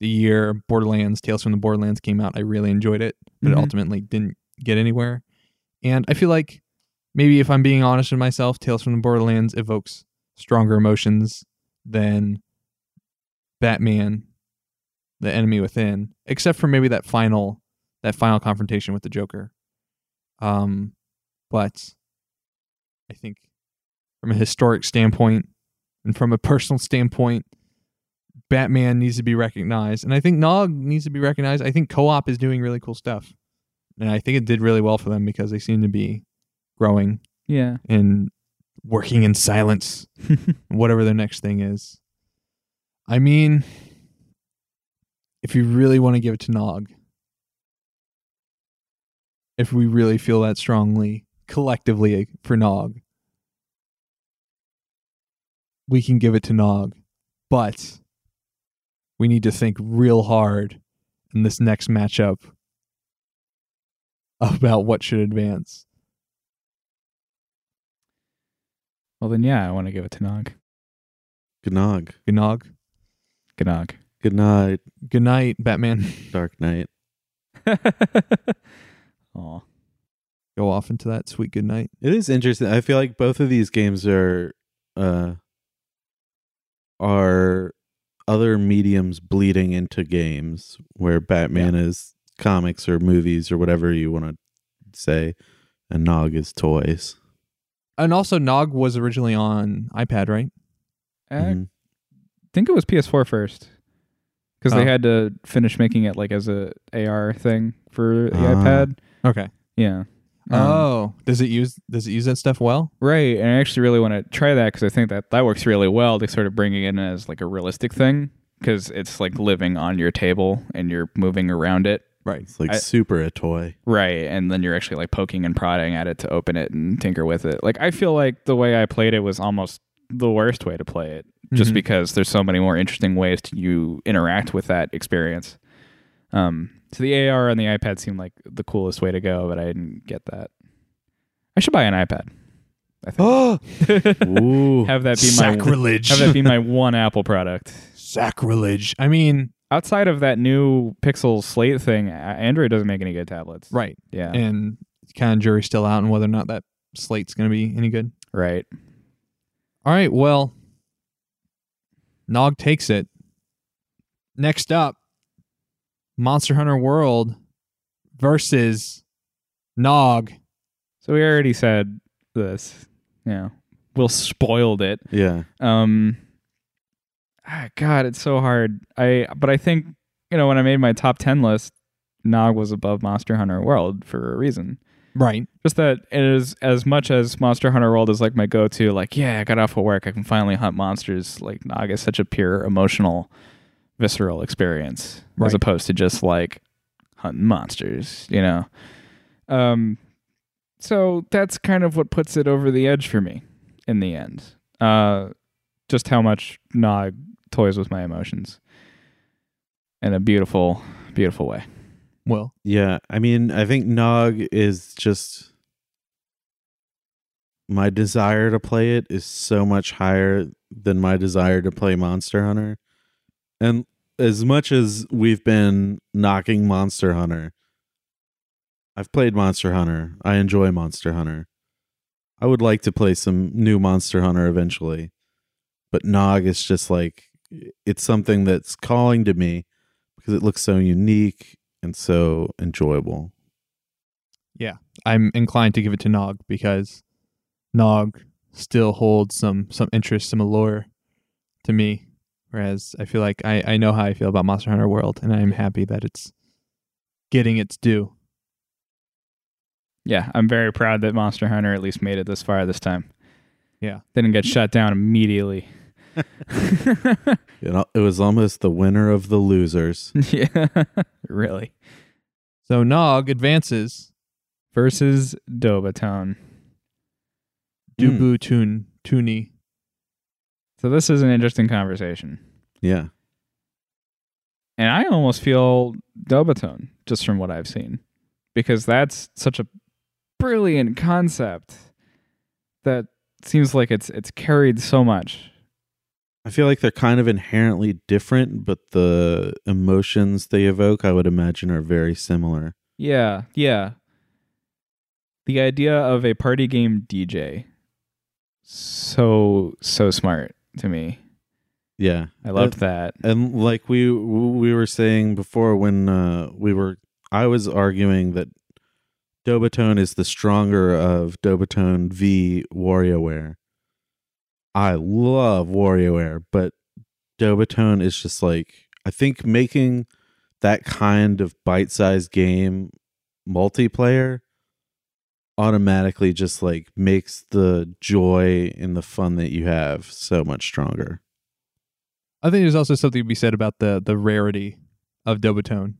S1: the year Borderlands, Tales from the Borderlands came out, I really enjoyed it, but
S3: Mhm.
S1: it ultimately didn't get anywhere. And I feel like maybe if I'm being honest with myself, Tales from the Borderlands evokes stronger emotions than Batman, the enemy within, except for maybe that final that final confrontation with the Joker. Um, but I think from a historic standpoint and from a personal standpoint, Batman needs to be recognized, and I think Nog needs to be recognized. I think co-op is doing really cool stuff, and I think it did really well for them because they seem to be growing
S3: Yeah.
S1: and working in silence, whatever their next thing is. I mean, if you really want to give it to Nog, if we really feel that strongly collectively eh, for Nog, we can give it to Nog, but we need to think real hard in this next matchup about what should advance.
S3: Well, then, yeah, I want to give it to Nog.
S2: Good nog.
S1: Good Nog.
S3: Good Nog.
S2: Good night,
S1: Good night, Batman.
S2: Dark Knight.
S3: Aw.
S1: Go off into that sweet good night.
S2: It is interesting. I feel like both of these games are uh are other mediums bleeding into games where Batman is comics or movies or whatever you want to say and Nog is toys.
S1: And also, Nog was originally on iPad, right?
S3: I
S2: Mhm.
S3: think it was PS4 first because
S1: Oh.
S3: they had to finish making it like as a AR thing for the
S2: Ah.
S3: iPad.
S1: Okay.
S3: Yeah. Um,
S1: oh, does it use does it use that stuff well?
S3: Right, and I actually really want to try that because I think that that works really well. They sort of bring it in as like a realistic thing because it's like living on your table and you're moving around it.
S1: Right.
S2: It's like
S3: I-
S2: super a toy.
S3: Right, and then you're actually like poking and prodding at it to open it and tinker with it. Like I feel like the way I played it was almost the worst way to play it, just
S1: Mhm.
S3: because there's so many more interesting ways to you interact with that experience. Um, so the AR on the iPad seemed like the coolest way to go, but I didn't get that. I should buy an iPad. I think.
S1: Oh,
S2: Ooh.
S3: have that be my
S1: sacrilege!
S3: have that be my one Apple product.
S1: sacrilege. I mean,
S3: Outside of that new Pixel Slate thing, a- Android doesn't make any good tablets.
S1: right.
S3: Yeah.
S1: And kind of jury's still out on whether or not that slate's going to be any good.
S3: right.
S1: All right. Well, Nog takes it. Next up, Monster Hunter World versus Nog.
S3: So we already said this. Yeah. Will spoiled it.
S2: yeah.
S3: Um ah, God, it's so hard. I but I think, you know, when I made my top ten list, Nog was above Monster Hunter World for a reason.
S1: Right.
S3: Just that it is as much as Monster Hunter World is like my go to, like, yeah, I got off of work, I can finally hunt monsters. Like Nog is such a pure emotional, visceral experience.
S1: Right.
S3: As opposed to just like hunting monsters, you know. Um so that's kind of what puts it over the edge for me in the end. Uh just how much Nog toys with my emotions. In a beautiful, beautiful way.
S1: Well,
S2: Yeah, I mean, I think Nog is just my desire to play it is so much higher than my desire to play Monster Hunter. And as much as we've been knocking Monster Hunter, I've played Monster Hunter. I enjoy Monster Hunter. I would like to play some new Monster Hunter eventually. But Nog is just like it's something that's calling to me because it looks so unique and so enjoyable.
S1: I'm inclined to give it to Nog because Nog still holds some some interest, some allure to me. Whereas I feel like I, I know how I feel about Monster Hunter World, and I'm happy that it's getting its due.
S3: Yeah, I'm very proud that Monster Hunter at least made it this far this time.
S1: Yeah.
S3: Didn't get shut down immedially.
S2: It, it was almost the winner of the losers.
S3: yeah. Really.
S1: So Nog advances.
S3: Versus Dobatone.
S2: Mm.
S1: Dubu Tun Tuni.
S3: So this is an interesting conversation.
S2: Yeah.
S3: And I almost feel Dobatone just from what I've seen. Because that's such a brilliant concept that seems like it's it's carried so much.
S2: I feel like they're kind of inherently different, but the emotions they evoke, I would imagine, are very similar.
S3: Yeah, yeah. The idea of a party game DJ. So so smart to me.
S2: Yeah.
S3: I loved that.
S2: And like we we were saying before when uh, we were I was arguing that Dobatone is the stronger of Dobatone v WarioWare. I love WarioWare, but Dobatone is just like I think making that kind of bite-sized game multiplayer automatically just like makes the joy and the fun that you have so much stronger.
S1: I think there's also something to be said about the the rarity of Dobotone.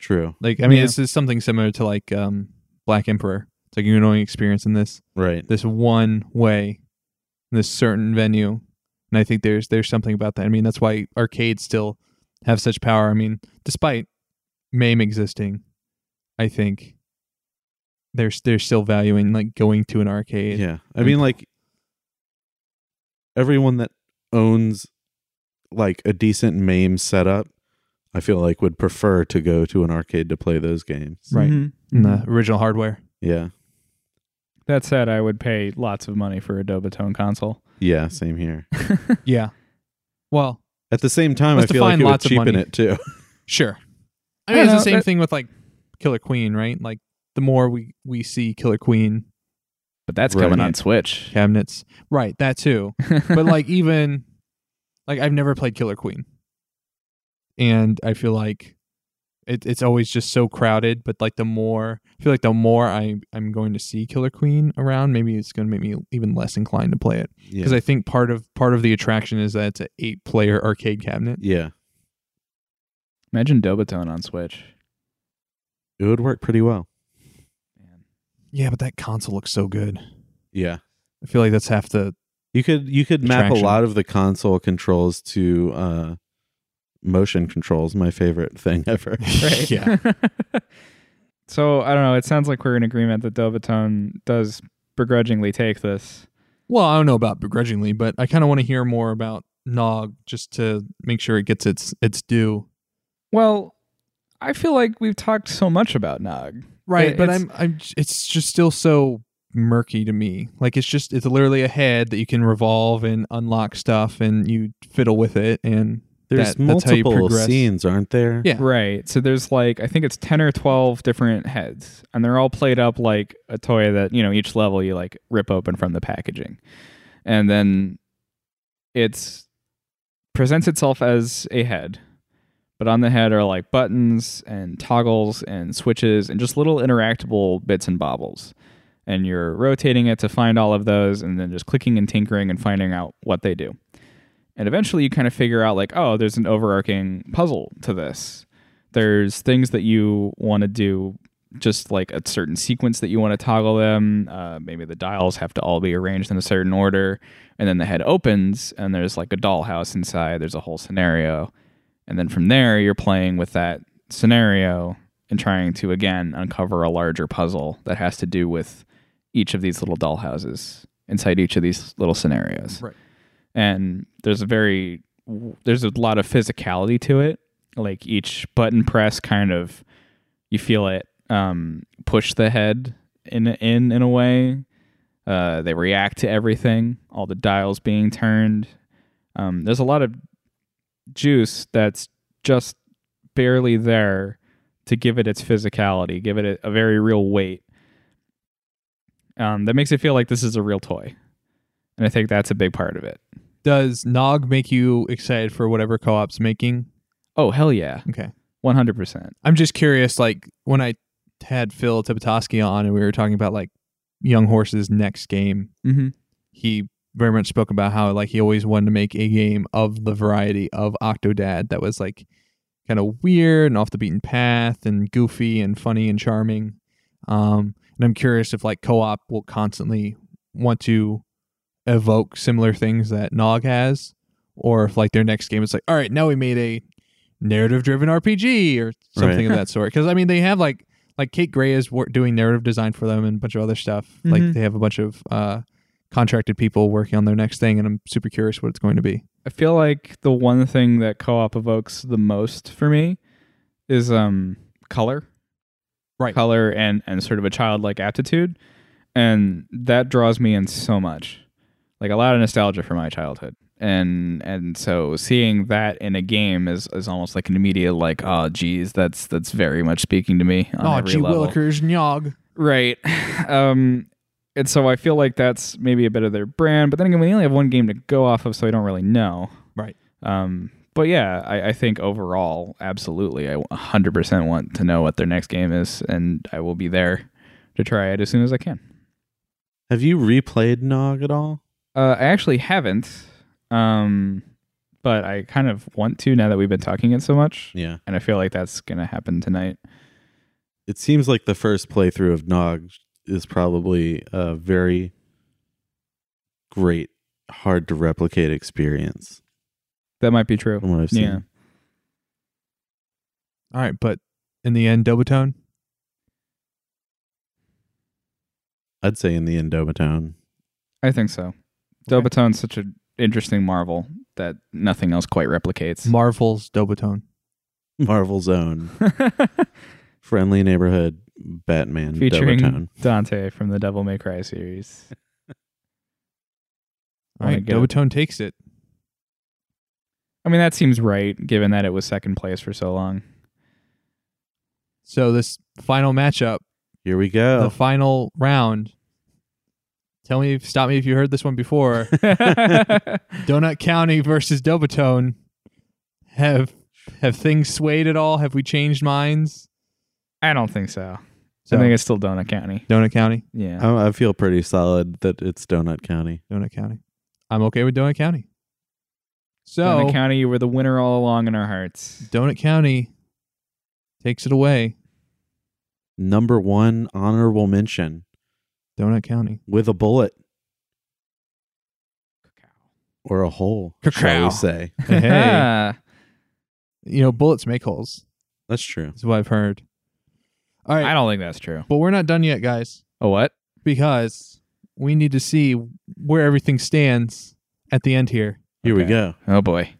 S2: True.
S1: Like, I mean,
S3: Yeah.
S1: it's just something similar to like um, Black Emperor. It's like you can only experience in this
S2: Right.
S1: this one way, in this certain venue, and I think there's there's something about that. I mean, that's why arcades still have such power. I mean, despite MAME existing, I think there's there's still value in like going to an arcade.
S2: Yeah. I mean, like everyone that owns like a decent MAME setup, I feel like would prefer to go to an arcade to play those games.
S1: Right.
S3: Mhm.
S1: in the original hardware.
S2: Yeah.
S3: That said, I would pay lots of money for a Dobotone console.
S2: Yeah. Same here.
S1: Yeah. Well,
S2: At the same time,
S1: Let's
S2: I feel like
S1: define
S2: it would
S1: lots of
S2: cheapen
S1: money.
S2: it too.
S1: Sure. I
S3: I
S1: mean, it's
S3: don't
S1: the
S3: know,
S1: same
S3: that-
S1: thing with like Killer Queen, right? Like the more we we see Killer Queen
S3: But that's
S2: Right.
S3: coming on Switch.
S1: cabinets, right? That too. But like even like I've never played Killer Queen, and I feel like it, it's always just so crowded. But like the more I feel like the more I I'm going to see Killer Queen around, maybe it's going to make me even less inclined to play it because
S2: yeah.
S1: I think part of part of the attraction is that it's an eight player arcade cabinet.
S2: yeah.
S3: Imagine Dobotone on Switch.
S2: It would work pretty well.
S1: Yeah, but that console looks so good.
S2: Yeah.
S1: I feel like that's half the
S2: You could you could map a
S1: Attraction.
S2: lot of the console controls to uh motion controls, my favorite thing ever.
S3: Right.
S1: yeah.
S3: so I don't know. It sounds like we're in agreement that Dovatone does begrudgingly take this.
S1: Well, I don't know about begrudgingly, but I kind of want to hear more about Nog just to make sure it gets its its due.
S3: Well, I feel like we've talked so much about Nog. Right,
S1: but
S3: it's-
S1: I'm I'm j- it's just still so murky to me. Like it's just it's literally a head that you can revolve and unlock stuff and you fiddle with it and
S2: There's
S1: that- that's how you
S2: multiple
S1: progress.
S2: scenes, aren't there?
S1: Yeah.
S3: Right. So there's like I think it's ten or twelve different heads, and they're all played up like a toy that you know each level you like rip open from the packaging, and then it's presents itself as a head, but on the head are like buttons and toggles and switches and just little interactable bits and bobbles, and you're rotating it to find all of those, and then just clicking and tinkering and finding out what they do. And eventually, you kind of figure out, like, oh, there's an overarching puzzle to this there's things that you want to do just like a certain sequence that you want to toggle them uh, maybe the dials have to all be arranged in a certain order and then the head opens and there's like a dollhouse inside there's a whole scenario and then from there you're playing with that scenario and trying to again uncover a larger puzzle that has to do with each of these little dollhouses inside each of these little scenarios
S1: Right.
S3: and there's a very there's a lot of physicality to it like each button press kind of you feel it um, push the head in in in a way. Uh, they react to everything, all the dials being turned. Um, there's a lot of juice that's just barely there to give it its physicality, give it a, a very real weight. Um, that makes it feel like this is a real toy, and I think that's a big part of it.
S1: does Nog make you excited for whatever co-op's making?
S3: Oh hell yeah,
S1: Okay.
S3: one hundred percent.
S1: I'm just curious like when I had Phil Tipitoski on and we were talking about like Young Horse's next game
S3: Mm-hmm.
S1: he very much spoke about how like he always wanted to make a game of the variety of Octodad that was like kind of weird and off the beaten path and goofy and funny and charming. Um, and I'm curious if like co-op will constantly want to evoke similar things that Nog has, or if like their next game is like, all right, now we made a narrative-driven RPG or something of that sort. Because I mean, they have like like Kate Gray is wor- doing narrative design for them and a bunch of other stuff. Like
S3: Mhm.
S1: they have a bunch of uh, contracted people working on their next thing, and I'm super curious what it's going to be.
S3: I feel like the one thing that co-op evokes the most for me is um color.
S1: Right.
S3: Color and and sort of a childlike aptitude and that draws me in so much. Like a lot of nostalgia for my childhood. And and so seeing that in a game is is almost like an immediate like oh geez that's that's very much speaking to me on
S1: Oh,
S3: every
S1: gee,
S3: level.
S1: Willikers, Nyog.
S3: Right. Um and so I feel like that's maybe a bit of their brand, but then again we only have one game to go off of, so I don't really know.
S1: Right.
S3: Um but yeah, I, I think overall, absolutely, I 100% want to know what their next game is, and I will be there to try it as soon as I can.
S2: Have you replayed Nog at all?
S3: Uh, I actually haven't, um, but I kind of want to now that we've been talking it so much,
S2: Yeah.
S3: and I feel like that's gonna happen tonight.
S2: It seems like the first playthrough of Nog is probably a very great, hard to replicate experience
S3: That might be true.
S2: from what I've seen.
S3: Yeah.
S1: All right, but in the end, Dobotone.
S2: I'd say in the Indomitone.
S3: I think so.
S1: Okay.
S3: Dobotone's such an interesting marvel that nothing else quite replicates.
S1: Marvel's Dobotone.
S2: Marvel Zone, friendly neighborhood, Batman,
S3: Featuring
S2: Dobotone.
S3: Dante from the Devil May Cry series.
S1: All
S3: Wanna
S1: right,
S3: get
S1: Dobotone takes it.
S3: I mean, that seems right, given that it was second place for so long.
S1: So this final matchup,
S2: Here we
S1: the
S3: Oh.
S2: go.
S1: final round. Tell me, stop me if you heard this one before. Donut County versus Dobotone. Have have things swayed at all? Have we changed minds?
S3: I don't think so.
S1: So,
S3: I think it's still Donut County.
S1: Donut County.
S3: Yeah.
S2: I, I feel pretty solid that it's Donut County.
S1: Donut County. I'm okay with Donut County. So
S3: Donut County, you were the winner all along in our hearts.
S1: Donut County takes it away.
S2: Number one honorable mention
S1: Donut County.
S2: with a bullet or a hole, shall
S1: Ka-chow.
S2: we say?
S1: Hey. you know, bullets make holes.
S2: That's true.
S1: Is what I've heard. All right,
S3: I don't think that's true.
S1: but we're not done yet, guys,
S3: A what?
S1: because we need to see where everything stands at the end here.
S2: Here we
S3: Okay.
S2: go.
S3: Oh, boy.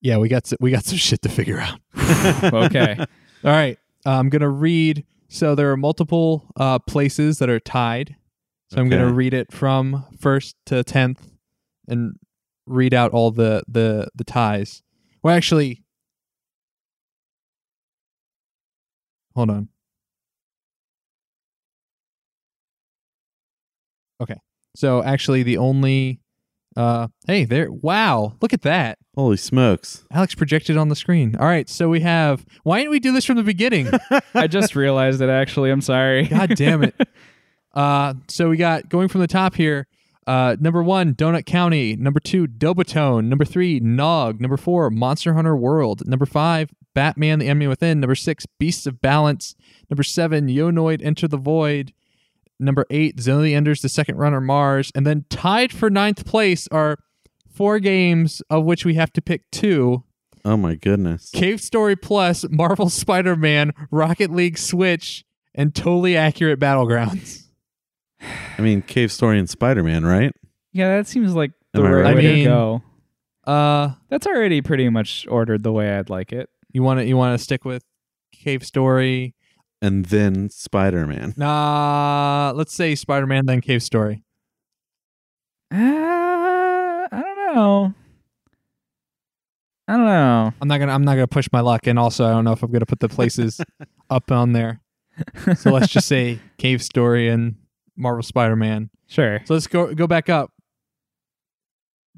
S1: Yeah, we got s- we got some shit to figure out.
S3: Okay.
S1: All right. Uh, I'm going to read. So there are multiple uh, places that are tied. So I'm going to
S2: Okay.
S1: read it from first to 10th and read out all the, the, the ties. Well, actually, hold on. Okay. So actually, the only. Uh, hey there. Wow. Look at that.
S2: Holy smokes.
S1: Alex projected on the screen. All right, so we have. Why didn't we do this from the beginning?
S3: I just realized it, actually. I'm sorry.
S1: God damn it. Uh, so we got going from the top here. Uh, number one, Donut County. Number two, Dobotone. Number three, Nog. Number four, Monster Hunter World. Number five, Batman: The Enemy Within. Number six, Beasts of Balance. Number seven, Yonoid Enter the Void. Number eight, Zone of the Enders, The Second Runner Mars. And then tied for ninth place are four games of which we have to pick two.
S2: Oh my goodness.
S1: Cave Story Plus, Marvel Spider Man, Rocket League Switch, and totally accurate Battlegrounds.
S2: I mean, Cave Story and Spider Man, right?
S3: Yeah, that seems like the
S2: Am I
S3: right
S2: right?
S3: way
S1: I mean-
S3: to go.
S1: Uh,
S3: That's already pretty much ordered the way I'd like it.
S1: you want to you want to stick with Cave Story?
S2: And then Spider Man.
S1: Nah, let's say Spider Man then Cave Story.
S3: Uh, I don't know. I don't know.
S1: I'm not gonna I'm not gonna push my luck, and also I don't know if I'm gonna put the places up on there. So let's just say Cave Story and Marvel Spider Man.
S3: Sure.
S1: So let's go go back up.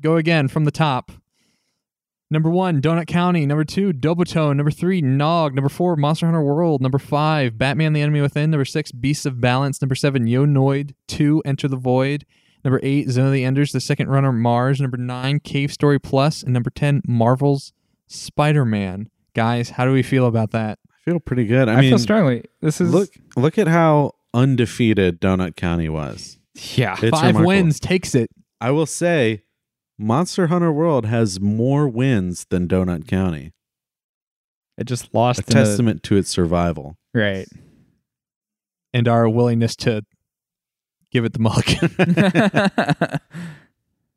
S1: Go again from the top. Number one, Donut County. Number two, Dobotone. Number three, Nog. Number four, Monster Hunter World. Number five, Batman: The Enemy Within. Number six, Beasts of Balance. Number seven, Yonoid. Two, Enter the Void. Number eight, Zone of the Enders. The Second Runner, Mars. Number nine, Cave Story Plus, and number ten, Marvel's Spider-Man. Guys, how do we feel about that?
S2: I feel pretty good. I,
S3: I,
S2: mean,
S3: feel strongly. This is
S2: look look at how undefeated Donut County was.
S3: Yeah.
S2: It's
S1: Five
S2: remarkable.
S1: wins takes it.
S2: I will say, Monster Hunter World has more wins than Donut County.
S3: It just lost
S2: A
S3: in a-
S2: testament to its survival.
S3: right.
S1: and our willingness to give it the mulligan.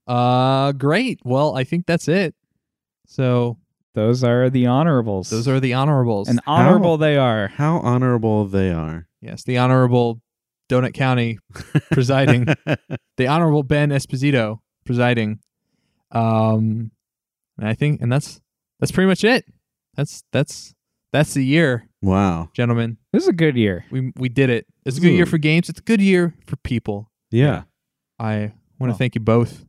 S1: uh, great. Well, I think that's it. So
S3: Those are the honorables.
S1: those are the honorables.
S3: and honorable they are.
S2: How honorable they are.
S1: yes, the honorable Donut County presiding, the honorable Ben Esposito presiding. Um, and I think, and that's that's pretty much it. That's that's that's the year,
S2: wow.
S1: gentlemen.
S3: This is a good year.
S1: We we did it. It's a good year
S2: Ooh.
S1: for games. It's a good year for people.
S2: Yeah.
S1: I want to
S3: Well.
S1: thank you both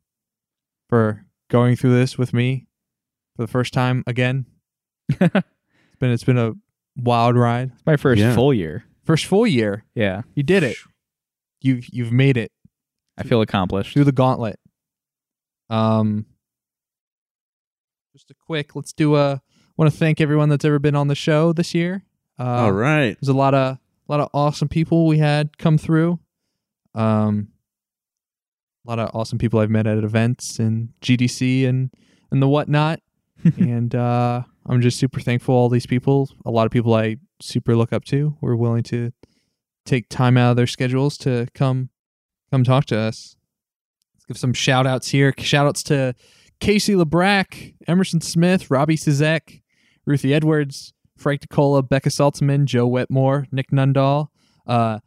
S1: for going through this with me for the first time again. it's been it's been a wild ride.
S3: It's my first
S2: Yeah.
S3: full year.
S1: First full year,
S3: Yeah.
S1: you did it. You've you've made it
S3: I feel accomplished.
S1: through the gauntlet. Um, just a quick. Let's do a. Want to thank everyone that's ever been on the show this year. Uh,
S3: Um,
S2: All right.
S1: There's a lot of a lot of awesome people we had come through. Um, a lot of awesome people I've met at events and GDC and and the whatnot. and uh, I'm just super thankful. All these people, a lot of people I super look up to, were willing to take time out of their schedules to come come talk to us. Let's give some shout outs here. Shout outs to Casey LeBrack, Emerson Smith, Robbie Sizek, Ruthie Edwards, Frank DiCola, Becca Saltzman, Joe Wetmore, Nick Nundahl, uh,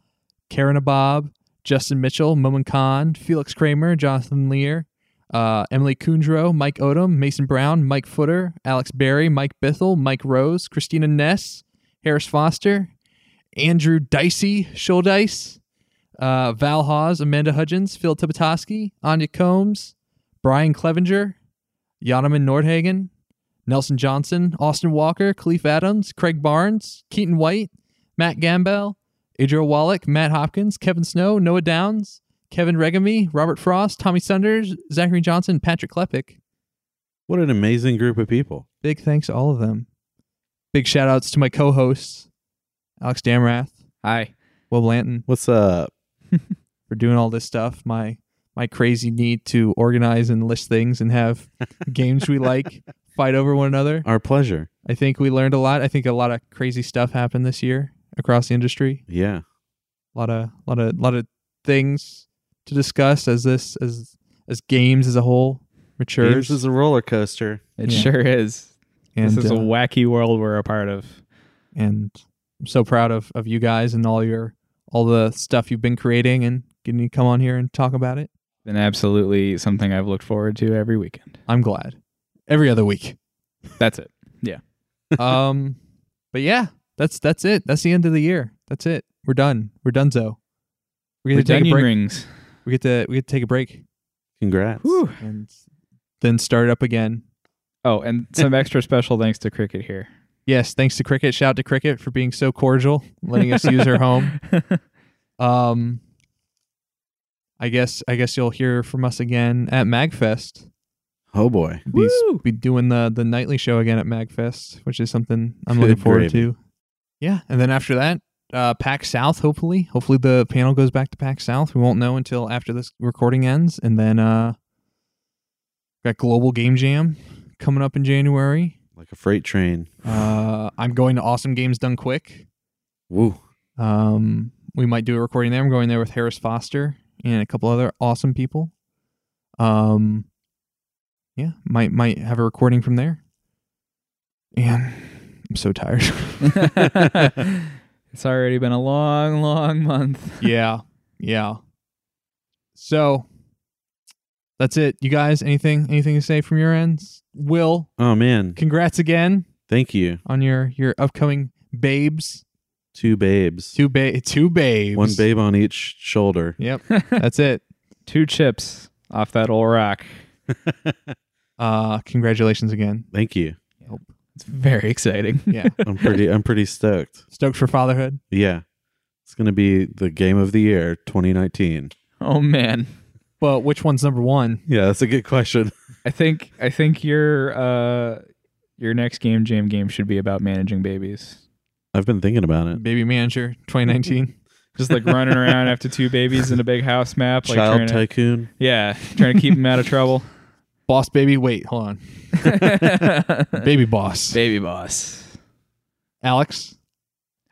S1: Karen Abob, Justin Mitchell, Momin Khan, Felix Kramer, Jonathan Lear, uh, Emily Kundro, Mike Odom, Mason Brown, Mike Footer, Alex Berry, Mike Bithell, Mike Rose, Christina Ness, Harris Foster, Andrew Dicey, Shouldice, uh, Val Hawes, Amanda Hudgens, Phil Tibetowski, Anya Combs, Brian Clevenger, Yonaman Nordhagen, Nelson Johnson, Austin Walker, Khalif Adams, Craig Barnes, Keaton White, Matt Gambell, Adriel Wallach, Matt Hopkins, Kevin Snow, Noah Downs, Kevin Regamy, Robert Frost, Tommy Sunders, Zachary Johnson, Patrick Klepek.
S2: What an amazing group of people.
S1: Big thanks to all of them. Big shout outs to my co hosts, Alex Damrath,
S3: Hi.
S1: Will Blanton,
S2: What's up?
S1: for doing all this stuff. My my crazy need to organize and list things and have games we like fight over one another.
S2: Our pleasure.
S1: I think we learned a lot. I think a lot of crazy stuff happened this year across the industry.
S2: Yeah.
S1: a lot of lot of lot of things to discuss as this as as games as a whole matures.
S2: Games is a roller coaster.
S3: It
S1: Yeah.
S3: sure is.
S1: and,
S3: this is a
S1: uh,
S3: wacky world we're a part of.
S1: and I'm so proud of of you guys and all your all the stuff you've been creating and getting to come on here and talk about it.
S3: And absolutely something I've looked forward to every weekend.
S1: I'm glad. Every other week.
S3: That's it.
S1: um but yeah, that's that's it. That's the end of the year. That's it. We're done. We're done so. We're gonna
S3: We're
S1: take a
S3: Onion
S1: break.
S3: rings.
S1: We get to we get to take a break
S2: Congrats.
S3: Whew.
S1: and then start it up again.
S3: Oh, and some extra special thanks to Cricket here.
S1: Yes, thanks to Cricket. Shout out to Cricket for being so cordial, letting us use her home. Um, I guess I guess you'll hear from us again at Magfest.
S2: Oh boy.
S1: Be, s-
S3: Woo!
S1: be doing the the nightly show again at Magfest, which is something I'm looking
S2: Good
S1: forward
S2: gravy.
S1: to. Yeah, and then after that, uh, Pack South. Hopefully, hopefully the panel goes back to Pack South. We won't know until after this recording ends, and then uh, got Global Game Jam coming up in January.
S2: Like a freight train.
S1: Uh, I'm going to Awesome Games Done Quick.
S2: Woo.
S1: Um, we might do a recording there. I'm going there with Harris Foster and a couple other awesome people. Um, yeah, might might have a recording from there. And I'm so tired.
S3: it's already been a long, long month.
S1: yeah, yeah. So that's it, you guys. Anything anything to say from your ends? Will,
S2: Oh man.
S1: congrats again
S2: Thank you.
S1: on your your upcoming babes.
S2: Two babes.
S1: Two ba two babes.
S2: One babe on each shoulder.
S1: Yep, that's it.
S3: Two chips off that old rock.
S1: Uh, congratulations again.
S2: Thank you.
S3: It's very exciting.
S1: Yeah.
S2: I'm pretty I'm pretty stoked.
S1: Stoked for fatherhood.
S2: Yeah. It's going to be the game of the year 2019.
S3: Oh man.
S1: Well, which one's number one?
S2: Yeah, that's a good question.
S3: I think I think your uh your next game jam game should be about managing babies.
S2: I've been thinking about it.
S1: Baby Manager 2019.
S3: Just like running around after two babies in a big house map, like
S2: Child
S3: trying to,
S2: tycoon.
S3: yeah, trying to keep them out of trouble.
S1: boss Baby. Wait, hold on. Baby Boss.
S3: Baby boss.
S1: Alex,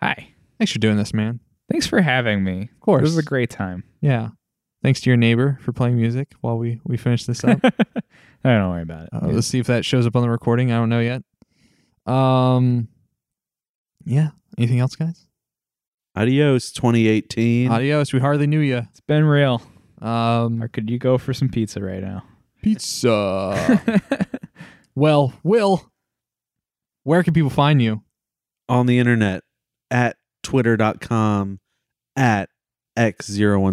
S3: Hi.
S1: thanks for doing this, man.
S3: Thanks for having me.
S1: Of course.
S3: This was a great time.
S1: yeah. Thanks to your neighbor for playing music while we, we finish this up.
S3: I don't worry about it.
S1: Uh, Let's see if that shows up on the recording. I don't know yet. Um, yeah. Anything else, guys?
S2: Adios 2018.
S1: Adios. We hardly knew you.
S3: It's been real.
S1: Um,
S3: Or could you go for some pizza right now?
S1: pizza. well, Will, where can people find you?
S2: on the internet at twitter.com at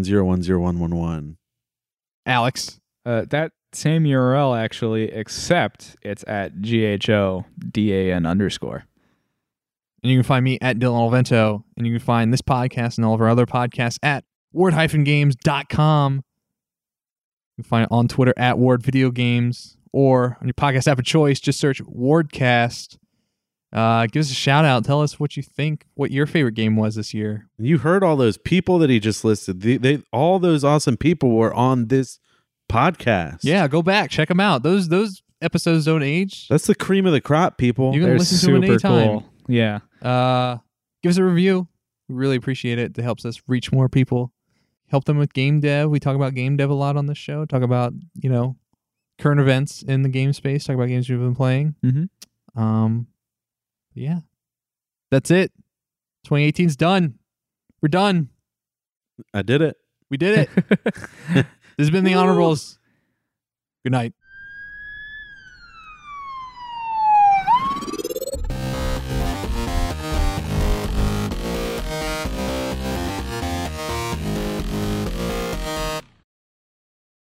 S2: x010101111.
S1: Alex.
S3: uh, that same URL actually, except it's at G H O D A N underscore.
S1: And you can find me at Dylan Olvento. And you can find this podcast and all of our other podcasts at ward-games.com. You can find it on Twitter at Ward Video Games or on your podcast app of choice. Just search Wardcast. Uh, give us a shout out. Tell us what you think, what your favorite game was this year.
S2: You heard all those people that he just listed. They, they all those awesome people were on this podcast.
S1: Yeah, go back, check them out. Those those episodes don't age.
S2: that's the cream of the crop, people.
S1: You can
S3: They're
S1: listen to it
S3: super
S1: anytime.
S3: cool. Yeah.
S1: Uh, give us a review. We really appreciate it. It helps us reach more people. Help them with game dev. We talk about game dev a lot on this show. Talk about you know current events in the game space. Talk about games we've been playing.
S3: Mhm.
S1: Mm-hmm. Um, yeah, that's it. 2018's done. We're done.
S2: I did it.
S1: We did it. this has been the
S3: Woo.
S1: honorables. Good night.